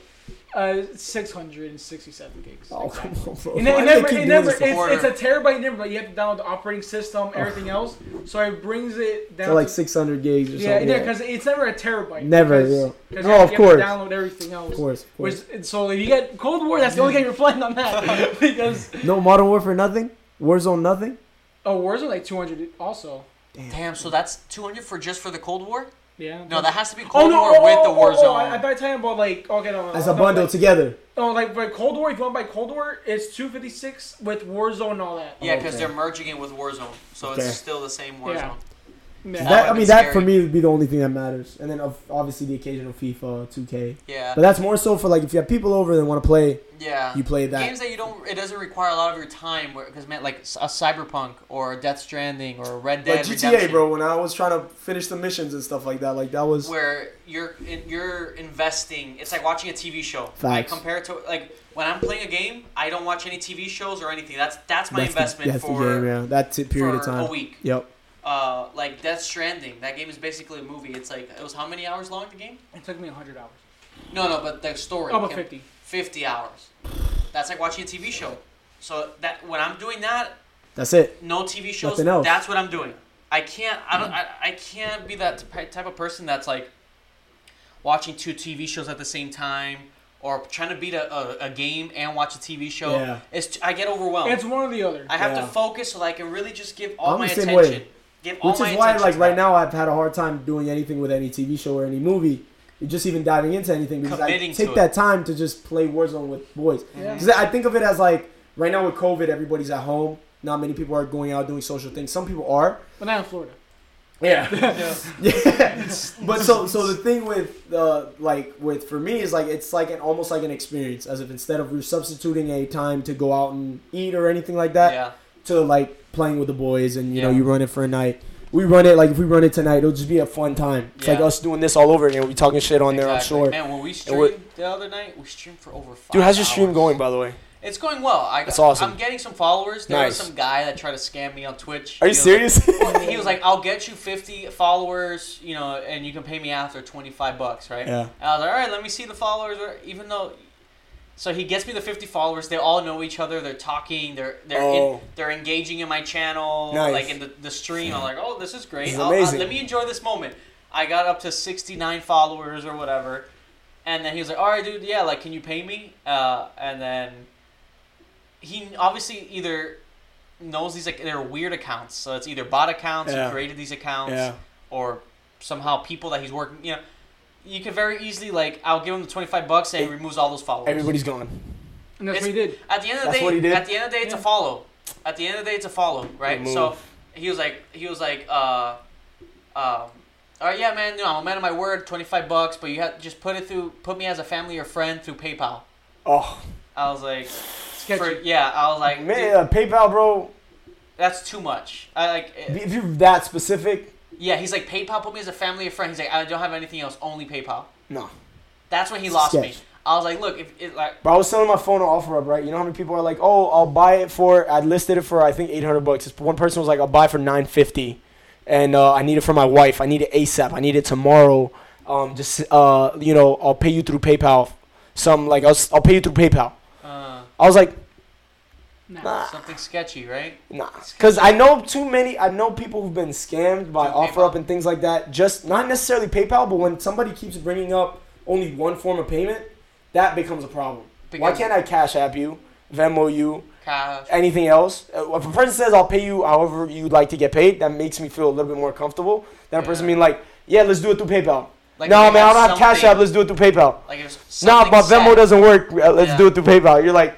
C: Uh, 667 gigs.
B: Oh come
C: exactly.
B: on, bro.
C: It,
B: Why
C: ne- it
B: they
C: never,
B: keep
C: it
B: doing
C: never,
B: this to-
C: it's, it's a terabyte never, but you have to download the operating system, everything else. So it brings it down
B: to like
C: to-
B: 600 gigs or
C: yeah,
B: something.
C: yeah, because it's never a terabyte.
B: Never,
C: because,
B: yeah.
C: 'cause
B: Oh,
C: you have-
B: of
C: you
B: course.
C: Have to download everything else.
B: of course. Of
C: Which,
B: course.
C: and so if you get Cold War, that's the only game you're playing on that because
B: No Modern Warfare, nothing. Warzone, nothing.
C: oh, Warzone like 200 also.
A: Damn, so that's 200 for just for the Cold War?
C: Yeah.
A: No, that has to be
C: Oh
A: Cold
C: no!
A: War
C: oh,
A: with
C: oh,
A: the
C: oh,
A: Warzone.
C: oh, I, I thought you were talking about like okay, no, no,
B: As
C: Oh, no,
B: a bundle
C: Like,
B: together.
C: no, like but Cold War. If you want to buy Cold War, it's 256 with Warzone and all that.
A: yeah, because
B: Okay.
A: they're merging it with Warzone, so
B: Okay.
A: it's still the same Warzone.
C: Yeah.
A: That
B: That, I
A: would've
B: mean,
A: been
B: that for
A: scary.
B: me would be the only thing that matters. And then of- obviously the occasional FIFA, 2K.
A: Yeah,
B: But that's more so for like if you have people over that want to play,
A: yeah.
B: you play that.
A: Games that you don't, it doesn't require a lot of your time, because man, like s- a Cyberpunk or a Death Stranding or a Red Dead
B: Like GTA,
A: Redemption,
B: bro. When I was trying to finish the missions and stuff like that, like that was
A: where you're in, you're investing. It's like watching a TV show. I
B: Facts.
A: compare it to like when I'm playing a game, I don't watch any TV shows or anything. That's that's my
B: that's the-
A: investment
B: that's the
A: for
B: game, yeah. That t- period of
A: for
B: time.
A: a week.
B: Yep.
A: Uh, like Death Stranding, that game is basically a movie. It's like it was how many hours long the game?
C: It took me 100 hours.
A: No, no, but the story.
C: Oh, about
A: can-
C: 50.
A: 50 hours. That's like watching a TV show. So that when I'm doing that,
B: That's it.
A: no TV shows.
B: Nothing else.
A: That's what I'm doing. I can't. I don't. I, I can't be that ty- type of person that's like watching two TV shows at the same time or trying to beat a, a, a game and watch a TV show.
B: Yeah.
A: It's t- I get overwhelmed.
C: It's one or the other.
A: Oh. I have to
B: Yeah.
A: focus so that I can really just give all
B: I'm
A: my
B: the same
A: attention.
B: way.
A: Give all
B: Which
A: my
B: is why,
A: attention
B: like
A: to
B: right
A: that.
B: now, I've had a hard time doing anything with any TV show or any movie, just even diving into anything because
A: Committing
B: I
A: to
B: take
A: it.
B: that time to just play Warzone with boys.
C: Yeah.
B: Because I think of it as like right now with COVID, everybody's at home. Not many people are going out doing social things. Some people are.
C: But not in Florida.
B: Yeah. yeah. But so so the thing with uh, like with for me is like it's like an almost like an experience as if instead of you're substituting a time to go out and eat or anything like that
A: Yeah.
B: to like playing with the boys and you know
A: Yeah.
B: you run it for a night. We run it like if we run it tonight, it'll just be a fun time. It's like
A: Yeah.
B: us doing this all over again. We talking shit on there. I'm
A: Exactly.
B: sure.
A: Man, when we streamed
B: what-
A: the other night, we streamed for over five
B: Dude, how's your stream
A: hours.
B: going by the way?
A: It's going well. I,
B: That's awesome.
A: I'm getting some followers. There was
B: Nice.
A: some guy that tried to scam me on Twitch.
B: Are you
A: He was
B: serious?
A: like- he was like, "I'll get you 50 followers, you know, and you can pay me after 25 bucks, right?"
B: Yeah.
A: And I was like, "All right, let me see the followers." or- Even though, so he gets me the 50 followers. They all know each other. They're talking. They're they're
B: Oh.
A: in, they're engaging in my channel,
B: Nice.
A: like in the, the stream. I'm like, "Oh, this is great.
B: This is
A: I'll- I'll-
B: amazing.
A: let me enjoy this moment." I got up to 69 followers or whatever. And then he was like, "All right, dude, yeah, like, can you pay me?" Uh, and then he obviously either knows these like they're weird accounts, so it's either bot accounts,
B: Yeah.
A: he created these accounts,
B: Yeah.
A: or somehow people that he's working. You know, you could very easily like, I'll give him the twenty five bucks and he removes all those followers.
B: Everybody's gone.
C: And that's
A: It's-
C: what he did.
A: At the end of the
B: That's
A: day,
B: what he did?
A: at the end of the day, it's a
C: Yeah.
A: follow. At the end of the day, it's a follow, right?
B: Good
A: So
B: move.
A: he was like, he was like, uh, uh, all right, yeah, man, no, I'm a man of my word, twenty five bucks, but you have just put it through, put me as a family or friend through PayPal.
B: Oh
A: I was like,
C: Sketchy.
A: for- yeah, I was like,
B: man,
A: dude,
B: uh, PayPal, bro.
A: that's too much. I like, it-
B: If you're that specific,
A: yeah, he's like, PayPal put me as a family or friend. He's like, I don't have anything else, only PayPal.
B: no.
A: That's when he lost me.
B: Sketch.
A: I was like, look, if it like,
B: But I was selling my phone on OfferUp, right? You know how many people are like, "Oh, I'll buy it for." I listed it for I think 800 bucks. This one person was like, "I'll buy it for 950," and uh, I need it for my wife. I need it ASAP. I need it tomorrow. Um, just uh, you know, I'll pay you through PayPal. Some like I'll, s- I'll pay you through PayPal.
A: uh,
B: I was like,
C: Nah.
B: nah,
A: something sketchy, right?
B: nah, because I know too many. I know people who've been scammed by
A: Through
B: OfferUp
A: PayPal.
B: and things like that. Just not necessarily PayPal, but when somebody keeps bringing up only one form of payment, that becomes a problem. Why
A: Because-
B: can't I Cash App you, Venmo you?
A: Cash.
B: anything else. Uh, If a person says I'll pay you however you'd like to get paid, that makes me feel a little bit more comfortable than a person
A: Yeah.
B: being like, yeah, let's do it through PayPal.
A: Like,
B: no,
A: if
B: man, I don't have
A: something-
B: Cash App. Let's do it through PayPal.
A: Like, if
B: No,
A: something
B: but Venmo
A: said-
B: doesn't work. uh, Let's
A: Yeah.
B: do it through PayPal. You're like,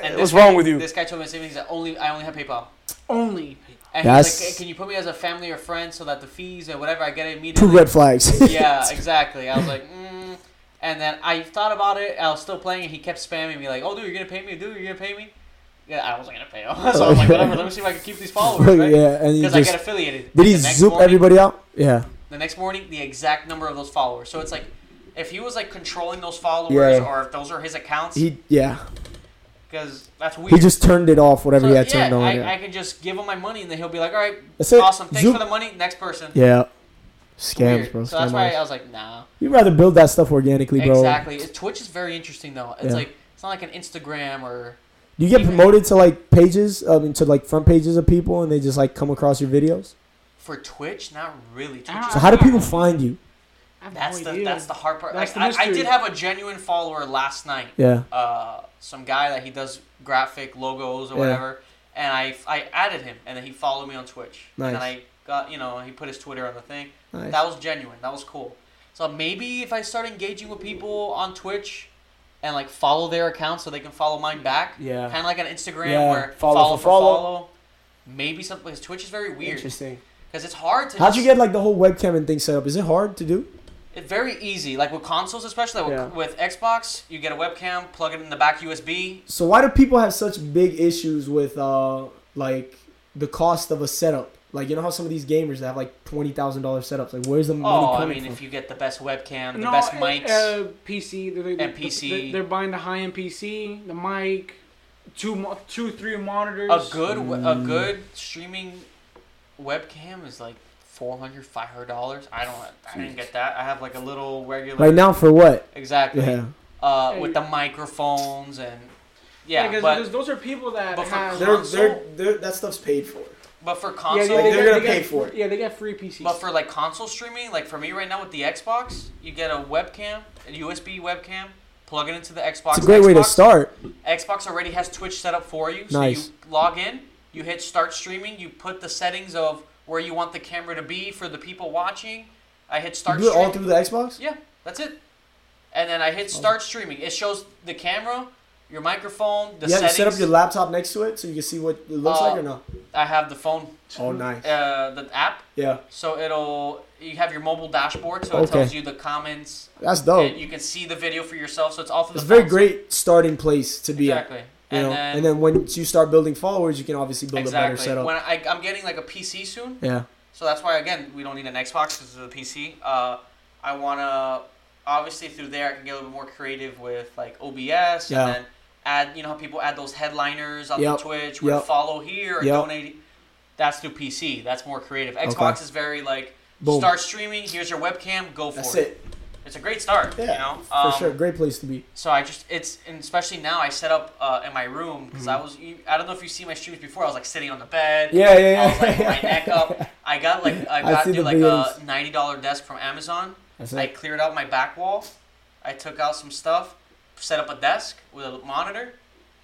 A: and
B: what's
A: this guy-
B: wrong with you?
A: This guy told me the same thing. He's like, only I only have PayPal.
C: Only.
A: And he's like,
B: That's-
A: "Hey, can you put me as a family or friend so that the fees and whatever I get it
B: two
A: immediately?
B: red flags.
A: yeah, exactly. I was like, mm. and then I thought about it. I was still playing, and he kept spamming me like, "Oh, dude, you're gonna pay me, dude, you're gonna pay me." Yeah, I wasn't gonna pay him, so I was like, "Whatever, let me see if I can keep these followers." Right?
B: yeah, and
A: Because Oh, I got affiliated.
B: did he
A: The next
B: zoop
A: morning-
B: everybody out? Yeah,
A: The next morning, the exact number of those followers. So it's like, if he was like controlling those followers,
B: Yeah.
A: or if those are his accounts,
B: he yeah
A: because that's weird.
B: he just turned it off. Whatever
A: So,
B: he had
A: yeah,
B: turned on.
A: I,
B: yeah.
A: I can just give him my money, and then he'll be like, "All right,
B: That's it.
A: awesome, thanks
B: Zoop.
A: for the money." Next person.
B: yeah, Scams,
A: Weird.
B: bro.
A: So that's
B: scam
A: why
B: artists.
A: I was like, nah.
B: You'd rather build that stuff organically, bro.
A: Exactly. It- Twitch is very interesting though. It's
B: Yeah.
A: like it's not like an Instagram or
B: You get
A: Even-
B: promoted to like pages, um, into like front pages of people, and they just like come across your videos.
A: for Twitch. Not really. Twitch
C: Ah.
A: is
B: So how do people find you?
C: I have
A: That's
C: no
A: the
C: idea.
A: that's the hard part. Like,
C: That's the
A: I, I
C: mystery.
A: did have a genuine follower last night.
B: Yeah.
A: Uh, some guy that he does graphic logos or
B: Yeah.
A: whatever, and I I added him, and then he followed me on Twitch. And then
B: Nice.
A: I got you know he put his Twitter on the thing.
B: Nice.
A: That was genuine. That was cool. So maybe if I start engaging with people on Twitch. And like follow their account so they can follow mine back.
B: Yeah.
A: Kind of like on Instagram
B: Yeah.
A: where
B: Follow
A: follow,
B: for
A: for
B: follow.
A: follow. Maybe something because Twitch is very weird
B: Interesting.
A: because it's hard to.
B: How'd you
A: just-
B: get like the whole webcam and thing set up? Is it hard to do?
A: it's very easy. Like with consoles, especially like
B: Yeah.
A: with, with Xbox, you get a webcam, plug it in the back USB.
B: So why do people have such big issues with uh like the cost of a setup? Like you know how some of these gamers that have like twenty thousand dollar setups. Like where's the money
A: Oh, I
B: coming
A: mean, if
B: from?
A: you get the best webcam, the
C: no,
A: best
C: uh,
A: mics,
C: Uh, PC. They're, they're,
A: And PC.
C: They're, they're buying the high end PC, the mic, two, mo- two, three monitors.
A: a good we- a
B: Mm.
A: good streaming webcam is like 400 500 dollars. I don't. I didn't get that. I have like a little regular.
B: Right now for what?
A: Exactly.
B: Yeah.
A: Uh, with the microphones and yeah,
C: because
A: but
C: because those are people that
A: but for
C: have.
A: They're- they're-
B: that stuff's paid for.
A: but for
C: yeah,
A: console.
C: yeah, they
B: they're
C: get-
B: gonna
C: they
B: pay
C: get-
B: for it.
C: Yeah, they get free PCs.
A: But for like console streaming, like for me right now with the Xbox, you get a webcam, a USB webcam, plug it into the Xbox.
B: It's a great way to
A: Xbox-
B: start.
A: Xbox already has Twitch set up for you. So
B: Nice.
A: you log in, you hit start streaming, you put the settings of where you want the camera to be for the people watching. I hit
B: You
A: start
B: do it all
A: streaming.
B: through the Xbox.
A: yeah, that's it. And then I hit start streaming. It shows the camera, your microphone, the
B: you have to
A: settings.
B: set up your laptop next to it so you can see what it looks
A: Uh,
B: like or no.
A: I have the phone,
B: Oh, nice.
A: uh, the app.
B: Yeah,
A: So it'll you have your mobile dashboard, so it
B: Okay.
A: tells you the comments.
B: that's dope.
A: And you can see the video for yourself, so it's off of the
B: It's a very
A: phone.
B: great starting place to be
A: Exactly.
B: at. You
A: and,
B: know?
A: then,
B: and then once you start building followers, you can obviously build a better
A: exactly.
B: setup.
A: When I, I'm getting like a PC soon,
B: yeah,
A: so that's why again we don't need an Xbox because of the PC. Uh, I wanna obviously through there I can get a little bit more creative with like OBS
B: Yeah.
A: and then add you know how people add those headliners on
B: Yep.
A: Twitch where
B: Yep.
A: follow here or
B: Yep.
A: donate. That's through PC. That's more creative. Xbox
B: Okay.
A: is very like
B: Boom.
A: start streaming. Here's your webcam. Go for
B: that's
A: it.
B: it.
A: It's a great start.
B: Yeah,
A: you know Um,
B: for sure. Great place to be.
A: so I just it's and especially now I set up uh, in my room because
B: Mm-hmm.
A: I was you, I don't know if you've seen my streams before I was like sitting on the bed
B: Yeah, yeah,
A: I was like
B: yeah.
A: my neck up I got like I
B: I
A: got
B: see
A: dude,
B: the
A: like
B: videos.
A: a ninety dollar desk from Amazon
B: That's
A: I
B: it.
A: cleared out my back wall I took out some stuff set up a desk with a monitor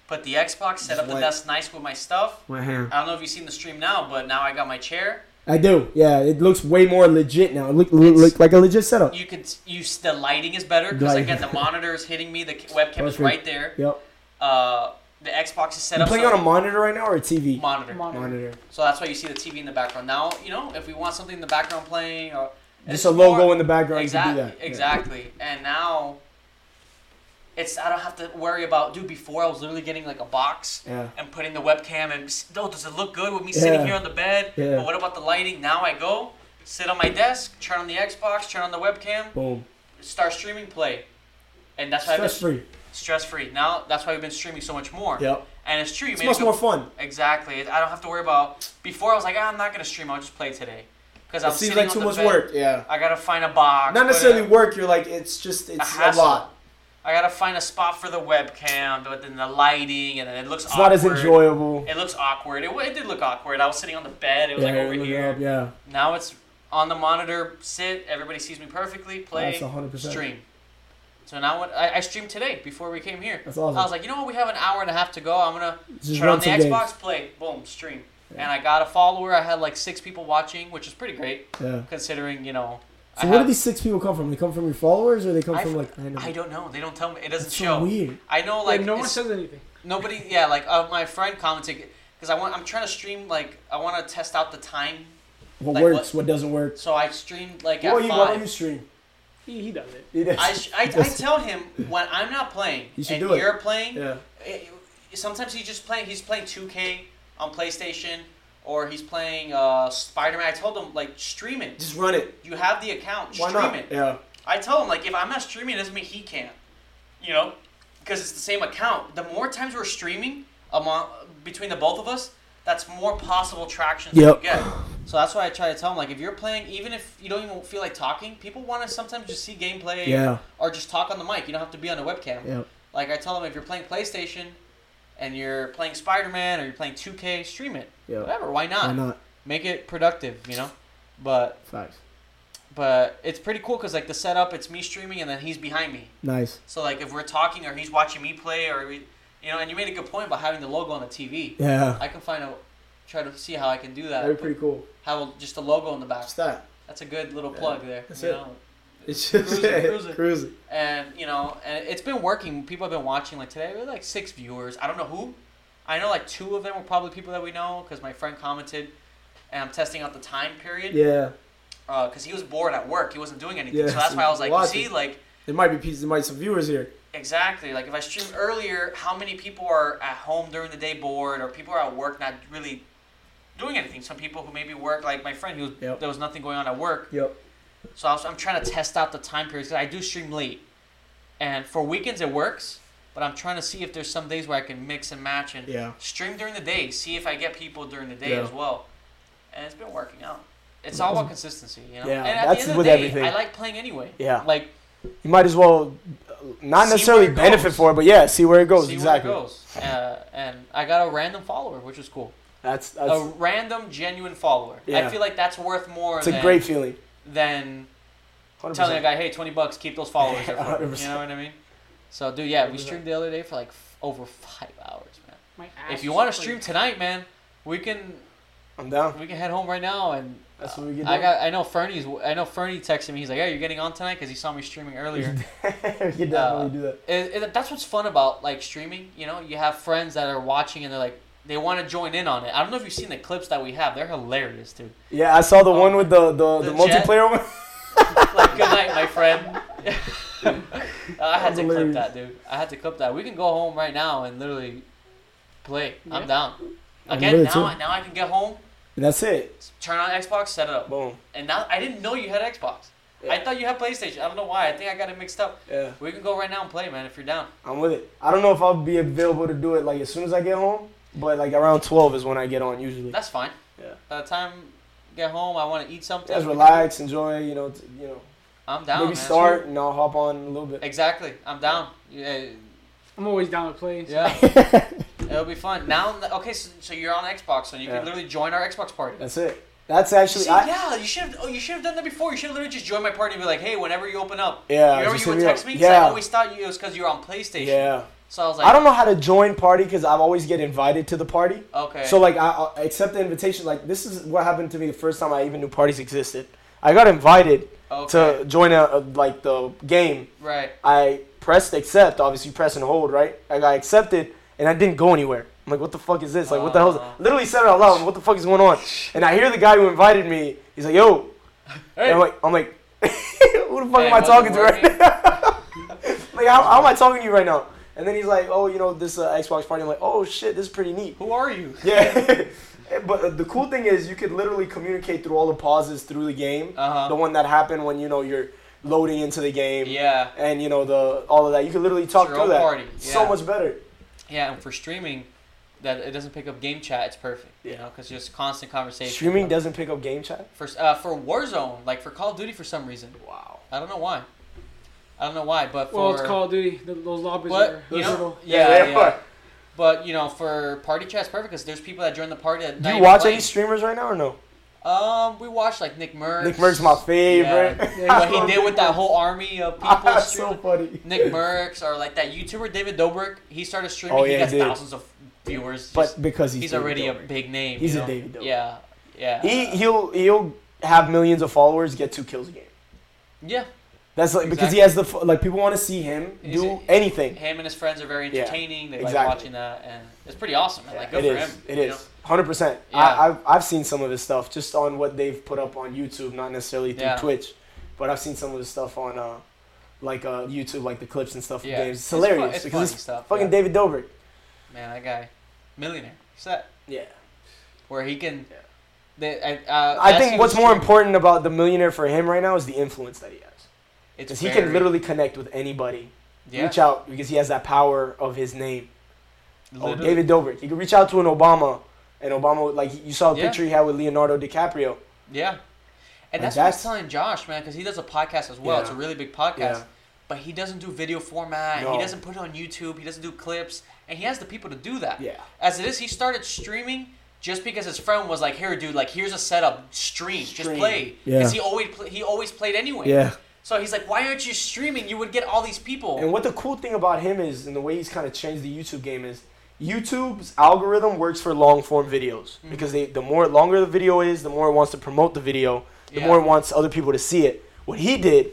A: put the Xbox set
B: Just
A: up the
B: went.
A: desk nice with my stuff
B: My hand.
A: I don't know if you've seen the stream now but now I got my chair
B: I do. Yeah, it looks way more legit now. It look, look, look like a legit setup.
A: you could use the lighting is better because
B: Lighting.
A: again the monitor is hitting me the webcam is
B: Perfect.
A: right there
B: Yep.
A: uh, the Xbox is set
B: You
A: up
B: playing
A: so
B: on a monitor right now or a TV?
A: monitor.
C: Monitor.
B: Monitor.
A: So that's why you see the TV in the background. Now, you know, if we want something in the background playing uh, or
B: Just a logo in the background. you can do
A: Exactly.
B: that. Yeah.
A: Exactly. And now it's I don't have to worry about dude before I was literally getting like a box
B: Yeah.
A: and putting the webcam and s- oh, does it look good with me sitting
B: Yeah.
A: here on the bed?
B: Yeah.
A: But what about the lighting? Now I go, sit on my desk, turn on the Xbox, turn on the webcam,
B: Boom.
A: start streaming play. And that's why
B: Stress
A: I've been
B: free.
A: stress free. Now that's why we've been streaming so much more.
B: Yep.
A: And it's true. you
B: It's
A: made a
B: much
A: good
B: more fun.
A: Exactly. I don't have to worry about. Before I was like, ah, I'm not gonna stream. I'll just play today. Because I'm
B: It seems
A: sitting
B: like
A: on
B: too
A: the
B: much
A: bed.
B: work. Yeah.
A: I gotta find a box.
B: Not
A: put it
B: necessarily
A: up.
B: work. You're like it's just it's a
A: hassle.
B: lot.
A: I gotta find a spot for the webcam, but then the lighting, and then it looks.
B: It's
A: awkward.
B: not as enjoyable.
A: It looks awkward. It, it did look awkward. I was sitting on the bed. It was like
B: yeah,
A: over
B: look it
A: here.
B: up, yeah.
A: Now it's on the monitor. Sit. Everybody sees me perfectly. Play.
B: That's 100%.
A: Stream. So now what? I, I streamed today before we came here.
B: That's awesome.
A: I was like, you know what? We have an hour and a half to go. I'm gonna
B: Just
A: turn
B: run
A: on the
B: some games.
A: Xbox, play, boom, stream. And I got a follower. I had like six people watching, which is pretty great
B: Yeah.
A: considering you know.
B: So
A: I,
B: where do
A: have-
B: these six people come from? They come from your followers, or they come
A: I-
B: from like random-
A: I don't know. They don't tell me. It doesn't
B: That's so
A: show.
B: weird.
A: I know
C: Like,
A: like
C: no one
A: it's-
C: says anything.
A: nobody. Yeah, like uh, my friend commented because I want. I'm trying to stream like I want to test out the time.
B: What
A: like,
B: works? What, doesn't work?
A: So I streamed like at
B: What you, why don't
A: five.
B: you stream?
C: He, he does it.
B: It is.
A: I, sh- I, I tell him when I'm not playing
B: You should
A: and
B: do it.
A: you're playing.
B: yeah.
A: it- it- sometimes he's just playing. He's playing 2K on PlayStation or he's playing uh, Spider Man. I told him like stream it.
B: Just run it.
A: You have the account.
B: Why
A: Stream
B: not?
A: it.
B: Yeah.
A: I tell him like if I'm not streaming, it doesn't mean he can't. You know, because it's the same account. The more times we're streaming among between the both of us, that's more possible traction that
B: Yep.
A: we get. So that's why I try to tell them like if you're playing, even if you don't even feel like talking, people want to sometimes just see gameplay
B: Yeah.
A: or just talk on the mic. You don't have to be on the webcam.
B: Yeah.
A: Like I tell them if you're playing PlayStation and you're playing Spider Man or you're playing 2K, stream it.
B: Yeah.
A: Whatever, why not?
B: Why not?
A: Make it productive, you know. But
B: Facts.
A: but it's pretty cool because like the setup, it's me streaming and then he's behind me.
B: Nice.
A: So like if we're talking or he's watching me play or we, you know, and you made a good point about having the logo on the TV.
B: Yeah.
A: I can find a try to see how I can do that.
B: That'd
A: But
B: be pretty cool.
A: Have a, just a logo in the back.
B: Just that.
A: That's a good little
B: Yeah,
A: plug there.
B: that's
A: You
B: it.
A: know?
B: It's just
A: Cruise it, cruise it.
B: cruise it.
A: And you know, and it's been working. People have been watching. Like today, we had like six viewers. I don't know who. I know like two of them were probably people that we know because my friend commented, and I'm testing out the time period.
B: Yeah.
A: Because he was bored at work. He wasn't doing anything.
B: Yeah,
A: so that's
B: so
A: why I was like, you
B: watch
A: see,
B: it.
A: like
B: There might be pieces. There might be some viewers here.
A: Exactly. Like if I stream earlier, how many people are at home during the day bored, or people are at work not really doing anything? Some people who maybe work, like my friend, who was,
B: Yep.
A: there was nothing going on at work.
B: Yep.
A: So I was, I'm trying to test out the time periods. 'cause I do stream late, and for weekends it works. But I'm trying to see if there's some days where I can mix and match and
B: Yeah.
A: stream during the day. See if I get people during the day
B: Yeah.
A: as well. And it's been working out. It's all about consistency, you know.
B: Yeah,
A: and at
B: that's
A: the end of
B: with
A: the day,
B: everything.
A: I like playing anyway.
B: Yeah.
A: Like
B: You might as well, uh, not
A: See
B: necessarily
A: where it
B: benefit
A: goes.
B: for it, but yeah, see where it goes.
A: see
B: exactly.
A: where it goes. Uh, and I got a random follower, which was cool.
B: That's that's.
A: a random, genuine follower. I
B: Yeah.
A: feel like that's worth more
B: it's a
A: than,
B: great feeling.
A: than
B: 100%.
A: telling a guy, hey, 20 bucks, keep those followers. there for me." you
B: 100%.
A: know what I mean? So, dude, yeah, we
B: 100%.
A: streamed the other day for like f- over five hours, man.
C: My ass
A: if you
C: is
A: want to
C: like-
A: stream tonight, man, we can
B: I'm down.
A: we can head home right now and.
B: That's what we can
A: I
B: do.
A: got. I know Fernie's. I know Fernie texted me. He's like, "Hey, you're getting on tonight?" Because he saw me streaming earlier.
B: we can definitely
A: Uh,
B: do that.
A: it, it, that's what's fun about like streaming. You know, you have friends that are watching and they're like, they want to join in on it. I don't know if you've seen the clips that we have. They're hilarious, dude.
B: Yeah, I saw the
A: oh,
B: one with the the, the,
A: the jet?
B: multiplayer one.
A: like, good night, my friend. I had
B: That's
A: to clip
B: hilarious.
A: that, dude. I had to clip that. We can go home right now and literally play. I'm
C: Yeah.
A: down.
B: I'm
A: Again,
B: ready
A: now
B: too.
A: I, now I can get home,
B: That's it.
A: turn on Xbox, set it up.
B: Boom.
A: And now I didn't know you had Xbox. I
B: Yeah.
A: thought you had PlayStation. I don't know why. I think I got it mixed up.
B: Yeah,
A: We can go right now and play, man, if you're down.
B: I'm with it. I don't know if I'll be available to do it like as soon as I get home, but like around 12 is when I get on usually.
A: That's fine.
B: Yeah.
A: By the time I get home, I want to eat something.
B: Just relax, enjoy. You know, t- you know.
A: I'm down. man.
B: maybe start and I'll hop on in a little bit.
A: Exactly. I'm down. Yeah.
C: I'm always down to play. so-
A: yeah. It'll be fun. Now, okay, so, so you're on Xbox, so you
B: Yeah.
A: can literally join our Xbox party.
B: That's it. That's actually
A: See,
B: I,
A: yeah, you should have. Oh, you should have done that before. You should have literally just joined my party and be like, "Hey, whenever you open up,
B: yeah.
A: remember
B: just
A: you
B: hit
A: would
B: me up.
A: text me." 'Cause I
B: Yeah,
A: always thought you it was because you were on PlayStation.
B: yeah.
A: So I was like,
B: I don't know how to join party because I always get invited to the party.
A: Okay.
B: So like I I accept the invitation. Like this is what happened to me the first time I even knew parties existed. I got invited
A: okay.
B: to join a, a like the game.
A: right.
B: I pressed accept. Obviously, press and hold. Right. Like I accepted and I didn't go anywhere. I'm like, what the fuck is this? Like, what the hell? Is,
A: Aw.
B: literally said it out loud. What the fuck is going on? And I hear the guy who invited me. He's like, yo.
A: Hey.
B: And I'm like, I'm like, who the fuck
A: Hey,
B: am I
A: wasn't
B: talking to right
A: working?
B: now? like, how, how am I talking to you right now? And then he's like, oh, you know, this uh, Xbox party. I'm like, oh shit, this is pretty neat.
A: Who are you?
B: Yeah. but uh, the cool thing is you could literally communicate through all the pauses through the game.
A: Uh-huh.
B: The one that happened when you know you're loading into the game.
A: Yeah.
B: And you know the all of that. You could literally talk
A: your
B: through
A: own
B: that.
A: party,
B: So
A: yeah.
B: much better.
A: Yeah, and for streaming, that it doesn't pick up game chat. It's perfect. You
B: Yeah.
A: know, because just constant conversation.
B: Streaming doesn't pick up game chat.
A: for uh, for Warzone, like for Call of Duty, for some reason,
B: Wow.
A: I don't know why. I don't know why, but for
C: Well, it's Call of Duty. th- those lobbies
A: But
C: are
A: you know,
C: brutal.
A: yeah,
B: they
A: yeah.
B: are.
A: But you know, for party chat, it's perfect because there's people that join the party. That
B: Do
A: not
B: you
A: even
B: watch
A: playing.
B: any streamers right now or no?
A: Um, we watched like Nick Merckx.
B: Nick Merck's my favorite.
A: Yeah.
C: Yeah,
A: What he did with that whole army of people.
B: That's so
A: streaming.
B: funny.
A: Nick Merckx or like that YouTuber David Dobrik. He started streaming.
B: Oh,
A: he
B: yeah,
A: gets
B: he did.
A: thousands of viewers.
B: But
A: Just-
B: because he's,
A: he's,
B: David
A: already a
B: Dobrik.
A: big name.
B: He's
A: you
B: a
A: know?
B: David Dobrik.
A: Yeah, yeah.
B: He he'll he'll have millions of followers, get two kills a game.
A: yeah.
B: That's like because he
A: Exactly.
B: has the fo- like people want to see him
A: He's
B: do
A: a-
B: anything.
A: Him and his friends are very
B: Yeah,
A: entertaining. they
B: exactly.
A: like watching that, and it's pretty awesome. Man. Like good
B: It
A: for
B: is.
A: him.
B: It
A: you know?
B: is. Hundred percent.
A: Yeah.
B: I I've, I've seen some of his stuff just on what they've put up on YouTube, not necessarily through
A: Yeah.
B: Twitch, but I've seen some of his stuff on uh, like uh, YouTube, like the clips and stuff.
A: Yeah.
B: Yeah. Games. It's
A: It's fu-
B: hilarious
A: it's
B: because
A: funny
B: it's
A: stuff,
B: fucking
A: yeah.
B: David Dobrik.
A: Man, that guy, millionaire. Set
B: Yeah.
A: where he can.
B: Yeah.
A: They, I, uh,
B: I
A: as
B: think
A: he
B: what's
A: was
B: more
A: streaming,
B: important about the millionaire for him right now is the influence that he has.
A: it's
B: Because he
A: very-
B: can literally connect with anybody,
A: yeah,
B: reach out because he has that power of his name. Oh,
A: literally.
B: David Dobrik. He could reach out to an Obama And Obama, like you saw a
A: Yeah.
B: picture he had with Leonardo DiCaprio.
A: Yeah. And
B: Like,
A: that's, what I
B: that's-
A: was telling Josh, man, because he does a podcast as well. It's a
B: Yeah.
A: really big podcast.
B: Yeah.
A: But he doesn't do video format.
B: No.
A: He doesn't put it on YouTube. He doesn't do clips. And he has the people to do that.
B: Yeah.
A: As it is, he started streaming just because his friend was like, here, dude, like, here's a setup. Stream. Just
B: Stream.
A: play.
B: Yeah.
A: Because he, always pl- he always played anyway.
B: Yeah.
A: So he's like, why aren't you streaming? You would get all these people.
B: And what the cool thing about him is, and the way he's kind of changed the YouTube game is, YouTube's algorithm works for long form videos
A: Mm-hmm.
B: because they, the more longer the video is, the more it wants to promote the video, the
A: Yeah.
B: more it wants other people to see it. What he did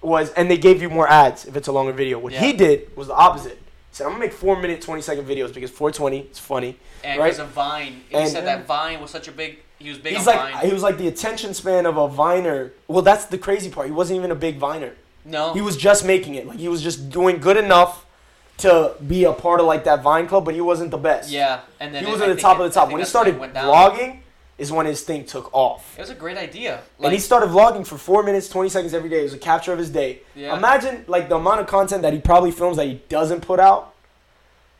B: was, and they gave you more ads if it's a longer video. What he
A: Yeah.
B: did was the opposite. He said, "I'm gonna make four minute, twenty second videos because 420 is funny."
A: and
B: right?
A: because of Vine.
B: And-
A: he said that Vine was such a big. He was big
B: He's
A: on
B: like,
A: Vine.
B: he was like the attention span of a viner. Well, that's the crazy part. He wasn't even a big viner.
A: no.
B: He was just making it. Like he was just doing good enough to be a part of like that Vine club, but he wasn't the best.
A: yeah. And then
B: He
A: it-
B: was
A: I
B: at the
A: think
B: top
A: it- I
B: of the top.
A: think
B: When he
A: that's it
B: started
A: went down.
B: vlogging is when his thing took off.
A: It was a great idea.
B: and he started vlogging for four minutes, twenty seconds every day. It was a capture of his day.
A: Yeah.
B: Imagine like the amount of content that he probably films that he doesn't put out,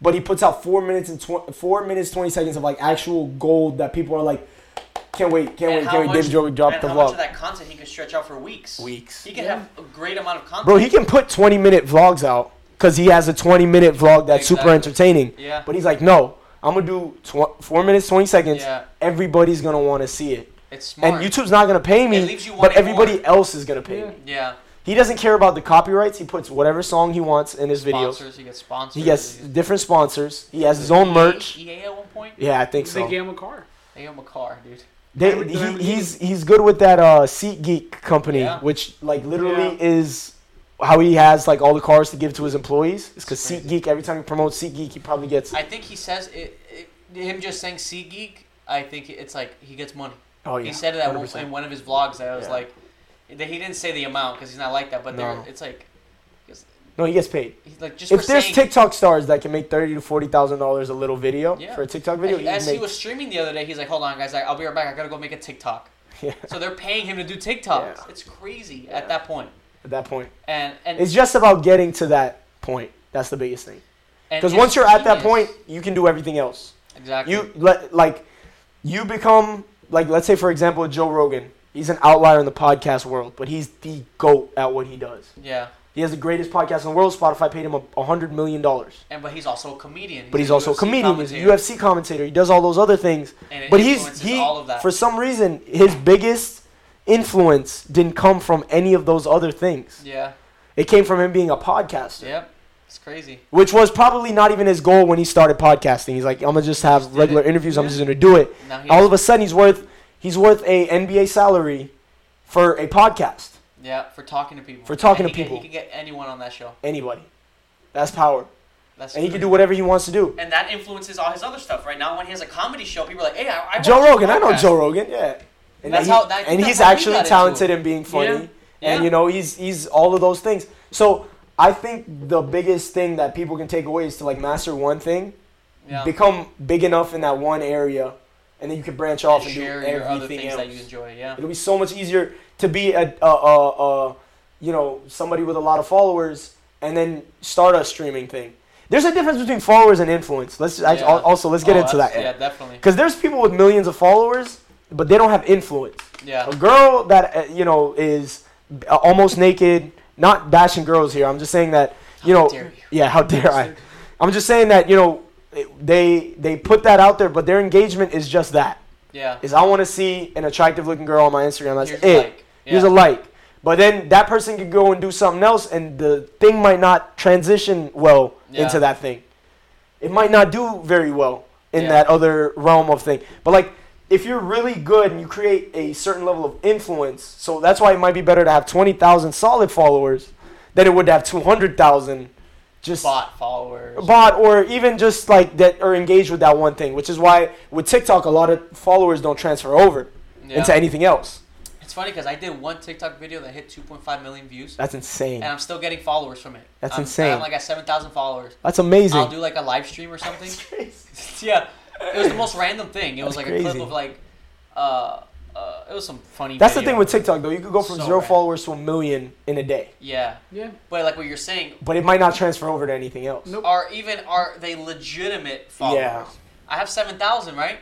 B: but he puts out four minutes and tw- four minutes twenty seconds of like actual gold that people are like, can't wait, can't
A: And
B: wait,
A: how
B: can't wait. David
A: much-
B: Joey dropped
A: and
B: the
A: how
B: vlog.
A: much of that content he can stretch out for weeks.
B: Weeks.
A: He can
C: Yeah.
A: have a great amount of content.
B: Bro, he can put 20 minute vlogs out because he has a 20 minute vlog that's super
A: Exactly.
B: entertaining.
A: Yeah.
B: But he's like, no, I'm going to do tw- 4 minutes, 20 seconds.
A: Yeah.
B: Everybody's going to want to see it.
A: it's smart.
B: And YouTube's not going to pay
A: It
B: me,
A: leaves you
B: but
A: wanting
B: everybody
A: more.
B: else is going to pay
C: Yeah.
B: me.
A: yeah.
B: He doesn't care about the copyrights. He puts whatever song he wants in his videos.
A: Sponsors. He gets sponsors.
B: He gets different sponsors. He has his own merch.
A: EA E at one point.
B: Yeah, I think
C: They gave
B: so.
C: him a car.
A: They gave him a car, dude.
B: They,
C: Diamond-
B: he,
C: Diamond
B: he's he's good with that uh, SeatGeek company,
A: Yeah.
B: which like literally is how he has like all the cars to give to his employees. It's because
A: Crazy.
B: SeatGeek every time he promotes SeatGeek, he probably gets
A: I think he says it. it him just saying Sea Geek. I think it's like he gets money.
B: oh yeah,
A: He said that one,
B: 100%.
A: in one of his vlogs. That I was
B: Yeah.
A: like, that he didn't say the amount because he's not like that. But
B: No.
A: there, it's like,
B: no, he gets paid.
A: he's like just
B: If
A: for
B: there's
A: saying.
B: TikTok stars that can make thirty to forty thousand dollars a little video
A: Yeah.
B: for a TikTok video,
A: And
B: he,
A: he- as he
B: makes,
A: was streaming the other day, he's like, "Hold on, guys, I- I'll be right back. I gotta go make a TikTok."
B: Yeah.
A: So they're paying him to do TikToks.
B: Yeah.
A: It's crazy
B: Yeah.
A: at that point.
B: at that point,
A: And and
B: it's just about getting to that point. That's the biggest thing.
A: and
B: Because
A: it's
B: once you're at that
A: genius.
B: point, you can do everything else.
A: exactly.
B: you let like you become like let's say for example Joe Rogan. He's an outlier in the podcast world, but he's the goat at what he does.
A: yeah.
B: He has the greatest podcast in the world. Spotify paid him a a hundred million dollars,
A: And but he's also a comedian.
B: but he's also a
A: UFC
B: comedian.
A: commentator.
B: He's a UFC commentator. He does all those other things.
A: And it
B: But he's
A: influences
B: he
A: all of that.
B: for some reason his biggest influence didn't come from any of those other things.
A: yeah.
B: It came from him being a podcaster,
A: Yep. It's crazy.
B: which was probably not even his goal when he started podcasting. He's like, I'm gonna just have
A: did
B: regular
A: it.
B: interviews. I'm
C: Yeah.
B: just gonna do it.
A: Now he.
B: all of a sudden he's worth he's worth a NBA salary for a podcast.
A: yeah, for talking to people.
B: For talking
A: And
B: to
A: he
B: people.
A: Can, he can get anyone on that show.
B: Anybody. That's power.
A: That's
B: And he can
A: crazy.
B: do whatever he wants to do.
A: And that influences all his other stuff. Right now, when he has a comedy show, people are like, "Hey, I, I
B: Joe
A: watch your
B: Rogan, I know
A: podcast."
B: Joe Rogan, yeah. And,
A: That's
B: he-
A: how- that-
B: and
A: that's
B: he's
A: how we
B: actually
A: got into
B: talented
A: it.
B: in being funny.
A: Yeah.
B: And you know, he's he's all of those things. So I think the biggest thing that people can take away is to like master one thing,
A: Yeah.
B: become big enough in that one area, and then you can branch off and,
A: share
B: do
A: your
B: everything
A: other things
B: else.
A: that you enjoy. Yeah.
B: It'll be so much easier to be a, a, a, a you know somebody with a lot of followers and then start a streaming thing. There's a difference between followers and influence. Let's I,
A: Yeah.
B: also let's get
A: Oh,
B: into
A: that's-
B: that
A: Yeah, definitely.
B: because there's people with millions of followers but they don't have influence.
A: Yeah.
B: A girl that uh, you know is uh, almost naked. Not bashing girls here. I'm just saying that you
A: How
B: know.
A: dare you.
B: Yeah, how dare I? I'm just saying that you know they they put that out there, but their engagement is just that
A: Yeah.
B: is I want to see an attractive looking girl on my Instagram. That's
A: Here's a
B: it.
A: like.
B: Here's
A: Yeah.
B: a like. But then that person could go and do something else, and the thing might not transition well
A: Yeah.
B: into that thing. It might not do very well in
A: Yeah.
B: that other realm of thing. But like, if you're really good and you create a certain level of influence, so that's why it might be better to have twenty thousand solid followers than it would to have two hundred thousand just
A: Bot followers.
B: bot or even just like that or engaged with that one thing, which is why with TikTok a lot of followers don't transfer over
A: Yeah.
B: into anything else.
A: It's funny because I did one TikTok video that hit 2.5 million views,
B: That's insane.
A: and I'm still getting followers from it.
B: That's
A: I'm,
B: insane.
A: I'm like at 7,000 followers.
B: That's amazing.
A: I'll do like a live stream or something. yeah, it was the most random thing. It was like
B: That's
A: a
B: crazy.
A: clip of like, uh, uh, it was some funny.
B: That's the
A: video.
B: thing with TikTok though. You could go from
A: So
B: zero
A: rad.
B: followers to a million in a day,
A: Yeah,
C: Yeah.
A: but like what you're saying,
B: but it might not transfer over to anything else.
C: Nope.
A: are even are they legitimate followers?
B: Yeah.
A: I have 7,000, right?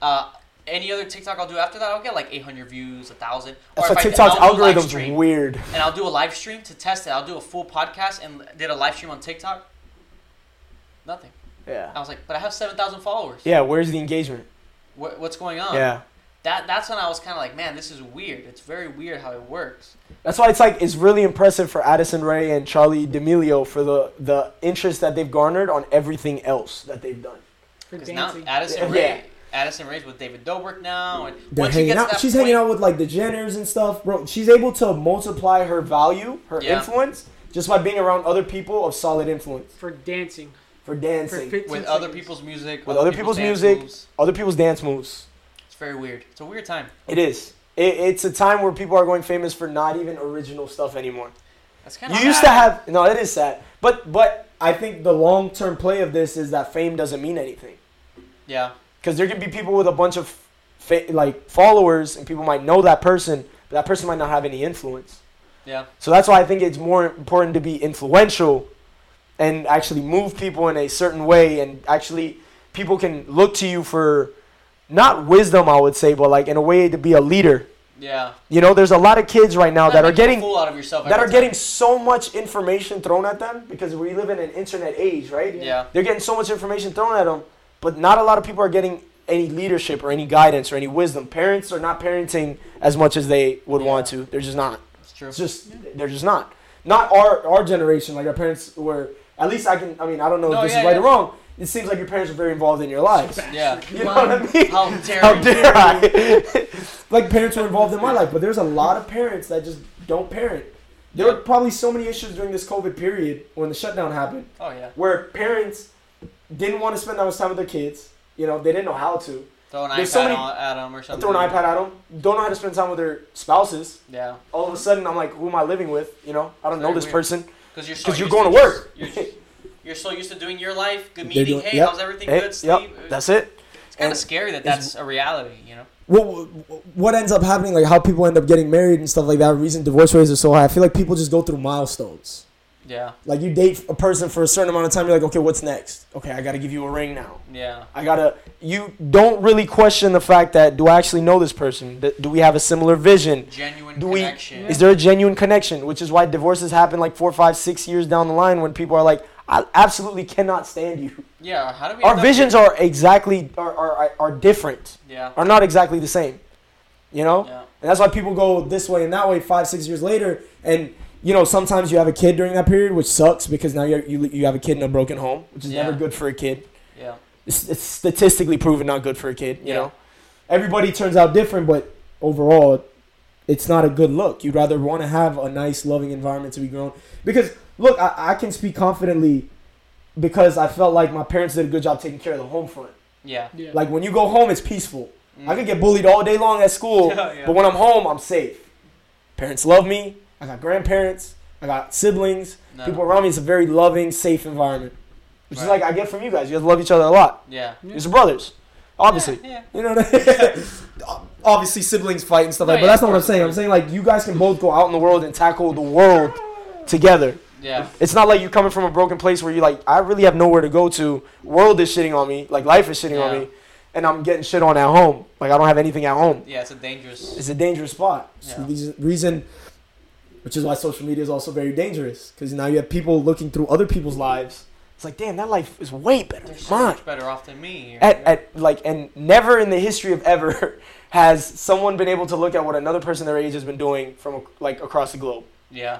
A: Uh, any other TikTok I'll do after that, I'll get like 800 views, a thousand.
B: That's
A: if
B: why
A: I- and I'll
B: TikTok's
A: do a live
B: algorithm's
A: stream.
B: weird.
A: And I'll do a live stream to test it. I'll do a full podcast and did a live stream on TikTok. Nothing. I
B: Yeah.
A: was like, but I have 7,000 followers.
B: Yeah. Where's the engagement?
A: What, what's going on?
B: Yeah.
A: That that's when I was kind of like, man, this is weird. It's very weird how it works.
B: That's why it's like it's really impressive for Addison Ray and Charlie D'Amelio for the the interest that they've garnered on everything else that they've done.
C: For
A: Because now
C: dancing.
A: Addison
B: Yeah.
A: Ray, Addison Ray's with David Dobrik now, and
B: They're
A: once he
B: hanging
A: gets to
B: out.
A: that
B: She's
A: point,
B: hanging out with like the Jenners and stuff, bro. She's able to multiply her value, her
A: Yeah.
B: influence, just by being around other people of solid influence
C: For dancing.
B: for
C: For
B: dancing,
C: 15
A: with other
C: seconds.
A: people's music,
B: with other people's
A: dance
B: music,
A: moves.
B: other people's dance moves.
A: It's very weird. It's a weird time.
B: It is. It, it's a time where people are going famous for not even original stuff anymore.
A: That's kind
B: You
A: of
B: used to have no. It is sad, but but I think the long term play of this is that fame doesn't mean anything.
A: yeah.
B: Because there could be people with a bunch of fa- like followers, and people might know that person, but that person might not have any influence.
A: Yeah,
B: So that's why I think it's more important to be influential and actually move people in a certain way, and actually people can look to you for not wisdom, I would say, but like in a way to be a leader.
A: yeah.
B: You know, there's a lot of kids right now that
A: Not
B: are
A: making a
B: getting
A: fool out of yourself
B: that
A: every
B: are
A: time.
B: getting so much information thrown at them because we live in an internet age, right?
A: Yeah.
B: They're getting so much information thrown at them, but not a lot of people are getting any leadership or any guidance or any wisdom. Parents are not parenting as much as they would want to. They're just not.
A: It's true.
B: It's just they're just not. Not our our generation. Like our parents were. At least I can. I mean, I don't know
A: No,
B: if this
A: yeah,
B: is right
A: yeah.
B: or wrong. It seems like your parents are very involved in your lives.
A: Yeah.
B: You know what I mean?
A: How dare
B: How
A: you.
B: dare I? like parents were involved in my life, but there's a lot of parents that just don't parent. There were probably so many issues during this COVID period when the shutdown happened,
A: Oh yeah.
B: where parents didn't want to spend that much time with their kids. You know, they didn't know how to.
A: Throw an iPad
B: There's so many-
A: on- at them or
B: I
A: something.
B: throw an iPad at them. Don't know how to spend time with their spouses.
A: Yeah.
B: All of a sudden, I'm like, who am I living with? You know, I don't know
A: Very
B: this
A: weird.
B: person.
A: Because you're so
B: 'Cause you're
A: used
B: going to
A: just-
B: work.
A: You're, just- you're so used to doing your life. Good
B: They're
A: meeting.
B: doing-
A: hey,
B: yep.
A: how's everything?
B: Hey,
A: good. Sleep.
B: yep, that's it.
A: It's kind
B: and
A: of scary that
B: it's-
A: that's a reality. You know.
B: what what ends up happening, like how people end up getting married and stuff like that. Reason divorce rates are so high. I feel like people just go through milestones.
A: Yeah.
B: Like you date a person for a certain amount of time, you're like, okay, what's next? Okay, I gotta give you a ring now.
A: Yeah.
B: I gotta. You don't really question the fact that do I actually know this person? Th- Do we have a similar vision?
A: Genuine
B: Do we?
A: connection.
B: Is there a genuine connection? Which is why divorces happen like four, five, six years down the line when people are like, I absolutely cannot stand you.
A: yeah. How do we?
B: Our
A: end up
B: visions are exactly are are, are different
A: here? Yeah.
B: are not exactly the same. You know?
A: Yeah.
B: And that's why people go this way and that way five, six years later. And, you know, sometimes you have a kid during that period, which sucks because now you're, you, you have a kid in a broken home, which is never
A: Yeah.
B: good for a kid.
A: Yeah.
B: It's, it's statistically proven not good for a kid, you
A: Yeah.
B: know? Everybody turns out different, but overall, it's not a good look. You'd rather want to have a nice, loving environment to be grown. Because, look, I, I can speak confidently because I felt like my parents did a good job taking care of the home front.
A: Yeah.
C: Yeah.
B: Like when you go home, it's peaceful. I
A: Mm.
B: could get bullied all day long at school,
A: Yeah, yeah.
B: but when I'm home, I'm safe. Parents love me. I got grandparents. I got siblings.
A: No.
B: People around me. It's a very loving, safe environment, which is
A: Right.
B: like I get from you guys. You guys love each other a lot.
A: Yeah.
C: Yeah.
B: You're brothers, obviously.
A: Yeah.
B: You know what I mean? Obviously, siblings fight and stuff
A: No,
B: like. But
A: yeah,
B: that's
A: of
B: not what I'm
A: course,
B: saying.
A: of
B: I'm
A: course.
B: saying like you guys can both go out in the world and tackle the world together.
A: Yeah.
B: It's not like you're coming from a broken place where you're like, I really have nowhere to go to. World is shitting on me. Like life is shitting on
A: Yeah.
B: me, and I'm getting shit on at home. Like I don't have anything at home.
A: Yeah. It's a dangerous.
B: It's a dangerous spot. It's the
A: Yeah.
B: reason- reason, which is why social media is also very dangerous because now you have people looking through other people's lives. It's like, damn, that life is way better
A: They're
B: than
A: so
B: mine.
A: much better off than me.
B: At, at like, and never in the history of ever has someone been able to look at what another person their age has been doing from like across the globe
A: yeah.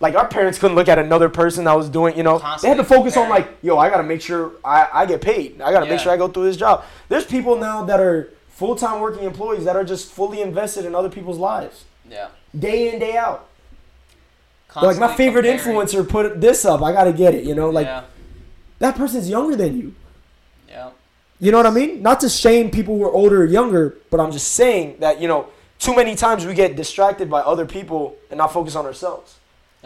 B: like our parents couldn't look at another person that was doing you know they had to
A: Constantly
B: focus on
A: comparing.
B: like yo i gotta make sure i, I get paid i gotta make
A: Yeah.
B: sure i go through this job there's people now that are full-time working employees that are just fully invested in other people's lives
A: Yeah.
B: day in day out They're like
A: Constantly
B: my favorite
A: comparing.
B: influencer put this up i gotta get it you know like
A: Yeah.
B: that person's younger than you
A: Yeah.
B: you know what i mean not to shame people who are older or younger but i'm just saying that you know too many times we get distracted by other people and not focus on ourselves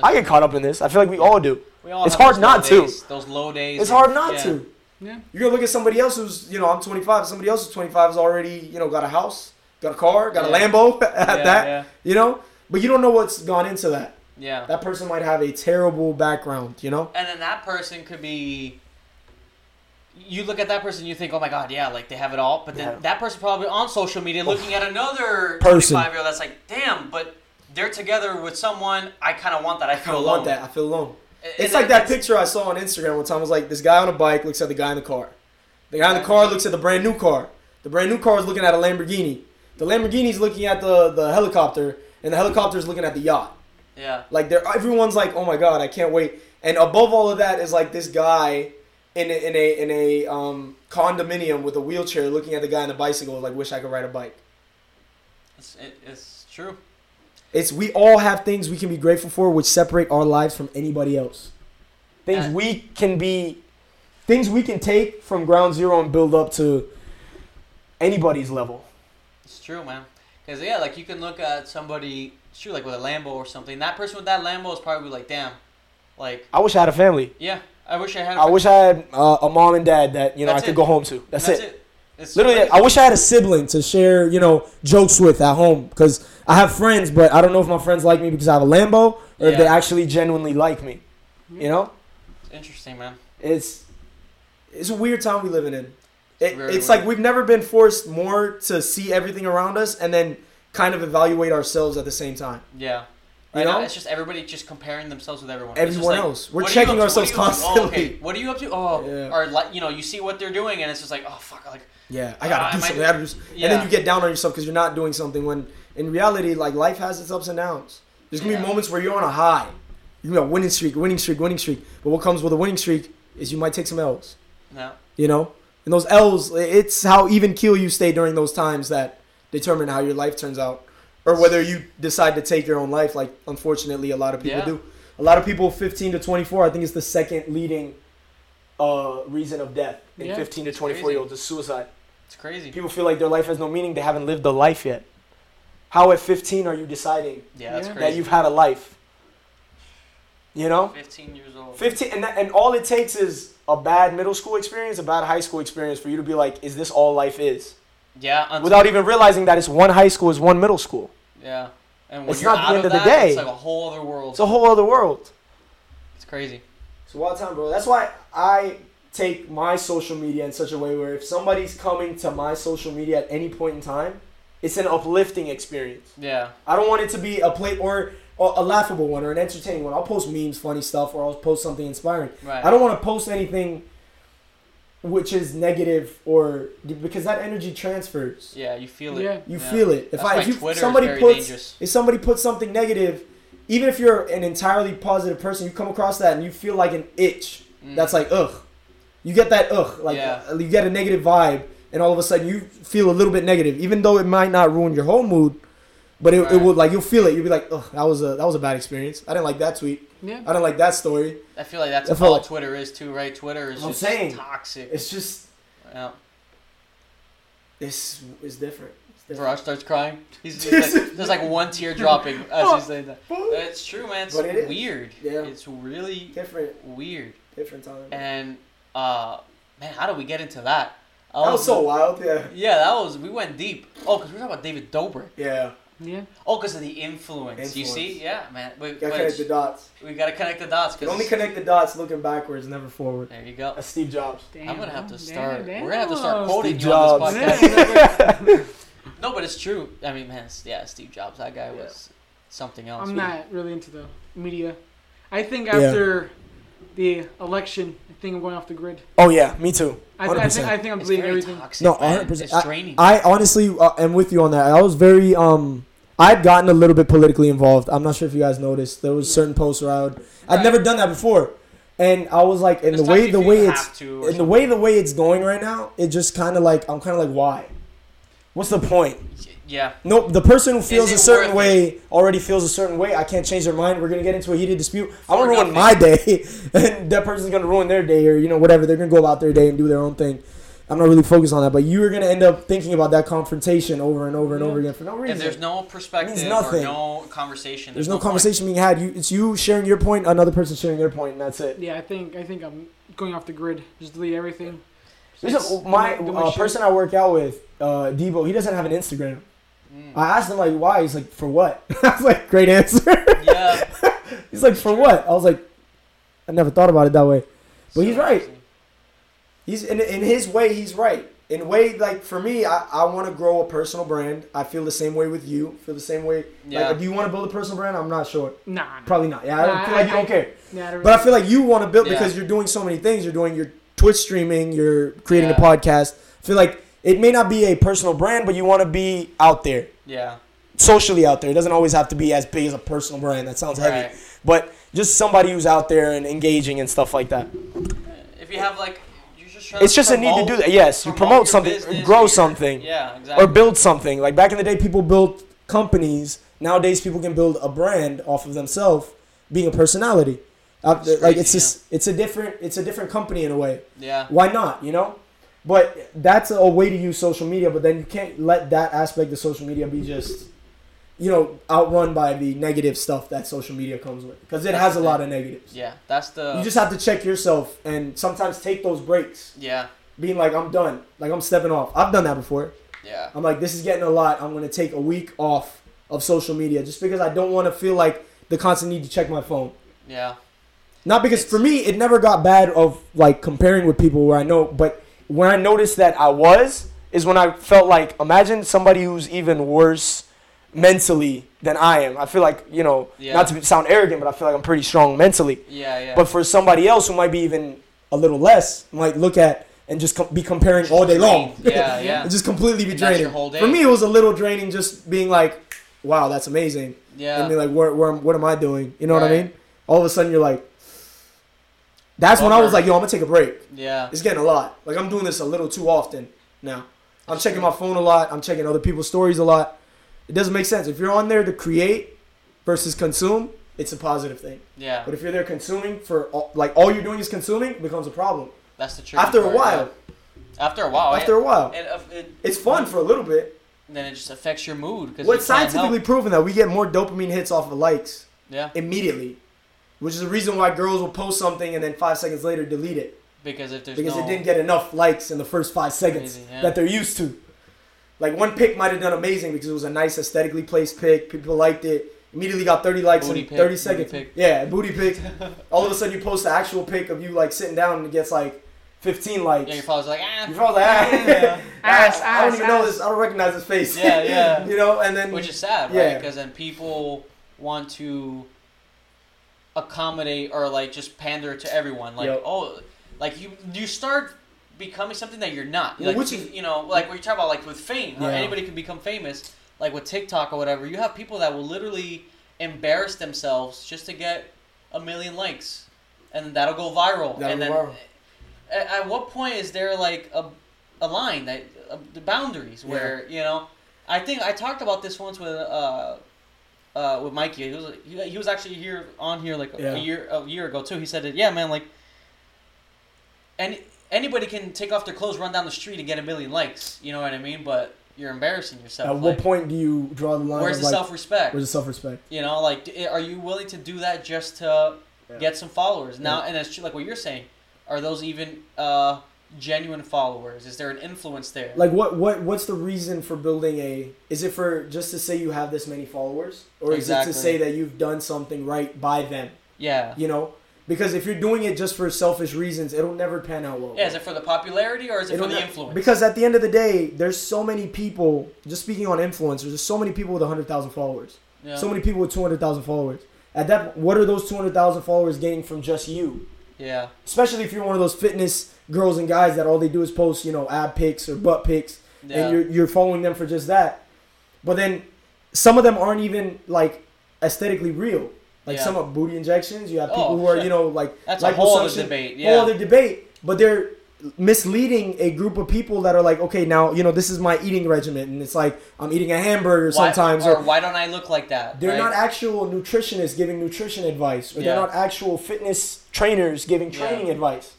B: i get caught up in this i feel like we all do
A: We all
B: It's
A: have
B: hard
A: those
B: not
A: low
B: to.
A: days, Those low days.
B: It's
A: and-
B: hard not
A: yeah.
B: to.
C: Yeah.
B: You're gonna look at somebody else who's, you know, I'm 25. Somebody else who's 25 is already, you know, got a house, got a car, got
A: Yeah.
B: a Lambo at
A: Yeah,
B: that.
A: yeah.
B: You know, but you don't know what's gone into that.
A: Yeah.
B: That person might have a terrible background. You know,
A: and then that person could be you look at that person, you think, oh my god, yeah, like they have it all. But then
B: Yeah.
A: that person probably on social media looking at another
B: Person.
A: 25 year old that's like, damn, but they're together with someone. I kind of want that. I
B: I
A: feel
B: don't
A: alone.
B: want that. I feel alone.
A: And-
B: It's
A: and
B: like that
A: it's-
B: picture I saw on Instagram one time. It was like this guy on a bike looks at the guy in the car. The guy in the car looks at the brand new car. The brand new car is looking at a Lamborghini. The Lamborghini's looking at the, the helicopter, and the helicopter's looking at the yacht.
A: Yeah.
B: Like they're everyone's like, oh my god, I can't wait. And above all of that is like this guy in a, in a in a um, condominium with a wheelchair looking at the guy on the bicycle. Like, wish I could ride a bike.
A: It's, it, it's true.
B: It's we all have things we can be grateful for which separate our lives from anybody else. Things
A: Yeah.
B: we can be things we can take from ground zero and build up to anybody's level.
A: It's true, man. Because yeah, like you can look at somebody, shoot, like with a Lambo or something. That person with that Lambo is probably like, damn, like
B: I wish I had a family.
A: yeah, I wish I had. a
B: I
A: friend."
B: wish I had uh, a mom and dad that, you know,
A: That's
B: I could
A: it.
B: go home to. That's,
A: That's
B: it.
A: it. It's
B: Literally,
A: crazy.
B: I wish I had a sibling to share, you know, jokes with at home cuz I have friends, but I don't know if my friends like me because I have a Lambo or if they
A: Yeah.
B: actually genuinely like me. You know?
A: It's interesting, man.
B: it's it's a weird time we living in. It,
A: Very weird.
B: it's like we've never been forced more to see everything around us and then kind of evaluate ourselves at the same time.
A: Yeah.
B: You
A: Right now,
B: know?
A: it's just everybody just comparing themselves with everyone. It's just
B: Everyone
A: like,
B: else, we're
A: what are you
B: checking
A: up to?
B: ourselves
A: What are you up to? Oh,
B: constantly.
A: okay. What are you up to? Oh,
B: Yeah.
A: or like you know, you see what they're doing, and it's just like, oh fuck, like
B: Yeah, I gotta
A: Uh,
B: do
A: I might-
B: something. I gotta do something. And then
A: yeah.
B: you get down on yourself because you're not doing something. When in reality, like life has its ups and downs. There's gonna be
A: Yeah.
B: moments where you're on a high, you know, winning streak, winning streak, winning streak. But what comes with a winning streak is you might take some L's.
A: no,
B: You know, and those L's, it's how even keel you stay during those times that determine how your life turns out, or whether you decide to take your own life, like unfortunately a lot of people
A: Yeah.
B: do. A lot of people, 15 to 24, I think it's the second leading uh, reason of death in
C: Yeah.
B: 15 to
A: It's
B: 24 year olds is suicide.
A: it's crazy.
B: People feel like their life has no meaning; they haven't lived a life yet. How at 15 are you deciding
A: Yeah, that's
C: Yeah.
B: that
A: crazy.
B: you've had a life? You know,
A: 15 years old.
B: 15 and, that, and all it takes is a bad middle school experience a bad high school experience for you to be like is this all life is
A: Yeah, until,
B: without e- even realizing that it's one high school is one middle school
A: yeah. And when
B: It's
A: you're
B: not the
A: out
B: end of the
A: that,
B: day.
A: It's like a whole other world.
B: it's a whole other world
A: it's crazy.
B: it's a wild time bro that's why i take my social media in such a way where if somebody's coming to my social media at any point in time it's an uplifting experience
A: Yeah,
B: I don't want it to be a play or, or a laughable one or an entertaining one. I'll post memes, funny stuff, or I'll post something inspiring.
A: Right.
B: I don't want to post anything which is negative or because that energy transfers.
A: yeah, you feel it.
C: Yeah.
B: You
A: Yeah.
B: feel it. If
A: That's
B: I
A: why
B: if you,
A: Twitter is
B: somebody
A: very
B: puts
A: dangerous.
B: if somebody puts something negative, even if you're an entirely positive person, you come across that and you feel like an itch. That's like ugh. You get that ugh, like
A: Mm.
B: uh,
A: Yeah.
B: you get a negative vibe, and all of a sudden you feel a little bit negative, even though it might not ruin your whole mood. But it, it
A: Right.
B: would like you'll feel it. You'll be like, oh, that was a that was a bad experience. I didn't like that tweet.
C: Yeah.
B: I didn't like that story.
A: I feel like that's
B: That's
A: all
B: all-
A: Twitter is too, right? Twitter is
B: I'm
A: just
B: saying.
A: toxic.
B: It's just
A: yeah.
B: this is different. It's
A: Viraj
B: different.
A: starts crying. He's, he's like, there's like one tear dropping as he's saying that. It's true, man. It's
B: But it is.
A: weird.
B: Yeah.
A: It's really
B: Different,
A: weird.
B: different time. That
A: And uh, man, how did we get into that? I
B: was so wild. Yeah,
A: Yeah, that was. We went deep. Oh, because we were talking about David Dobrik.
B: yeah.
C: Yeah.
A: Oh, because of the influence, You
B: Influence.
A: see? Yeah, man. We,
B: Gotta connect the dots.
A: we gotta connect the dots.
B: You
A: Cause
B: only connect the dots looking backwards, never forward.
A: There you go.
B: That's Steve Jobs.
C: Damn,
A: I'm gonna have to
C: damn,
A: start.
C: damn.
A: We're gonna have to start quoting
B: Steve
A: you on this
B: Jobs.
A: podcast. no, but it's true. I mean, man, s- yeah, Steve Jobs. That guy
B: Yeah.
A: was something else.
C: I'm not really into the media. I think
B: Yeah.
C: after the election, I think I'm going off the grid.
B: Oh yeah, me too.
C: I, th- I think I think I'm
A: It's
C: believing
A: very
C: everything.
A: toxic.
B: No,
A: man.
B: 100%.
A: It's draining.
B: I honestly uh, am with you on that. I was very um I'd gotten a little bit politically involved. I'm not sure if you guys noticed. There was certain posts where I would I'd
A: Right.
B: never done that before. And I was like and
A: There's
B: the way
A: times
B: the
A: you
B: way
A: feel you
B: it's
A: have to or
B: and the way the way it's going right now, it just kind of like I'm kind of like why? What's the point?
A: yeah.
B: Nope, the person who feels
A: it
B: a certain
A: worth
B: way already feels a certain way. I can't change their mind. We're gonna get into a heated dispute. I'm
A: For
B: gonna ruin
A: nothing.
B: my day, and that person's gonna ruin their day, or you know whatever. They're gonna go about their day and do their own thing. I'm not really focused on that, but you are gonna end up thinking about that confrontation over and over and over again for no reason.
A: If there's no perspective or
B: nothing.
A: no conversation,
B: There's
A: there's,
B: no
A: point.
B: conversation being had. You, it's you sharing your point, another person sharing their point, and that's it.
C: Yeah, I think I think I'm going off the grid. Just delete everything.
B: There's a, my
C: do my
B: uh,
C: shit.
B: person I work out with, uh, Debo. He doesn't have an Instagram.
A: Mm.
B: I asked him like why. He's like, for what? I was like, great answer.
A: Yeah.
B: He's like, for what? I was like, I never thought about it that way. But he's right. He's in, in his way, he's right. In a way, like for me, I, I want to grow a personal brand. I feel the same way with you. Feel the same way.
A: Yeah.
B: Like, do you want to build a personal brand? I'm not sure.
C: Nah, nah.
B: Probably not. Yeah, I
C: Nah,
B: don't feel like you don't care.
C: Nah, don't
B: But I
C: really-
B: feel like you want to build
A: Yeah.
B: because you're doing so many things. You're doing your Twitch streaming. You're creating
A: Yeah.
B: a podcast. I feel like it may not be a personal brand, but you want to be out there,
A: Yeah.
B: socially out there. It doesn't always have to be as big as a personal brand. That sounds heavy,
A: Right.
B: but just somebody who's out there and engaging and stuff like that.
A: If you have like, you're just trying
B: It's
A: to
B: just a need to
A: promote-
B: do that. Yes, you promote
A: your
B: something,
A: business
B: grow
A: your-
B: something,
A: Yeah, exactly.
B: or build something. Like back in the day, people built companies. Nowadays, people can build a brand off of themselves, being a personality. Out there- like it's
A: crazy,
B: just it's a different it's a different company in a way.
A: yeah.
B: Why not? You know, but that's a way to use social media. But then you can't let that aspect of social media be just you know outrun by the negative stuff that social media comes with because it has a lot of negatives.
A: Yeah, that's the.
B: You just have to check yourself and sometimes take those breaks.
A: yeah,
B: Being like, I'm done. Like, I'm stepping off. I've done that before.
A: yeah,
B: I'm like, this is getting a lot. I'm gonna take a week off of social media just because I don't want to feel like the constant need to check my phone.
A: yeah,
B: Not because for me, it never got bad of like comparing with people where I know, but when I noticed that I was is when I felt like imagine somebody who's even worse mentally than I am. I feel like you know,
A: Yeah.
B: not to sound arrogant, but I feel like I'm pretty strong mentally.
A: yeah, yeah.
B: But for somebody else who might be even a little less, might look at and just com- be comparing all day long.
A: yeah, yeah,
B: It'd just completely be
A: And that's
B: draining.
A: your whole day.
B: For me, it was a little draining just being like, wow, that's amazing.
A: yeah.
B: And be like, where, where, what am I doing? You know what I
A: Right.
B: mean? All of a sudden, you're like, that's when I was
A: Bummer.
B: like, yo, I'm going to take a break.
A: yeah.
B: It's getting a lot. Like, I'm doing this a little too often now. I'm checking my phone a lot. I'm checking other people's stories a lot. It doesn't make sense. If you're on there to create versus consume, it's a positive thing.
A: Yeah,
B: But if you're there consuming for, all, like, all you're doing is consuming, it becomes a problem.
A: that's the tricky
B: After a
A: part, yeah. Oh,
B: while,
A: After a while.
B: after a while.
A: It, it, it,
B: It's fun for a little bit.
A: then it just affects your mood because
B: What's scientifically proven that we get more dopamine hits off of likes
A: Yeah,
B: immediately, which is the reason why girls will post something and then five seconds later delete it
A: because if there's
B: because
A: no,
B: it didn't get enough likes in the first five seconds
A: Crazy, yeah.
B: that they're used to. Like one pic might have done amazing because it was a nice aesthetically placed pic. People liked it. Immediately got 30 likes
A: Booty
B: in
A: pic,
B: 30
A: booty
B: seconds.
A: pic.
B: Yeah, booty pic. All of a sudden you post the actual pic of you like sitting down and it gets like 15 likes.
A: yeah, your father's like ah,
B: Your father's like, "Ah."
A: yeah,
C: Ass,
B: I, I don't
C: ass,
B: even know
C: ass.
B: this. I don't recognize his face.
A: Yeah, yeah.
B: you know, and then
A: which is sad, right?
B: Yeah.
A: Because then people want to accommodate or like just pander to everyone, like
B: Yep.
A: oh, like you you start becoming something that you're not,
B: Well,
A: like
B: which
A: you,
B: is-
A: you know, like what you talk about, like with fame, or
B: Yeah.
A: anybody can become famous, like with TikTok or whatever. You have people that will literally embarrass themselves just to get a million likes, and that'll go viral,
B: That'll
A: and
B: go
A: then.
B: viral.
A: At, at what point is there like a, a line that uh, the boundaries where you know? I think I talked about this once with uh, uh, with Mikey. He was he, he was actually here on here like a-
B: Yeah.
A: a year a year ago too. He said that yeah, man, like any anybody can take off their clothes, run down the street, and get a million likes. You know what I mean? But you're embarrassing yourself.
B: At what
A: like,
B: point do you draw the line?
A: Where's
B: of,
A: the
B: like,
A: self respect?
B: Where's the self-respect?
A: You know, like, d- eh, are you willing to do that just to get some followers? Now, and it's tr- like what you're saying. Are those even uh, genuine followers? Is there an influence there?
B: Like, what, what, what's the reason for building a? Is it for just to say you have this many followers, or
A: Exactly.
B: is it to say that you've done something right by them?
A: yeah.
B: You know, because if you're doing it just for selfish reasons, it'll never pan out well.
A: Yeah, is it for the popularity or is it
B: It'll
A: for the
B: ne-
A: influence?
B: Because at the end of the day, there's so many people. Just speaking on influencers, there's so many people with hundred thousand followers.
A: Yeah.
B: So many people with two hundred thousand followers. At that, what are those two hundred thousand followers getting from just you?
A: yeah,
B: especially if you're one of those fitness girls and guys that all they do is post, you know, ab pics or butt pics,
A: Yeah.
B: and you're you're following them for just that. But then some of them aren't even like aesthetically real. Like
A: Yeah.
B: some of booty injections, you have people
A: Oh,
B: who are
A: shit.
B: you know like
A: That's a whole other
B: liposuction,
A: debate, yeah.
B: whole other debate, but they're misleading a group of people that are like, okay, now you know this is my eating regimen, and it's like I'm eating a hamburger
A: Why-
B: sometimes,
A: or,
B: or
A: why don't I look like that?
B: they're
A: right?
B: not actual nutritionists giving nutrition advice, or
A: Yeah.
B: they're not actual fitness trainers giving
A: Yeah.
B: training advice.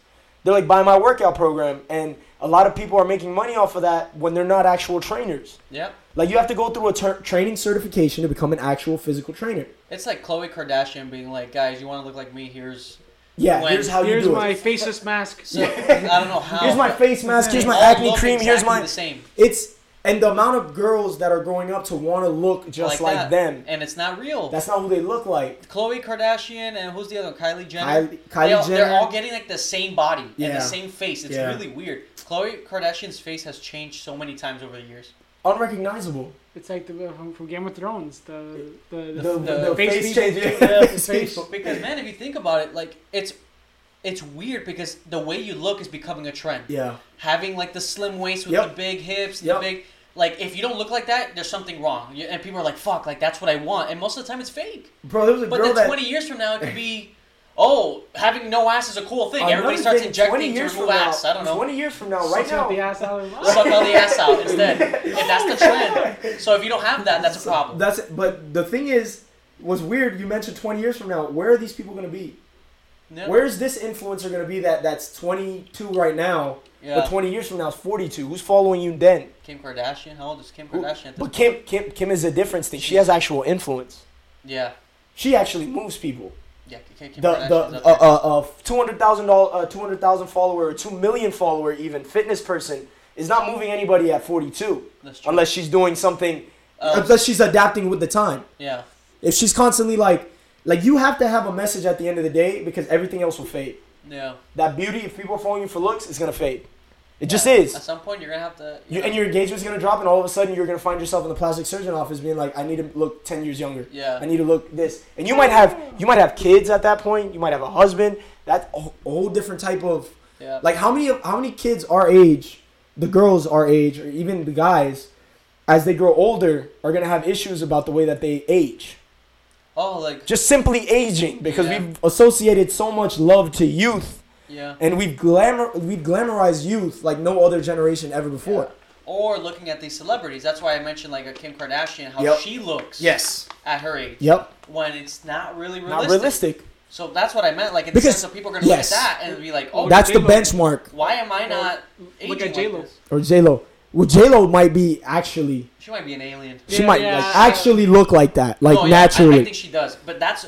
B: They're like, buy my workout program. And a lot of people are making money off of that when they're not actual trainers.
A: Yeah,
B: Like, you have to go through a ter- training certification to become an actual physical trainer.
A: it's like Khloe Kardashian being like, guys, you want to look like me? Here's
B: Yeah,
A: When-
B: here's how you
C: Here's
B: do
C: my
B: it.
C: faceless mask.
A: so I don't know how.
B: Here's my face mask.
A: They
B: Here's my
A: all
B: acne
A: look
B: cream. Here's
A: exactly
B: my.
A: the same.
B: It's And the amount of girls that are growing up to want to look just like,
A: that.
B: them.
A: and it's not real.
B: That's not who they look like.
A: Khloe Kardashian and who's the other Kylie Jenner?
B: Kylie-
A: they all,
B: Kylie
A: They're
B: Jenner.
A: all getting like the same body and
B: Yeah.
A: the same face. It's
B: Yeah.
A: really weird. Khloe Kardashian's face has changed so many times over the years.
B: Unrecognizable.
C: It's like the from, from Game of Thrones. The the the,
B: The,
A: the
B: the
C: face
B: face,
C: feature.
B: changing.
C: Yeah, the face.
A: Because man, if you think about it, like it's it's weird because the way you look is becoming a trend.
B: Yeah.
A: Having like the slim waist with
B: Yep.
A: the big hips,
B: Yep.
A: the big like if you don't look like that, there's something wrong. You- And people are like, "Fuck!" Like that's what I want. And most of the time, it's fake.
B: Bro, there was a
A: But
B: girl
A: then
B: that.
A: 20 years from now, it could be, oh, having no ass is a cool thing.
B: another
A: Everybody starts
B: thing, 20
A: injecting to
B: years
A: remove
B: from now-
A: ass. I don't know.
B: 20 years from now, right
C: Suck out the
B: now.
C: ass out of the
A: Suck all the ass out instead. If that's the trend. So if you don't have that, that's a problem.
B: That's it. But the thing is, what's weird, you mentioned 20 years from now, where are these people going to be?
A: Yeah.
B: Where's this influencer going to be that that's 22 right now,
A: Yeah.
B: but 20 years from now is 42? Who's following you then?
A: Kim Kardashian? How old is Kim Kardashian? at this
B: But Kim, Kim, Kim is a difference thing. She has actual influence.
A: Yeah.
B: She actually moves people.
A: Yeah. Kim Kim
B: The
A: Kardashian's
B: the
A: up
B: uh,
A: there.
B: uh, uh, two hundred thousand dollar two hundred thousand follower or two million follower even fitness person is not moving anybody at forty two
A: That's true.
B: unless she's doing something
A: Uh,
B: unless she's adapting with the time.
A: yeah.
B: If she's constantly like like you have to have a message at the end of the day because everything else will fade.
A: Yeah.
B: That beauty, if people are following you for looks, is gonna fade. It just
A: Yeah.
B: is.
A: At some point, you're going to have to.
B: You, and your engagement's gonna drop, and all of a sudden you're gonna find yourself in the plastic surgeon office being like, "I need to look ten years younger.
A: Yeah.
B: I need to look this." And you might have you might have kids at that point. You might have a husband. That's a wh- a whole different type of
A: Yeah.
B: like how many of- how many kids our age, the girls our age, or even the guys, as they grow older, are gonna have issues about the way that they age.
A: oh, like.
B: Just simply aging because
A: Yeah.
B: we've associated so much love to youth,
A: Yeah.
B: and we've glamour we've glamorized youth like no other generation ever before.
A: Or looking at these celebrities. That's why I mentioned like a Kim Kardashian, how
B: Yep.
A: she looks
B: Yes.
A: at her age.
B: Yep.
A: When it's not really
B: Not realistic.
A: So that's what I meant. Like in
B: Because-
A: the sense of people are gonna
B: yes.
A: look at that and be like, "Oh,
B: That's the
C: J-Lo.
B: benchmark.
A: why am I not aging
C: Look at
A: like
C: J-Lo.
A: this?
B: Or J Lo. Well, J Lo might be actually.
A: She might be an alien.
B: She
C: Yeah,
B: might
C: yeah.
B: like actually look like that, like
A: No, Oh, yeah, I-
B: naturally.
A: I, think she does, but that's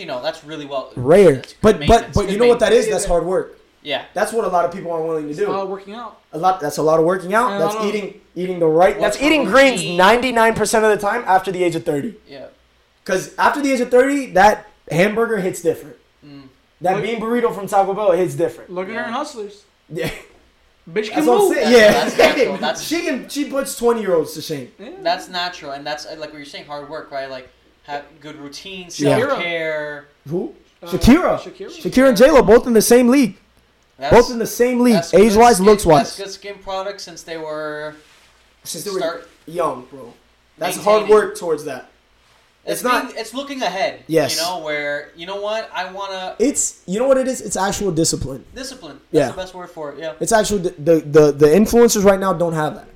A: you know that's really well
B: Rare,
A: that's good
B: but but
A: maintenance,
B: but
A: good
B: you know what that
A: maintenance.
B: is? That's hard work.
A: Yeah,
B: That's what a lot of people aren't willing to
C: Uh,
B: do.
C: working out.
B: A lot. That's a lot of working out.
C: And a
B: That's
C: lot of-
B: eating eating the right. That's
A: What's
B: eating
A: wrong with
B: greens
A: me?
B: ninety nine percent of the time after the age of thirty.
A: yeah,
B: Because after the age of thirty, that hamburger hits different.
A: Mm.
B: That
C: Look-
B: bean burrito from Taco Bell hits different.
C: Look at her
A: Yeah.
C: in Hustlers.
B: Yeah,
C: Bitch can
B: that's what I'm
C: move.
B: saying.
A: That's-
B: yeah,
A: that's natural. That's-
B: she can. She puts twenty year olds to shame.
C: Yeah.
A: that's natural, and that's uh, like what you're saying, hard work, right? Like have good routine,
B: Yeah.
A: self care.
B: Who?
C: Uh,
B: Shakira.
C: Shakira.
B: Shakira and J Lo both in the same league. Both in the same league, age wise, looks
A: That's
B: wise.
A: good skin product since they were.
B: Since
A: Start.
B: young, bro. That's hard
A: Maintaining.
B: work towards that. It's
A: It's,
B: not-
A: not. it's looking ahead.
B: Yes.
A: You know where you know what I wanna
B: It's you know what it is. It's actual discipline.
A: discipline. That's
B: Yeah.
A: the best word for it. Yeah.
B: It's actual the the the influencers right now don't have that.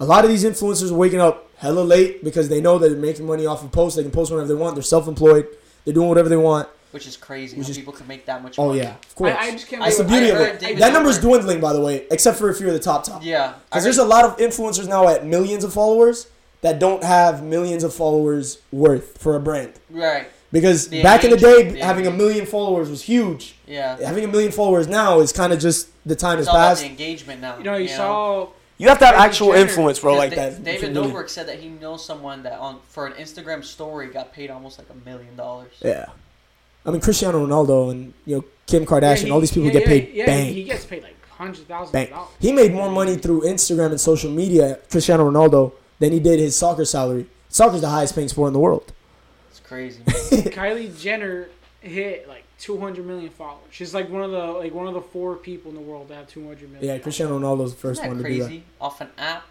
B: A lot of these influencers are waking up hella late because they know that they're making money off of posts. They can post whenever they want. They're self employed. They're doing whatever they want.
A: Which is crazy.
B: Which
A: how
B: is-
A: people could make that much
B: Oh
A: money.
B: yeah, of course.
C: I, I just can't.
A: That's
C: wait-
A: the beauty
C: I
A: of
C: heard
A: it.
C: David
B: that number's
C: Silver.
B: dwindling, by the way, except for if you're the top top.
A: Yeah. I
B: Because there's a
A: heard-
B: lot of influencers now at millions of followers that don't have millions of followers worth for a brand.
A: right.
B: Because
A: The
B: back in the day,
A: engagement, the
B: having a
A: engagement.
B: million followers was huge.
A: Yeah.
B: Having a million followers now is kind of just the time
A: It's
B: has
A: all about the
B: passed.
A: engagement now.
C: You know, you saw
B: You have to have
C: Kylie
B: actual
C: Jenner.
B: influence, bro,
A: Yeah,
B: like
A: Da-
B: that.
A: David
B: Really.
A: Dobrik said that he knows someone that on for an Instagram story got paid almost like a million dollars.
B: Yeah. I mean, Cristiano Ronaldo and you know Kim Kardashian,
C: Yeah, he-
B: all these people
C: yeah,
B: get
C: yeah,
B: paid
C: Yeah,
B: bang,
C: he gets paid like hundred thousand
B: bang.
C: dollars.
B: He made more money through Instagram and social media, Cristiano Ronaldo, than he did his soccer salary. Soccer's the highest paying sport in the world.
A: It's crazy. man.
C: Kylie Jenner hit like 200 million followers. She's like one of the like one of the four people in the world that have 200 million.
B: Yeah, Cristiano Ronaldo's the first
A: Isn't
B: one
A: that
B: to do
A: crazy? Off an app.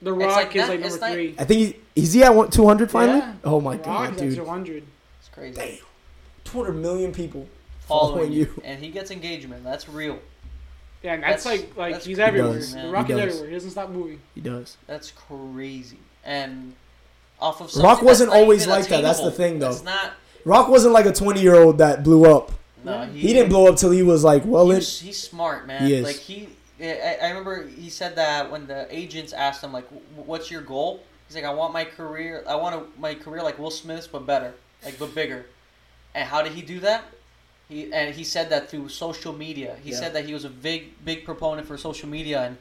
C: The
A: It's
C: Rock
A: like
C: is
A: not-
C: like
A: it's
C: number
A: not-
C: three.
B: that. I think he, is he at one, 200 finally?
C: Yeah.
B: Oh my
C: Rock
B: god,
C: is at
B: dude!
C: 200.
A: It's crazy.
B: Damn, 200 million people
A: Following you. and he gets engagement. That's real.
C: Yeah, and that's,
A: That's-
C: like like
A: that's
C: he's
A: crazy,
C: everywhere.
A: man.
C: The Rock
B: He
C: is
B: does.
C: everywhere. He doesn't stop moving.
B: He does.
A: That's crazy. And off of
B: Rock
A: something
B: wasn't
A: that's not
B: always
A: even
B: like that. That's the
A: attainable.
B: thing, though.
A: It's not.
B: Rock wasn't like a 20 year old that blew up.
A: No,
B: He didn't blow up till he was like well
A: He
B: in.
A: was- he's smart, man.
B: He is.
A: Like he, I, I remember he said that when the agents asked him, like, "Wh- "What's your goal?" He's like, "I want my career. I want a, my career like Will Smith's, but better, like but bigger." And how did he do that? He and he said that through social media. He
B: Yeah.
A: said that he was a big, big proponent for social media and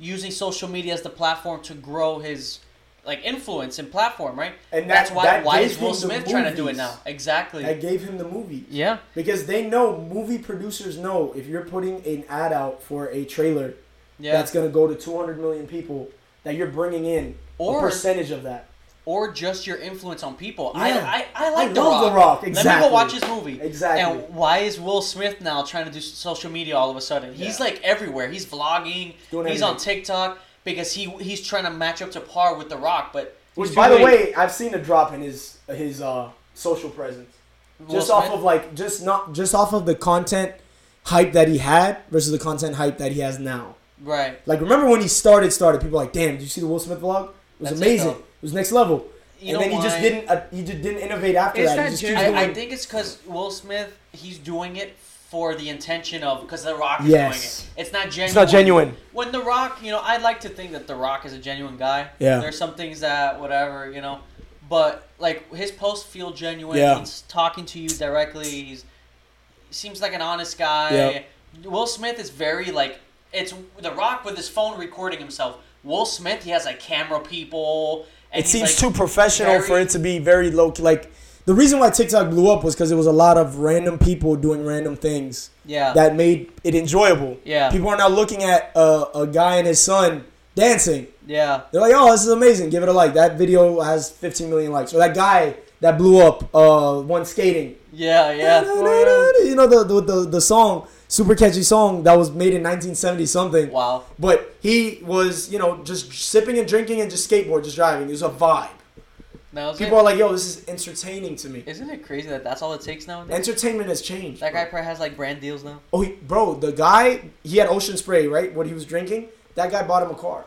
A: using social media as the platform to grow his like influence and platform, right?
B: And
A: that's
B: that-
A: why
B: that
A: why
B: gave
A: is
B: him
A: Will
B: the
A: Smith trying to do it
B: movies.
A: now? Exactly.
B: That gave him the movie.
A: yeah.
B: Because they know, movie producers know, if you're putting an ad out for a trailer
A: Yeah.
B: that's going to go to 200 million people, that you're bringing in
A: Or-
B: a percentage of that.
A: or just your influence on people.
B: Yeah.
A: I, I, I like
B: I
A: The
B: love
A: Rock.
B: The Rock,
A: Let me
B: exactly.
A: go watch his movie.
B: Exactly.
A: And why is Will Smith now trying to do s- social media all of a sudden? He's
B: Yeah.
A: like everywhere. He's vlogging.
B: Doing
A: he's on TikTok because he he's trying to match up to par with The Rock. But
B: Which,
A: he's
B: by the
A: doing-
B: way, I've seen a drop in his his uh, social presence.
A: Will
B: Just off
A: Smith-
B: of like just not just off of the content hype that he had versus the content hype that he has now.
A: right.
B: Like remember when he started started people were like damn, did you see the Will Smith vlog? It was
A: That's it,
B: amazing.
A: though.
B: It, was next level.
A: You
B: and
A: know
B: then he just
A: why?
B: didn't uh, he just didn't innovate after
C: It's
B: that.
C: that
B: He just
C: gen-
B: keeps
A: I, I
B: doing-
A: think it's because Will Smith he's doing it for the intention of because The Rock is
B: Yes.
A: doing it. It's not genuine.
B: it's not genuine.
A: When The Rock, you know, I like to think that The Rock is a genuine guy.
B: Yeah.
A: There's some things that whatever, you know, but like his posts feel genuine.
B: Yeah.
A: He's talking to you directly. He's seems like an honest guy.
B: Yep.
A: Will Smith is very like it's The Rock with his phone recording himself. Will Smith, he has like camera people. And
B: It
A: he's,
B: seems
A: like,
B: too professional
A: very-
B: for it to be very low key. Like the reason why TikTok blew up was because it was a lot of random people doing random things.
A: Yeah.
B: that made it enjoyable.
A: Yeah.
B: People are now looking at uh, a, a guy and his son dancing.
A: yeah.
B: They're like, oh, this is amazing. Give it a like. That video has 15 million likes. Or that guy that blew up uh, one skating.
A: Yeah. Yeah.
B: You know, the, the, the, the song, super catchy song that was made in 1970 something.
A: Wow.
B: But he was, you know, just sipping and drinking and just skateboard, just driving. It was a vibe.
A: That was
B: People
A: it.
B: are like, yo, this is entertaining to me.
A: Isn't it crazy that that's all it takes now?
B: Entertainment has changed.
A: That guy probably has like brand deals now.
B: Oh, he, bro, the guy he had Ocean Spray, right? What he was drinking, that guy bought him a car.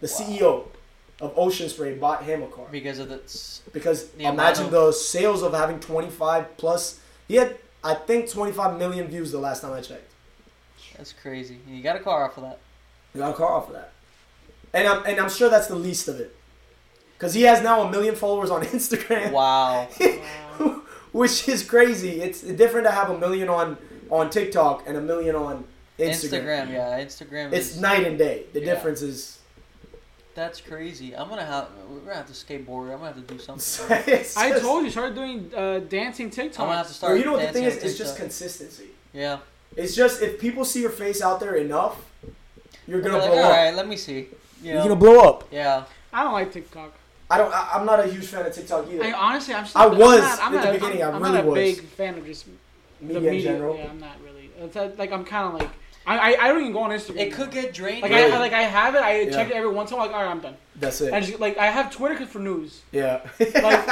B: The CEO of Ocean Spray bought him a car
A: because of the
B: because
A: The amount
B: imagine
A: of-
B: the sales of having 25 plus. He had, I think, 25 million views the last time I checked.
A: that's crazy. You got a car off of that.
B: He got a car off of that, and I'm and I'm sure that's the least of it, because he has now a million followers on Instagram.
A: Wow.
B: Which is crazy. It's different to have a million on on TikTok and a million on Instagram.
A: Instagram, yeah, Instagram.
B: It's
A: Is,
B: night and day. The
A: Yeah.
B: difference is
A: that's crazy. I'm gonna have we're gonna have to skateboard. I'm gonna have to do something.
B: It's
C: I
B: just-
C: told you, started doing uh, dancing TikToks.
A: I'm gonna have to
B: Well,
A: start.
B: you know what the thing is?
A: dancing on
B: It's just
A: TikTok.
B: consistency.
A: yeah.
B: It's just if people see your face out there enough, you're
A: You're
B: gonna
A: like,
B: blow
A: all
B: up.
A: right, let me see. You
B: You're
A: know?
B: gonna blow up.
A: yeah.
C: I don't like TikTok.
B: I don't. I, I'm not a huge fan of TikTok either.
C: I honestly, I'm. Just
B: I was
C: I'm not, I'm
B: at the
C: not,
B: beginning, I
C: I'm, I'm
B: really
C: not a
B: was.
C: big fan of just
B: media,
C: the
B: in
C: media.
B: general.
C: Yeah, I'm not really. It's uh, like I'm kind of like I, I I don't even go on Instagram.
A: It
C: now.
A: could get drained.
C: like
B: Really?
C: I like I have it. I check
B: Yeah.
C: it every once in a while. Like all right, I'm done.
B: That's
C: I
B: it.
C: just like I have Twitter 'cause for news.
B: Yeah.
C: Like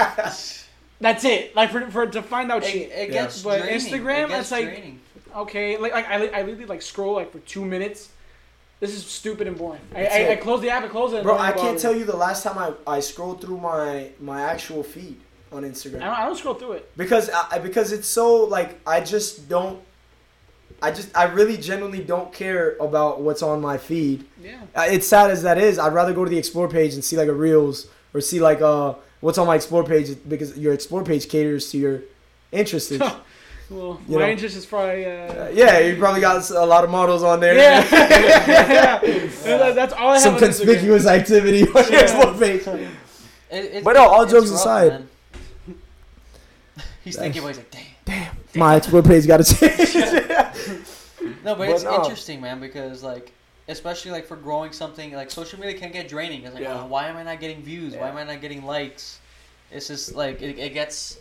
C: that's it. Like for, for to find out
A: it,
C: shit.
A: it gets
B: Yeah.
C: But
A: draining.
C: Instagram,
A: it gets
C: it's like-
A: draining.
C: Okay, like like I, li- I literally like scroll like for two minutes. This is stupid and boring. I,
B: That's
C: I,
B: it.
C: I close the app. I close it. and
B: Bro,
C: don't
B: I
C: bother.
B: can't tell you the last time I, I scrolled through my my actual feed on Instagram.
C: I don't, I don't scroll through it.
B: because I, because it's so like I just don't. I just I really genuinely don't care about what's on my feed.
C: Yeah.
B: Uh, It's sad as that is. I'd rather go to the explore page and see like a reels or see like uh what's on my explore page because your explore page caters to your interests. Uh,
C: Well,
B: You
C: my
B: know.
C: interest is probably. Uh,
B: yeah, you probably got s- a lot of models on there.
C: yeah. yeah. That- That's all I have.
B: Some
C: on Instagram.
B: conspicuous activity on your
C: Yeah.
B: explore page.
A: It, it's-
B: But no, all
A: it's
B: jokes
A: rough,
B: aside-
A: man. he's thinking. about it, He's like, damn.
B: My explore page got to change.
A: No, but,
B: But
A: it's
B: no.
A: interesting, man, because like, especially like for growing something, like social media can get draining. It's like,
B: Yeah.
A: oh, why am I not getting views? Why
B: Yeah.
A: am I not getting likes? It's just like it, it gets.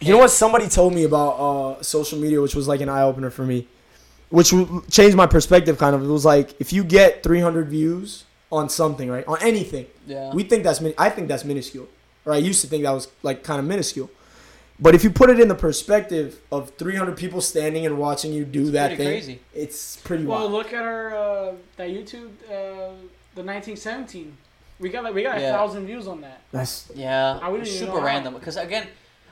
B: You know what somebody told me about uh, social media, which was like an eye opener for me, which w- changed my perspective. Kind of, it was like if you get 300 views on something, right, on anything,
A: Yeah.
B: we think that's min- I think that's minuscule, or I used to think that was like kind of minuscule. But if you put it in the perspective of 300 people standing and watching you do that
A: pretty
B: thing,
A: crazy.
B: it's pretty
C: Well,
B: wild.
C: look at our uh, that YouTube, uh, the 1917. We got like we got a
A: Yeah.
C: thousand views on that.
B: That's
A: yeah.
C: I wouldn't
A: it's
C: even
A: super
C: know
A: random because again,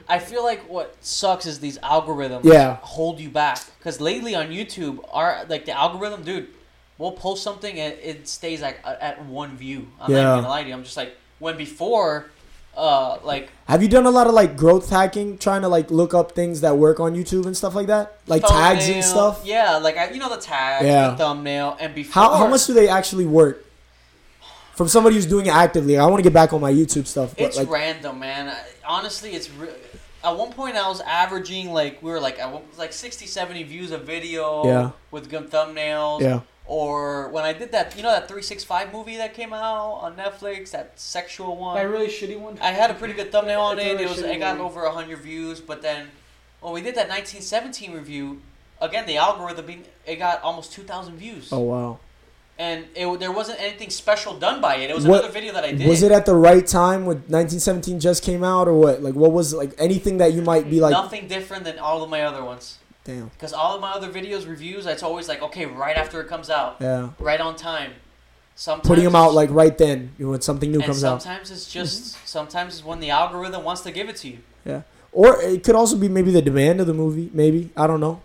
A: I feel like what sucks is these algorithms.
B: Yeah.
A: Hold you back because lately on YouTube, our like the algorithm, dude, we'll post something and it stays like at, at one view. I'm not
B: Yeah.
A: even gonna lie to you. I'm just like when before, uh, like
B: have you done a lot of like growth hacking, trying to like look up things that work on YouTube and stuff like that, like tags
A: thumbnail.
B: and stuff?
A: Yeah, like I, you know the tag,
B: Yeah.
A: the thumbnail, and before
B: How, how much do they actually work? from somebody who's doing it actively. I want to get back on my YouTube stuff. But
A: It's
B: like,
A: random, man. I- Honestly, it's re- at one point I was averaging like we were like at one, like 60, 70 views a video
B: Yeah.
A: with good thumbnails.
B: yeah,
A: Or when I did that, you know that three six five movie that came out on Netflix, that sexual one.
C: That really shitty one.
A: I had a pretty good thumbnail on
C: It's a
A: it.
C: really
A: It was
C: shitty
A: it got
C: movie.
A: over hundred views, but then when we did that nineteen seventeen review, again the algorithm being, it got almost two thousand views,
B: oh wow.
A: and it there wasn't anything special done by it. It was
B: What-
A: another video that I did.
B: Was it at the right time when 1917 just came out, or what? Like, what was like anything that you might be like?
A: nothing different than all of my other ones?
B: Damn.
A: Because all of my other videos reviews, it's always like okay, right after it comes out,
B: Yeah.
A: right on time. Sometimes
B: Putting them out
A: it's-
B: like right then you know, when something new
A: and
B: comes out.
A: sometimes it's just sometimes it's when the algorithm wants to give it to you.
B: Or it could also be maybe the demand of the movie. Maybe I don't know.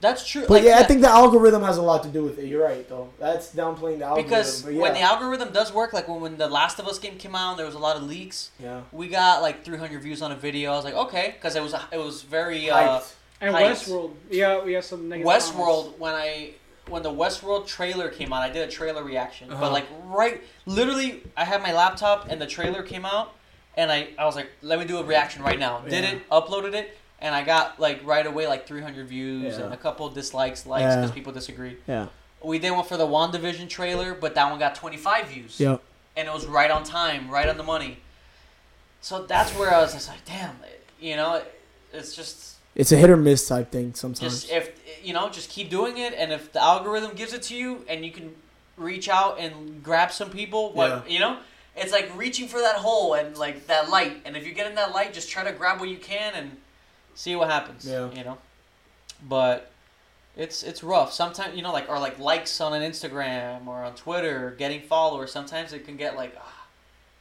A: That's true.
B: But
A: Like,
B: yeah, I think the algorithm has a lot to do with it. You're right, though. That's downplaying the algorithm.
A: because
B: but yeah.
A: when the algorithm does work, like when, when the Last of Us game came out, and there was a lot of leaks.
B: yeah.
A: We got like 300 views on a video. I was like, okay, because it was it was very uh,
C: And
A: Heights.
C: Westworld. Yeah, we have some negative comments.
A: Westworld when I when the Westworld trailer came out. I did a trailer reaction,
B: Uh-huh.
A: but like right, literally, I had my laptop and the trailer came out, and I I was like, let me do a reaction right now. Did
B: Yeah.
A: it, uploaded it, and I got like right away like 300 views
B: Yeah.
A: and a couple dislikes, likes because
B: Yeah.
A: people disagreed.
B: Yeah.
A: We did one for the WandaVision trailer, but that one got 25 views.
B: Yeah.
A: and it was right on time, right on the money. So that's where I was just like, damn, you know, it's just
B: It's a hit or miss type thing sometimes.
A: just if you know, just keep doing it, and if the algorithm gives it to you, and you can reach out and grab some people, what you know, it's like reaching for that hole and like that light, and if you get in that light, just try to grab what you can and see what happens.
B: Yeah.
A: you know, but. It's it's rough. Sometimes you know, like or like likes on an Instagram or on Twitter, getting followers. Sometimes it can get like, ah,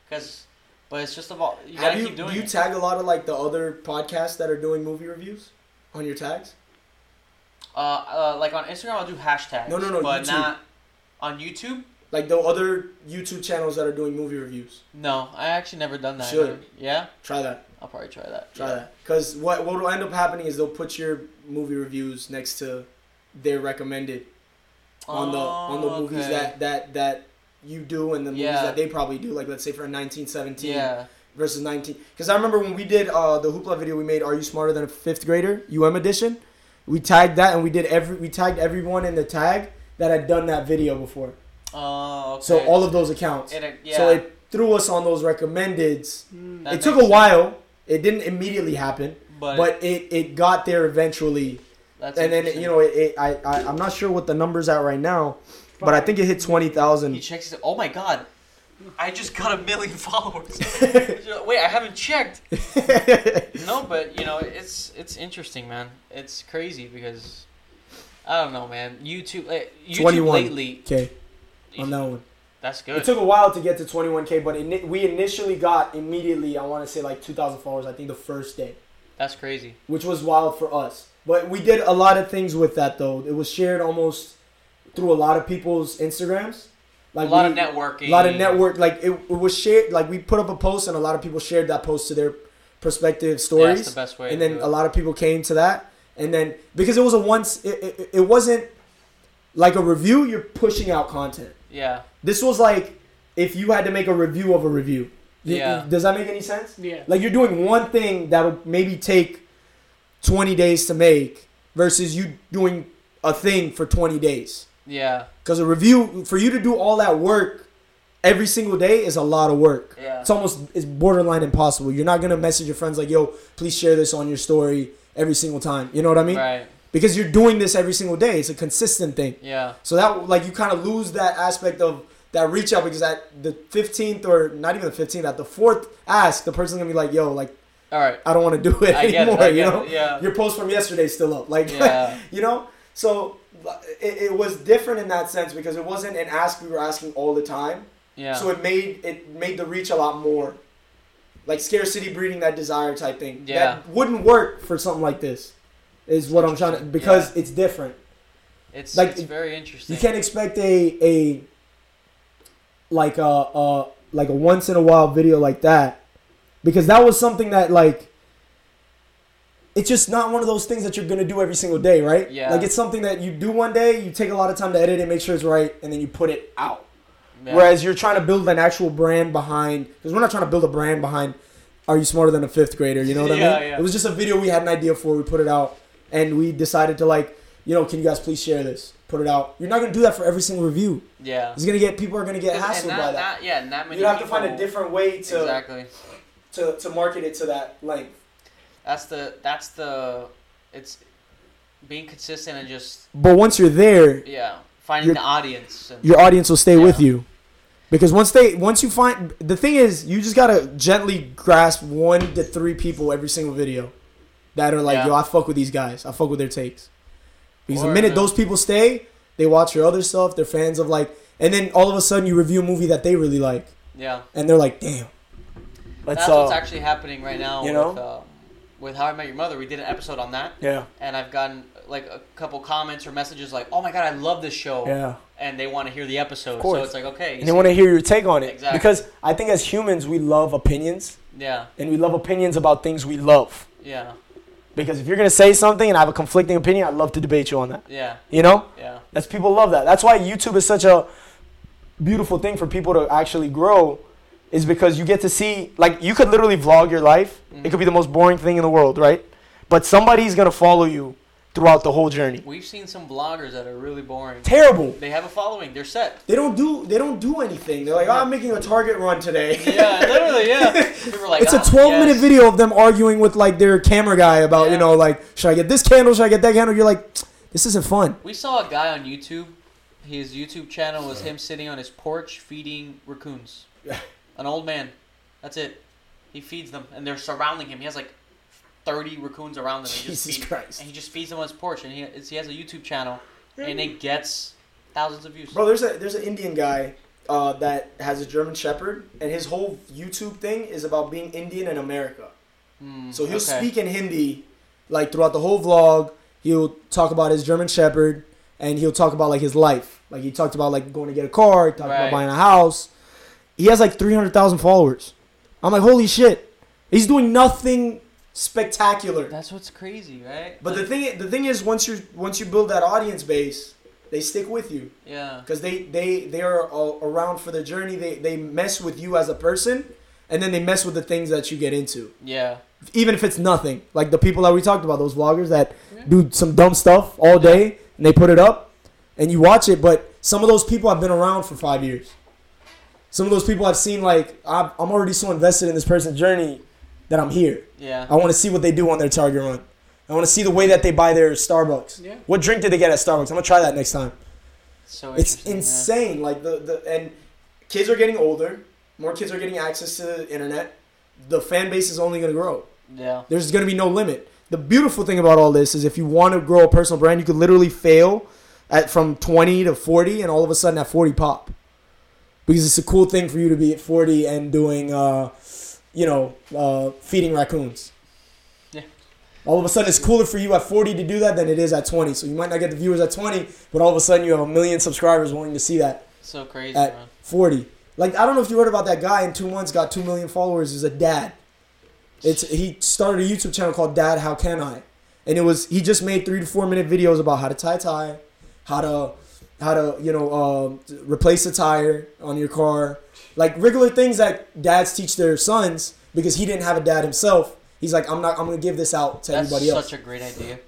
A: because, but it's just about you gotta
B: Have you,
A: keep doing
B: do you
A: it.
B: tag a lot of like the other podcasts that are doing movie reviews on your tags?
A: uh, uh, like on Instagram, I'll do hashtags.
B: No, no, no,
A: But
B: YouTube.
A: not on YouTube.
B: Like the other YouTube channels that are doing movie reviews.
A: No, I actually never done that.
B: Should.
A: Yeah,
B: Try that.
A: I'll probably try that.
B: Try that. Because what what will end up happening is they'll put your movie reviews next to their recommended on the on the
A: Oh,
B: movies
A: okay.
B: that that that you do and the movies
A: Yeah.
B: that they probably do. Like let's say for 1917
A: Yeah.
B: versus 19. Because I remember when we did uh, the hoopla video we made, "Are You Smarter Than a Fifth Grader?" UM edition. We tagged that and we did every we tagged everyone in the tag that had done that video before.
A: Oh. Okay.
B: So all of those accounts.
A: It, it- yeah.
B: So it threw us on those recommendeds.
C: Mm.
A: that
B: it took
A: makes
B: a while. It didn't immediately happen,
A: sense.
B: but,
A: But,
B: it, it got there eventually.
A: that's
B: and then
A: interesting.
B: you know it, it I, I I'm not sure what the numbers at right now, but I think it hit twenty
A: he
B: thousand.
A: checks. He's like, oh my god, I just got a million followers. Wait, I haven't checked. No, but you know, it's it's interesting, man. It's crazy because I don't know, man. YouTube, uh, YouTube
B: 21.
A: lately.
B: okay, on that one.
A: That's good.
B: Oh, It took a while to get to 21k, but it, we initially got immediately. I want to say like 2,000 followers. I think the first day,
A: that's crazy.
B: which was wild for us. But we did a lot of things with that though. It was shared almost through a lot of people's Instagrams. Like
A: a lot of
B: we-
A: networking.
B: a lot of network like it, it was shared like we put up a post and a lot of people shared that post to their prospective
A: Yeah,
B: stories
A: that's the best way.
B: and
A: to
B: then
A: do
B: a
A: it.
B: lot of people came to that and then because it was a once it, it, it wasn't like a review you're pushing out content
A: Yeah.
B: this was like if you had to make a review of a review Y-
A: Yeah.
B: does that make any sense
C: Yeah.
B: like you're doing one thing that'll maybe take 20 days to make versus you doing a thing for 20 days
A: Yeah.
B: because a review for you to do all that work every single day is a lot of work.
A: Yeah.
B: It's almost it's borderline impossible. You're not gonna message your friends like, "Yo, please share this on your story every single time." You know what I mean?
A: Right.
B: Because you're doing this every single day. It's a consistent thing.
A: Yeah.
B: So that like you kind of lose that aspect of that reach out because at the 15th or not even the 15th at the fourth ask, the person's gonna be like, "Yo, like
A: All right.
B: I don't want to do it
A: I get it.
B: anymore."
A: I get
B: you know?
A: it. Yeah.
B: your post from yesterday's still up. Like,
A: Yeah.
B: you know, so it, it was different in that sense because it wasn't an ask we were asking all the time.
A: Yeah.
B: So it made it made the reach a lot more, like scarcity breeding that desire type thing.
A: Yeah.
B: that wouldn't work for something like this. Is what I'm trying to because it's different.
A: it's
B: like,
A: it's very interesting.
B: You can't expect a a like a, a like a once in a while video like that because that was something that like it's just not one of those things that you're gonna do every single day, right?
A: Yeah.
B: Like it's something that you do one day, you take a lot of time to edit it, make sure it's right, and then you put it out.
A: Yeah.
B: Whereas you're trying to build an actual brand behind, because we're not trying to build a brand behind. Are you smarter than a fifth grader? You know what
A: Yeah,
B: I mean?
A: yeah.
B: It was just a video we had an idea for. We put it out, and we decided to like, you know, can you guys please share this? Put it out. You're not gonna do that for every single review.
A: yeah.
B: It's gonna get people are gonna get
A: And- and
B: hassled
A: not-
B: by that.
A: not- yeah, not many
B: you have to
A: people-
B: find a different way to
A: Exactly.
B: to, to market it to that length.
A: That's the that's the it's being consistent and just
B: But once you're there,
A: yeah finding
B: You're-
A: the audience. And,
B: your audience will stay with
A: Yeah.
B: you because once they once you find the thing is you just gotta gently grasp one to three people every single video that are like
A: Yeah.
B: yo i fuck with these guys i fuck with their takes because the
A: Or-
B: minute those people stay they watch your other stuff they're fans of like and then all of a sudden you review a movie that they really like
A: yeah,
B: and they're like damn
A: that's
B: uh,
A: what's actually happening right now.
B: you
A: with,
B: know?
A: um, with How I Met Your Mother, we did an episode on that,
B: yeah
A: and I've gotten like a couple comments or messages like, "Oh my god, I love this show,"
B: yeah
A: and they want to hear the episode.
B: course.
A: So it's like, okay,
B: and they want to hear your take on it
A: Exactly.
B: because i think as humans we love opinions
A: yeah,
B: and we love opinions about things we love
A: yeah,
B: because if you're gonna say something and i have a conflicting opinion i'd love to debate you on that
A: yeah,
B: You know,
A: yeah,
B: that's people love that. That's why YouTube is such a beautiful thing for people to actually grow, is because you get to see like you could literally vlog your life. It could be the most boring thing in the world, right? But somebody's gonna follow you throughout the whole journey.
A: We've seen some bloggers that are really boring.
B: Terrible.
A: They have a following. They're set.
B: They don't do. They don't do anything. They're like, oh, I'm making a target run today.
A: Yeah, literally. Yeah. People are like,
B: It's a
A: "Ah,
B: 12 minute
A: yes."
B: video of them arguing with like their camera guy about you
A: Yeah.
B: know like should I get this candle, should I get that candle? You're like, this isn't fun.
A: We saw a guy on YouTube. His YouTube channel was him sitting on his porch feeding raccoons. An old man. That's it. He feeds them, and they're surrounding him. He has like thirty raccoons around him. and he just
B: Jesus
A: feed-
B: Christ.
A: And he just feeds them on his porch, and he it's- he has a YouTube channel, and it gets thousands of views.
B: Bro, there's a there's an Indian guy uh, that has a German Shepherd, and his whole YouTube thing is about being Indian in America.
A: Mm,
B: So he'll
A: okay.
B: speak in Hindi, like throughout the whole vlog. He'll talk about his German Shepherd, and he'll talk about like his life. Like he talked about like going to get a car, he talked about
A: Right.
B: buying a house. He has like three hundred thousand followers. I'm like, holy shit! He's doing nothing spectacular.
A: That's what's crazy, right?
B: But the thing the thing is, once you once you build that audience base, they stick with you
A: yeah,
B: because they they they are all around for the journey. They they mess with you as a person, and then they mess with the things that you get into,
A: yeah,
B: even if it's nothing. Like the people that we talked about, those vloggers that do some dumb stuff all day and they put it up, and you watch it. But some of those people have been around for five years. Some of those people I've seen, like I'm I'm already so invested in this person's journey that I'm here. I
A: yeah,
B: want to see what they do on their Target run. I want to see the way that they buy their Starbucks.
C: Yeah.
B: What drink did they get at Starbucks? I'm gonna try that next time.
A: So
B: It's
A: interesting, yeah.
B: insane. Like the, the and kids are getting older. More kids are getting access to the internet. The fan base is only gonna grow.
A: yeah.
B: There's gonna be no limit. The beautiful thing about all this is if you want to grow a personal brand, you could literally fail at from 20 to 40, and all of a sudden at 40 pop. Because it's a cool thing for you to be at 40 and doing, uh, you know, uh, feeding raccoons.
A: Yeah.
B: All of a sudden, it's cooler for you at 40 to do that than it is at 20. So you might not get the viewers at 20, but all of a sudden you have a million subscribers wanting to see that
A: So crazy,
B: at
A: man.
B: 40. Like I don't know if you heard about that guy in two months got two million followers. He's a dad. It's he started a YouTube channel called Dad How Can I, and it was he just made three to four minute videos about how to tie a tie, how to how to you know um, t- replace a tire on your car, like regular things that dads teach their sons because he didn't have a dad himself. He's like I'm not I'm gonna give this out to
A: That's
B: everybody else.
A: such a great idea.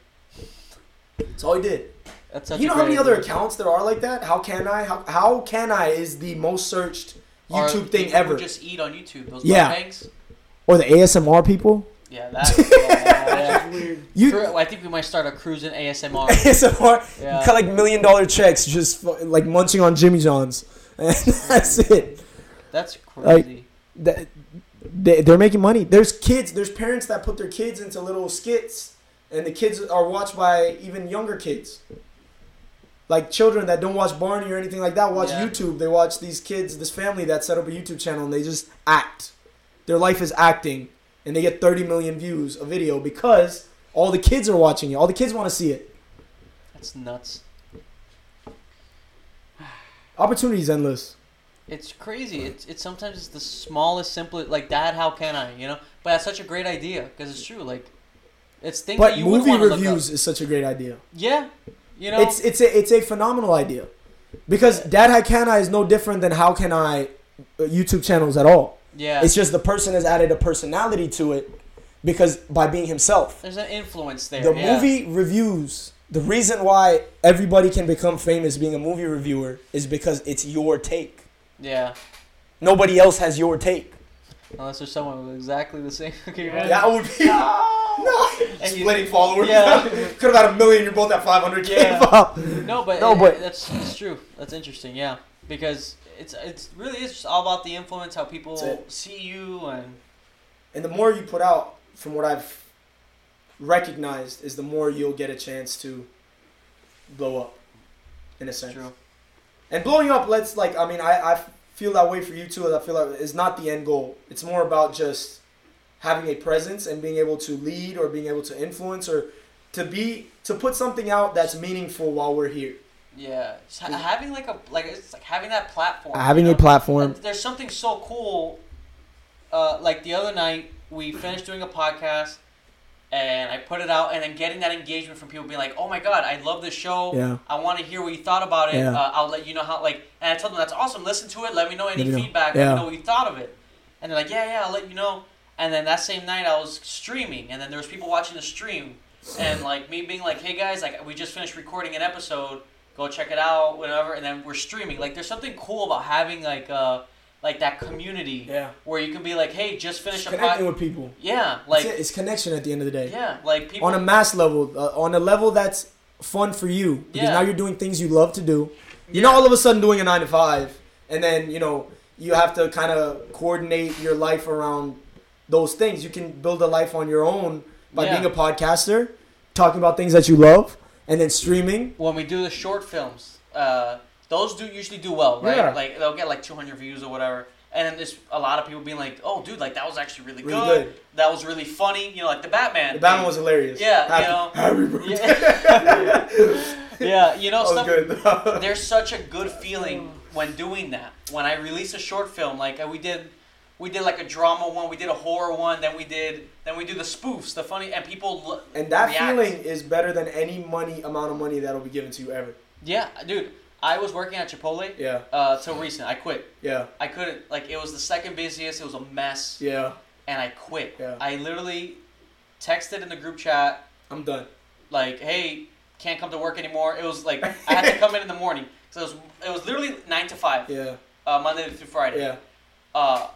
B: That's all he did.
A: That's such
B: you
A: a
B: know how
A: great
B: many other
A: idea.
B: accounts there are like that? How can I? How, how can I is the most searched
A: Or
B: YouTube thing
A: people who
B: ever.
A: Just eat on YouTube. Those
B: Yeah.
A: yeah.
B: or the ASMR people.
A: Yeah, that's yeah,
C: That's weird.
B: You
A: Cru- I think we might start a cruising ASMR.
B: ASMR,
A: Yeah.
B: you cut like million dollar checks, just fu- like munching on Jimmy John's, and that's it.
A: That's
B: Like-
A: crazy.
B: That- They, they're making money. There's kids. There's parents that put their kids into little skits, and the kids are watched by even younger kids. Like children that don't watch Barney or anything like that watch
A: Yeah.
B: YouTube. They watch these kids, this family that set up a YouTube channel, and they just act. Their life is acting, and they get 30 million views a video because all the kids are watching it. All the kids want to see it.
A: That's nuts.
B: Opportunities endless.
A: It's crazy. It's it's sometimes it's the smallest, simplest. Like, Dad, how can I? You know. But that's such a great idea because it's true. Like, it's things
B: But
A: that you would
B: movie
A: want to look up.
B: reviews is such a great idea.
A: Yeah, you know.
B: It's it's a it's a phenomenal idea. Because Dad How Can I is no different than How Can I uh, YouTube channels at all.
A: Yeah.
B: It's just the person has added a personality to it because by being himself.
A: There's an influence there.
B: The
A: yeah.
B: movie reviews, the reason why everybody can become famous being a movie reviewer is because it's your take.
A: Yeah.
B: Nobody else has your take.
A: Unless there's someone with exactly the same. Okay,
C: Yeah.
A: right?
B: That would be. No!
A: And you-
B: Splitting followers.
A: Yeah.
B: Could have had a million, you're both at 500k.
A: Yeah. No, but
B: No,
A: it-
B: but-
A: that's that's true. That's interesting. Yeah, because it's it's really is just all about the influence, how people
B: That's
A: see you, and
B: And the more you put out, from what I've recognized, is the more you'll get a chance to blow up, in a sense.
A: true.
B: And blowing up, let's like, I mean, I, I feel that way for you too. and I feel like it's not the end goal. It's more about just having a presence and being able to lead or being able to influence or to be to put something out that's meaningful while we're here.
A: Yeah, just ha- having like a like it's like having that platform.
B: Having
A: you
B: a
A: know?
B: platform.
A: Th- There's something so cool. Uh, like the other night, we finished doing a podcast, and I put it out, and then getting that engagement from people being like, "Oh my god, I love this show.
B: Yeah.
A: I want to hear what you thought about it.
B: Yeah.
A: Uh, I'll let you know how." Like, and I told them that's awesome. Listen to it. Let me know any
B: Let me know.
A: feedback. Let
B: Yeah.
A: me know what you thought of it. And they're like, "Yeah, yeah, I'll let you know." And then that same night, I was streaming, and then there was people watching the stream, and like me being like, "Hey guys, like we just finished recording an episode. Go check it out, whatever." And then we're streaming. Like, there's something cool about having like uh like that community
B: Yeah.
A: where you can be like, "Hey, just finish a
B: Connecting
A: podcast."
B: with people.
A: Yeah,
B: Like,
A: like
B: it's, connection at the end of the day.
A: yeah, like people.
B: on a mass level, uh, on a level that's fun for you because
A: Yeah.
B: now you're doing things you love to do. You're not all of a sudden doing a nine to five, and then you know you have to kind of coordinate your life around those things. You can build a life on your own by
A: Yeah.
B: being a podcaster, talking about things that you love, and then streaming.
A: when we do the short films, uh, those do usually do well, right?
B: Yeah.
A: Like they'll get like 200 views or whatever. And then there's a lot of people being like, "Oh, dude, like that was actually really,
B: Really
A: good.
B: good.
A: That was really funny." You know, like the Batman.
B: The Batman
A: thing.
B: was hilarious.
A: Yeah, you
B: Happy-
A: know.
B: Happy birthday.
A: Yeah, you know,
B: That was
A: stuff,
B: good.
A: there's such a good feeling when doing that. When I release a short film, like uh, we did, we did like a drama one, we did a horror one, then we did, then we do the spoofs, the funny, and people. l-
B: and that
A: react.
B: feeling is better than any money amount of money that'll be given to you ever.
A: Yeah, dude, I was working at Chipotle.
B: Yeah.
A: Uh, till recent, I quit.
B: Yeah.
A: I couldn't like it was the second busiest. It was a mess,
B: Yeah.
A: and I quit.
B: Yeah.
A: I literally texted in the group chat
B: I'm done.
A: like, "Hey, can't come to work anymore." It was like I had to come in in the morning, so it was it was literally nine to five,
B: Yeah.
A: uh, Monday through Friday.
B: Yeah.
A: Uh,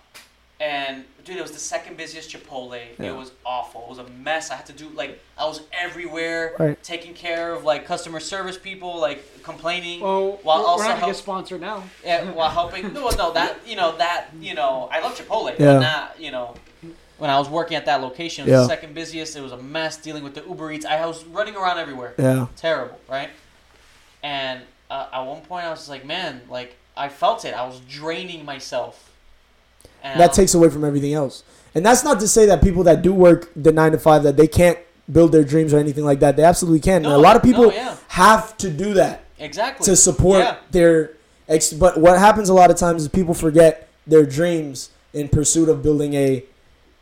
A: and dude, it was the second busiest Chipotle.
B: Yeah.
A: It was awful. It was a mess. I had to do like I was everywhere,
B: Right.
A: taking care of like customer service people, like complaining
C: Well,
A: while
C: we're,
A: also
C: we're not gonna
A: help-
C: get sponsored now.
A: yeah, while helping. No, no, that you know that you know I love Chipotle,
B: Yeah.
A: but not you know. When I was working at that location, it was
B: Yeah.
A: the second busiest. It was a mess dealing with the Uber Eats. I was running around everywhere.
B: Yeah.
A: Terrible, right? And uh, at one point, I was just like, man, like I felt it. I was draining myself. And I
B: that
A: was-
B: takes away from everything else. And that's not to say that people that do work the nine to five that they can't build their dreams or anything like that. They absolutely can. and
A: No,
B: a lot of
A: no,
B: people
A: yeah.
B: have to do that
A: exactly
B: to support
A: Yeah.
B: their ex. But what happens a lot of times is people forget their dreams in pursuit of building a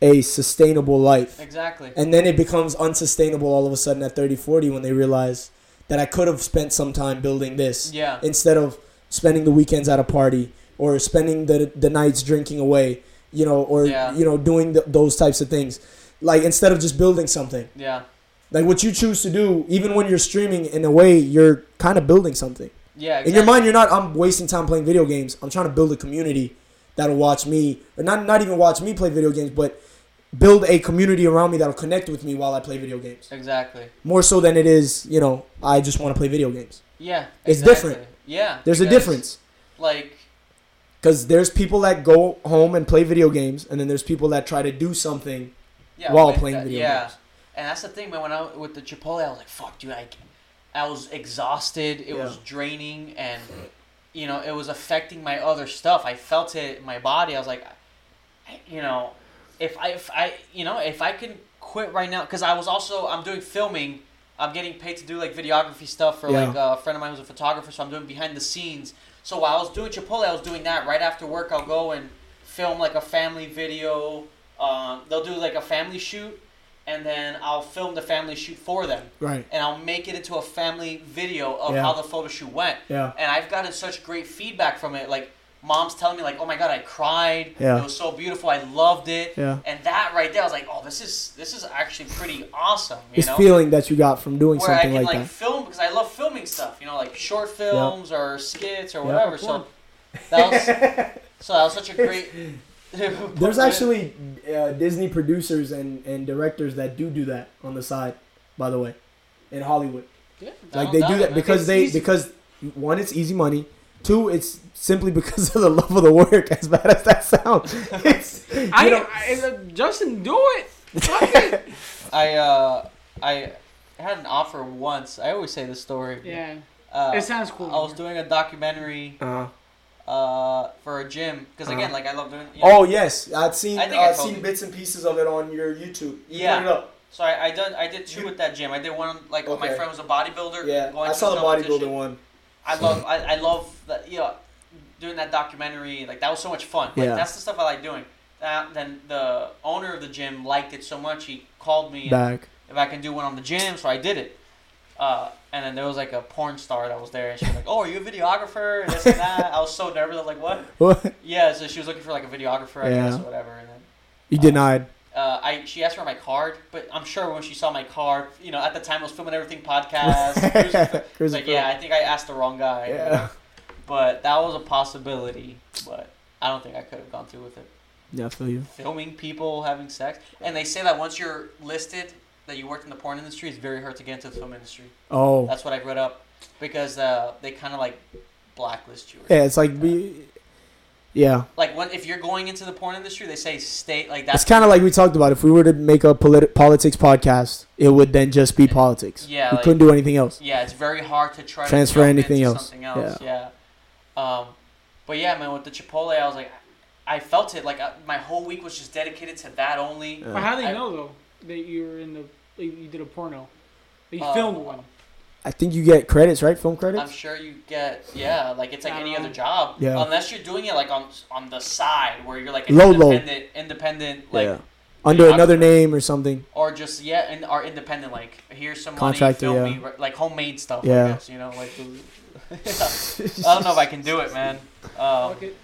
B: a sustainable life.
A: Exactly.
B: And then it becomes unsustainable all of a sudden at 30, 40 when they realize that I could have spent some time building this
A: Yeah.
B: instead of spending the weekends at a party or spending the, the nights drinking away, you know, or,
A: Yeah.
B: you know, doing th those types of things. Like instead of just building something,
A: Yeah.
B: like what you choose to do, even when you're streaming in a way, you're kind of building something.
A: Yeah. Exactly.
B: In your mind, you're not. I'm wasting time playing video games. I'm trying to build a community that'll watch me, or not not even watch me play video games, but build a community around me that'll connect with me while I play video games.
A: Exactly.
B: More so than it is, you know, I just want to play video games.
A: Yeah.
B: It's
A: exactly.
B: different.
A: Yeah.
B: There's a
A: because,
B: difference
A: Like.
B: because there's people that go home and play video games, and then there's people that try to do something.
A: yeah,
B: while
A: with
B: playing
A: that-
B: video
A: yeah.
B: games.
A: And that's the thing, man. When I with the Chipotle, I was like, "Fuck, dude!" I, I was exhausted. It
B: Yeah.
A: was draining, and you know, it was affecting my other stuff. I felt it in my body. I was like, I- you know, if I, if I, you know, if I can quit right now, because I was also I'm doing filming. I'm getting paid to do like videography stuff for
B: Yeah.
A: like a friend of mine who's a photographer, so I'm doing behind the scenes. So while I was doing Chipotle, I was doing that. Right after work, I'll go and film like a family video. Um, they'll do like a family shoot, and then I'll film the family shoot for them,
B: Right.
A: and I'll make it into a family video of
B: Yeah.
A: how the photo shoot went.
B: Yeah.
A: And I've gotten such great feedback from it. Like moms telling me, like, "Oh my god, I cried.
B: Yeah.
A: It was so beautiful. I loved it."
B: Yeah.
A: And that right there, I was like, "Oh, this is this is actually pretty awesome." You
B: It's
A: know.
B: feeling that you got from doing
A: where I
B: something
A: can
B: like,
A: like,
B: that.
A: film because I love filming stuff, you know, like short films or skits or
B: Yeah.
A: whatever. So that was so that was such a great.
B: There's actually uh, Disney producers and, and directors that do do that on the side, by the way, in Hollywood.
C: Yeah.
B: Like they do that because
C: It's
B: they
C: easy.
B: because one it's easy money. Two, it's simply because of the love of the work. As bad as that sounds, it's, you
C: I,
B: know,
C: I, look, Justin, do it. Fuck it.
A: I uh I had an offer once. I always say this story.
C: Yeah.
A: Uh,
C: It sounds cool.
A: I was doing a documentary
B: Uh-huh.
A: uh for a gym because again,
B: Uh-huh.
A: like I love doing. You know,
B: Oh yes, I've seen
A: I
B: I've
A: think I told
B: seen
A: you.
B: bits and pieces of it on your YouTube. You
A: Yeah.
B: put it up.
A: So I, I done I did two with that gym. I did one like my
B: Okay.
A: friend was a bodybuilder.
B: Yeah, I
A: to
B: saw
A: his
B: the
A: competition.
B: bodybuilder one.
A: I love I, I love that you know doing that documentary like that was so much fun like
B: Yeah.
A: that's the stuff I like doing that, then the owner of the gym liked it so much he called me and
B: Back.
A: if I can do one on the gym so I did it uh, and then there was like a porn star that was there and she was like oh are you a videographer and this and that I was so nervous I was like what
B: What?
A: yeah so she was looking for like a videographer I
B: Yeah.
A: guess or whatever and then
B: You denied.
A: uh, I she asked for my card, but I'm sure when she saw my card, you know, at the time I was filming everything podcast. Uh, cruising-
B: Cruising
A: like, yeah, I think I asked the wrong guy. you
B: Yeah.
A: know? But that was a possibility, but I don't think I could have gone through with it.
B: Yeah, I feel you.
A: Filming people having sex, and they say that once you're listed that you worked in the porn industry, it's very hard to get into the film industry.
B: Oh.
A: That's what I read up because uh, they kind of like blacklist you. or
B: yeah, it's like be. Yeah,
A: Like when, if you're going into the porn industry, they say stay like
B: it's
A: that's
B: kind of like we talked about. If we were to make a politi- politics podcast, it would then just be politics.
A: Yeah,
B: we
A: like-
B: couldn't do anything else.
A: Yeah, it's very hard to try
B: Transfer
A: to jump
B: anything
A: into
B: else.
A: Something else. Yeah. Um, but yeah, man, with the Chipotle, I was like, I felt it. Like I, my whole week was just dedicated to that only.
B: Yeah.
C: But how do they
A: I-
C: know though that you were in the that you did a porno? That you
A: Uh,
C: filmed one.
B: I think you get credits, right? Film
A: I'm
B: credits.
A: sure you get yeah, like it's like
C: I
A: any
C: don't
A: other
C: know.
A: job.
B: Yeah.
A: Unless you're doing it like on on the side where you're like an
B: Low, low.
A: independent, independent like
B: yeah, under another name or something.
A: or just yeah, and are independent like here's some
B: Contractor,
A: money, film
B: yeah.
A: me right- like homemade stuff.
B: Yeah.
A: I guess, you know like. the- I don't know if I can do it, man. Um,
C: Fuck it.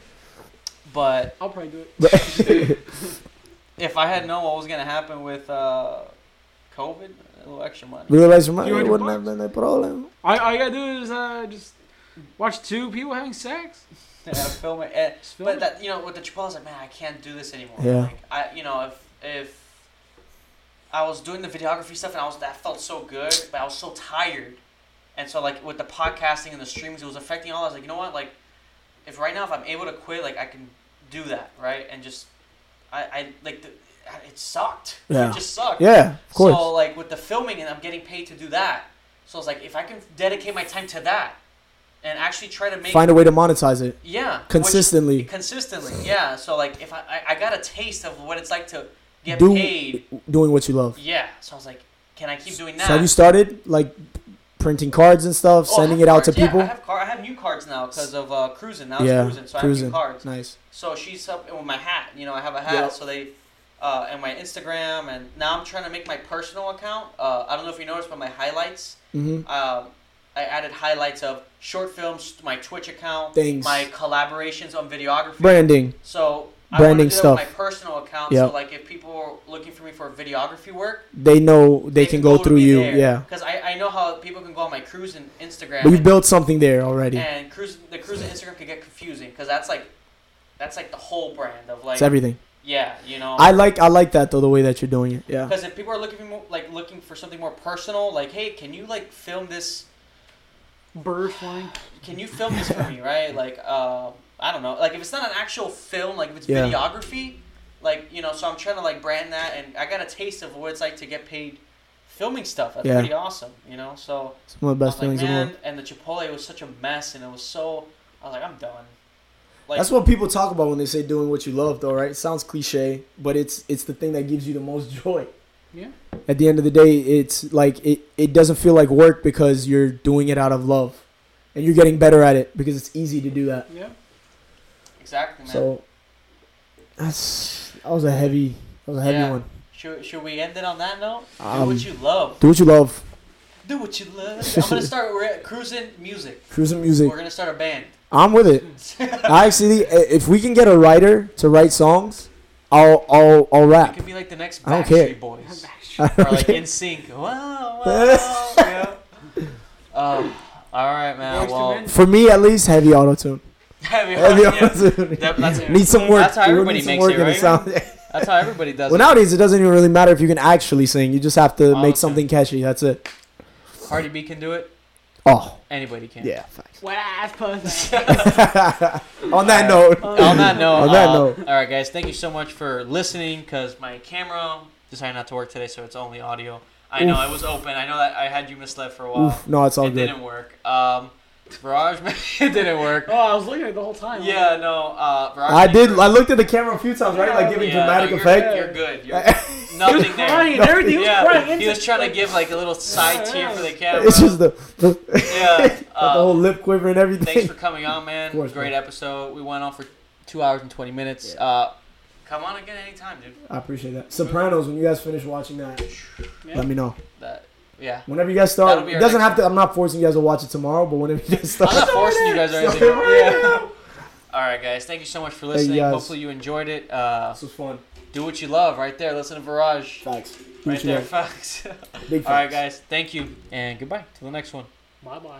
A: but
C: I'll probably do it.
A: if I had known what was gonna happen with uh, COVID, a little extra money.
B: Realize my,
C: You
B: it
C: want
B: wouldn't
C: your
B: have been a problem.
C: All, all you gotta do is uh, just watch two people having sex.
A: Yeah, film it. Eh,
C: Just film
A: But
C: it.
A: that you know, with the Chipotle, I was like, man, I can't do this anymore.
B: Yeah.
A: Like, I, you know, if if I was doing the videography stuff and I was that felt so good, but I was so tired, and so like with the podcasting and the streams, it was affecting all. I was like, you know what, like if right now if I'm able to quit, like I can do that, right? And just I I like the, it sucked.
B: Yeah.
A: It just sucked.
B: Yeah, of course.
A: So like with the filming and I'm getting paid to do that. So it's like if I can dedicate my time to that and actually try to make
B: Find a way to monetize it
A: yeah which-
B: consistently.
A: consistently yeah. So like if I, I I got a taste of what it's like to get
B: Do
A: paid
B: doing what you love.
A: yeah. So I was like, can I keep doing that?
B: So have you started like printing cards and stuff,
A: Oh, I
B: sending
A: have
B: it out to
A: cards, yeah,
B: people?
A: I have car- I have new cards now because of uh, cruising. Now
B: yeah,
A: it's cruising, so I have new cards.
B: Nice.
A: So she's up with my hat. You know, I have a hat.
B: Yeah.
A: So they, uh, and my Instagram, and now I'm trying to make my personal account. Uh, I don't know if you noticed, but my highlights.
B: Mhm.
A: Um, I added highlights of short films, my Twitch account,
B: Things.
A: my collaborations on videography.
B: Branding.
A: So
B: Branding
A: I wanna do that with
B: stuff.
A: my personal account.
B: Yeah.
A: So like, if people are looking for me for videography work,
B: They know they, can, go, through you. Yeah.
A: Because I, I know how people can go on my cruise and Instagram.
B: But you
A: and-
B: built something there already.
A: and cruise the cruise and Instagram could get confusing because that's like that's like the whole brand of like um,
B: It's everything.
A: yeah you know
B: I like I like that though the way that you're doing it. Yeah.
A: because if people are looking for more, like looking for something more personal like hey can you like film this
C: Bird flying.
A: can you film this for me right like uh, I don't know like if it's not an actual film like if it's
B: Yeah.
A: videography like you know so I'm trying to like brand that and I got a taste of what it's like to get paid filming stuff that's
B: Yeah.
A: pretty awesome you know so
B: It's one of the best
A: I was
B: feelings
A: like
B: in the
A: man
B: world.
A: and the Chipotle was such a mess and it was so I was like I'm done like
B: That's what people talk about when they say doing what you love though, right? It sounds cliche, but it's it's the thing that gives you the most joy.
C: Yeah.
B: At the end of the day, it's like it, it doesn't feel like work because you're doing it out of love. And you're getting better at it because it's easy to do that.
C: Yeah.
A: exactly man.
B: So that's that was a heavy that was a heavy
A: Yeah.
B: one.
A: Should, should we end it on that note? Do
B: Um,
A: what you love.
B: Do what you love.
A: Do what you love. I'm gonna start re- cruising music.
B: Cruising music.
A: We're gonna start a band.
B: I'm with it. I actually, i- if we can get a writer to write songs, I'll I'll I'll
A: It
B: rap.
A: could be like the next
B: I don't care.
A: Backstreet Boys.
B: I
A: or
B: don't
A: like
B: care.
A: in sync. Wow, wow, yeah. Um, all right, man.
C: Boyz II
A: Well,
C: Men.
B: For me, at least, heavy auto tune.
A: heavy
B: Heavy
A: heart, yeah.
B: auto tune.
A: That- that's,
B: Need some work.
A: That's how
B: We would
A: everybody
B: need some
A: makes
B: work
A: it,
B: in the
A: right?
B: sound.
A: that's how everybody does.
B: well,
A: it.
B: nowadays, it doesn't even really matter if you can actually sing. You just have to
A: Oh,
B: make
A: okay.
B: something catchy. That's it.
A: Cardi B can do it.
B: Oh,
A: Anybody can.
B: yeah.
C: Wet ass pussy.
B: On that note,
A: On that note.
B: On that
A: uh,
B: note.
A: All right, guys. Thank you so much for listening. Cause my camera decided not to work today, so it's only audio. I know it was open. I know that I had you misled for a while.
B: oof, no, it's all
A: it
B: good.
A: didn't work. Um, Raj, it didn't work.
C: Oh, I was looking at it the whole time.
A: Yeah, no. Uh, Viraj
B: I
A: made
B: did.
A: your-
B: I looked at the camera a few times, right? Like giving
A: Yeah,
B: dramatic
A: no, you're-
B: effect.
A: You're good. You're nothing there.
C: Crying and everything. He was crying.
A: Yeah,
C: into-
A: he was trying to give like a little side
C: Yeah,
A: tear
C: yeah.
A: for the camera.
B: It's just the, the
A: yeah.
B: whole
A: Uh,
B: lip quiver and everything.
A: thanks for coming on, man.
B: Of course,
A: Great
B: man.
A: episode. We went on for two hours and twenty minutes. Uh, come on again anytime, dude.
B: I appreciate that. Sopranos, when you guys finish watching that,
C: Yeah.
B: let me know.
A: That, yeah.
B: Whenever you guys
A: That'll
B: start,
A: be
B: it
A: our
B: doesn't
A: next
B: have to. I'm not forcing you guys to watch it tomorrow, but whenever you guys
A: I'm not
B: start,
A: forcing you guys or anything.
B: Sorry, man.
A: Yeah. All right, guys. Thank you so much for
B: you,
A: listening.
B: guys.
A: Hopefully you enjoyed it. Uh,
B: this was fun.
A: do what you love, right there. Listen to Viraj,
B: Facts.
A: right
B: Appreciate
A: there,
B: it.
A: Fox.
B: Big
A: All right,
B: facts.
A: guys. Thank you and goodbye. Till the next one.
C: Bye bye.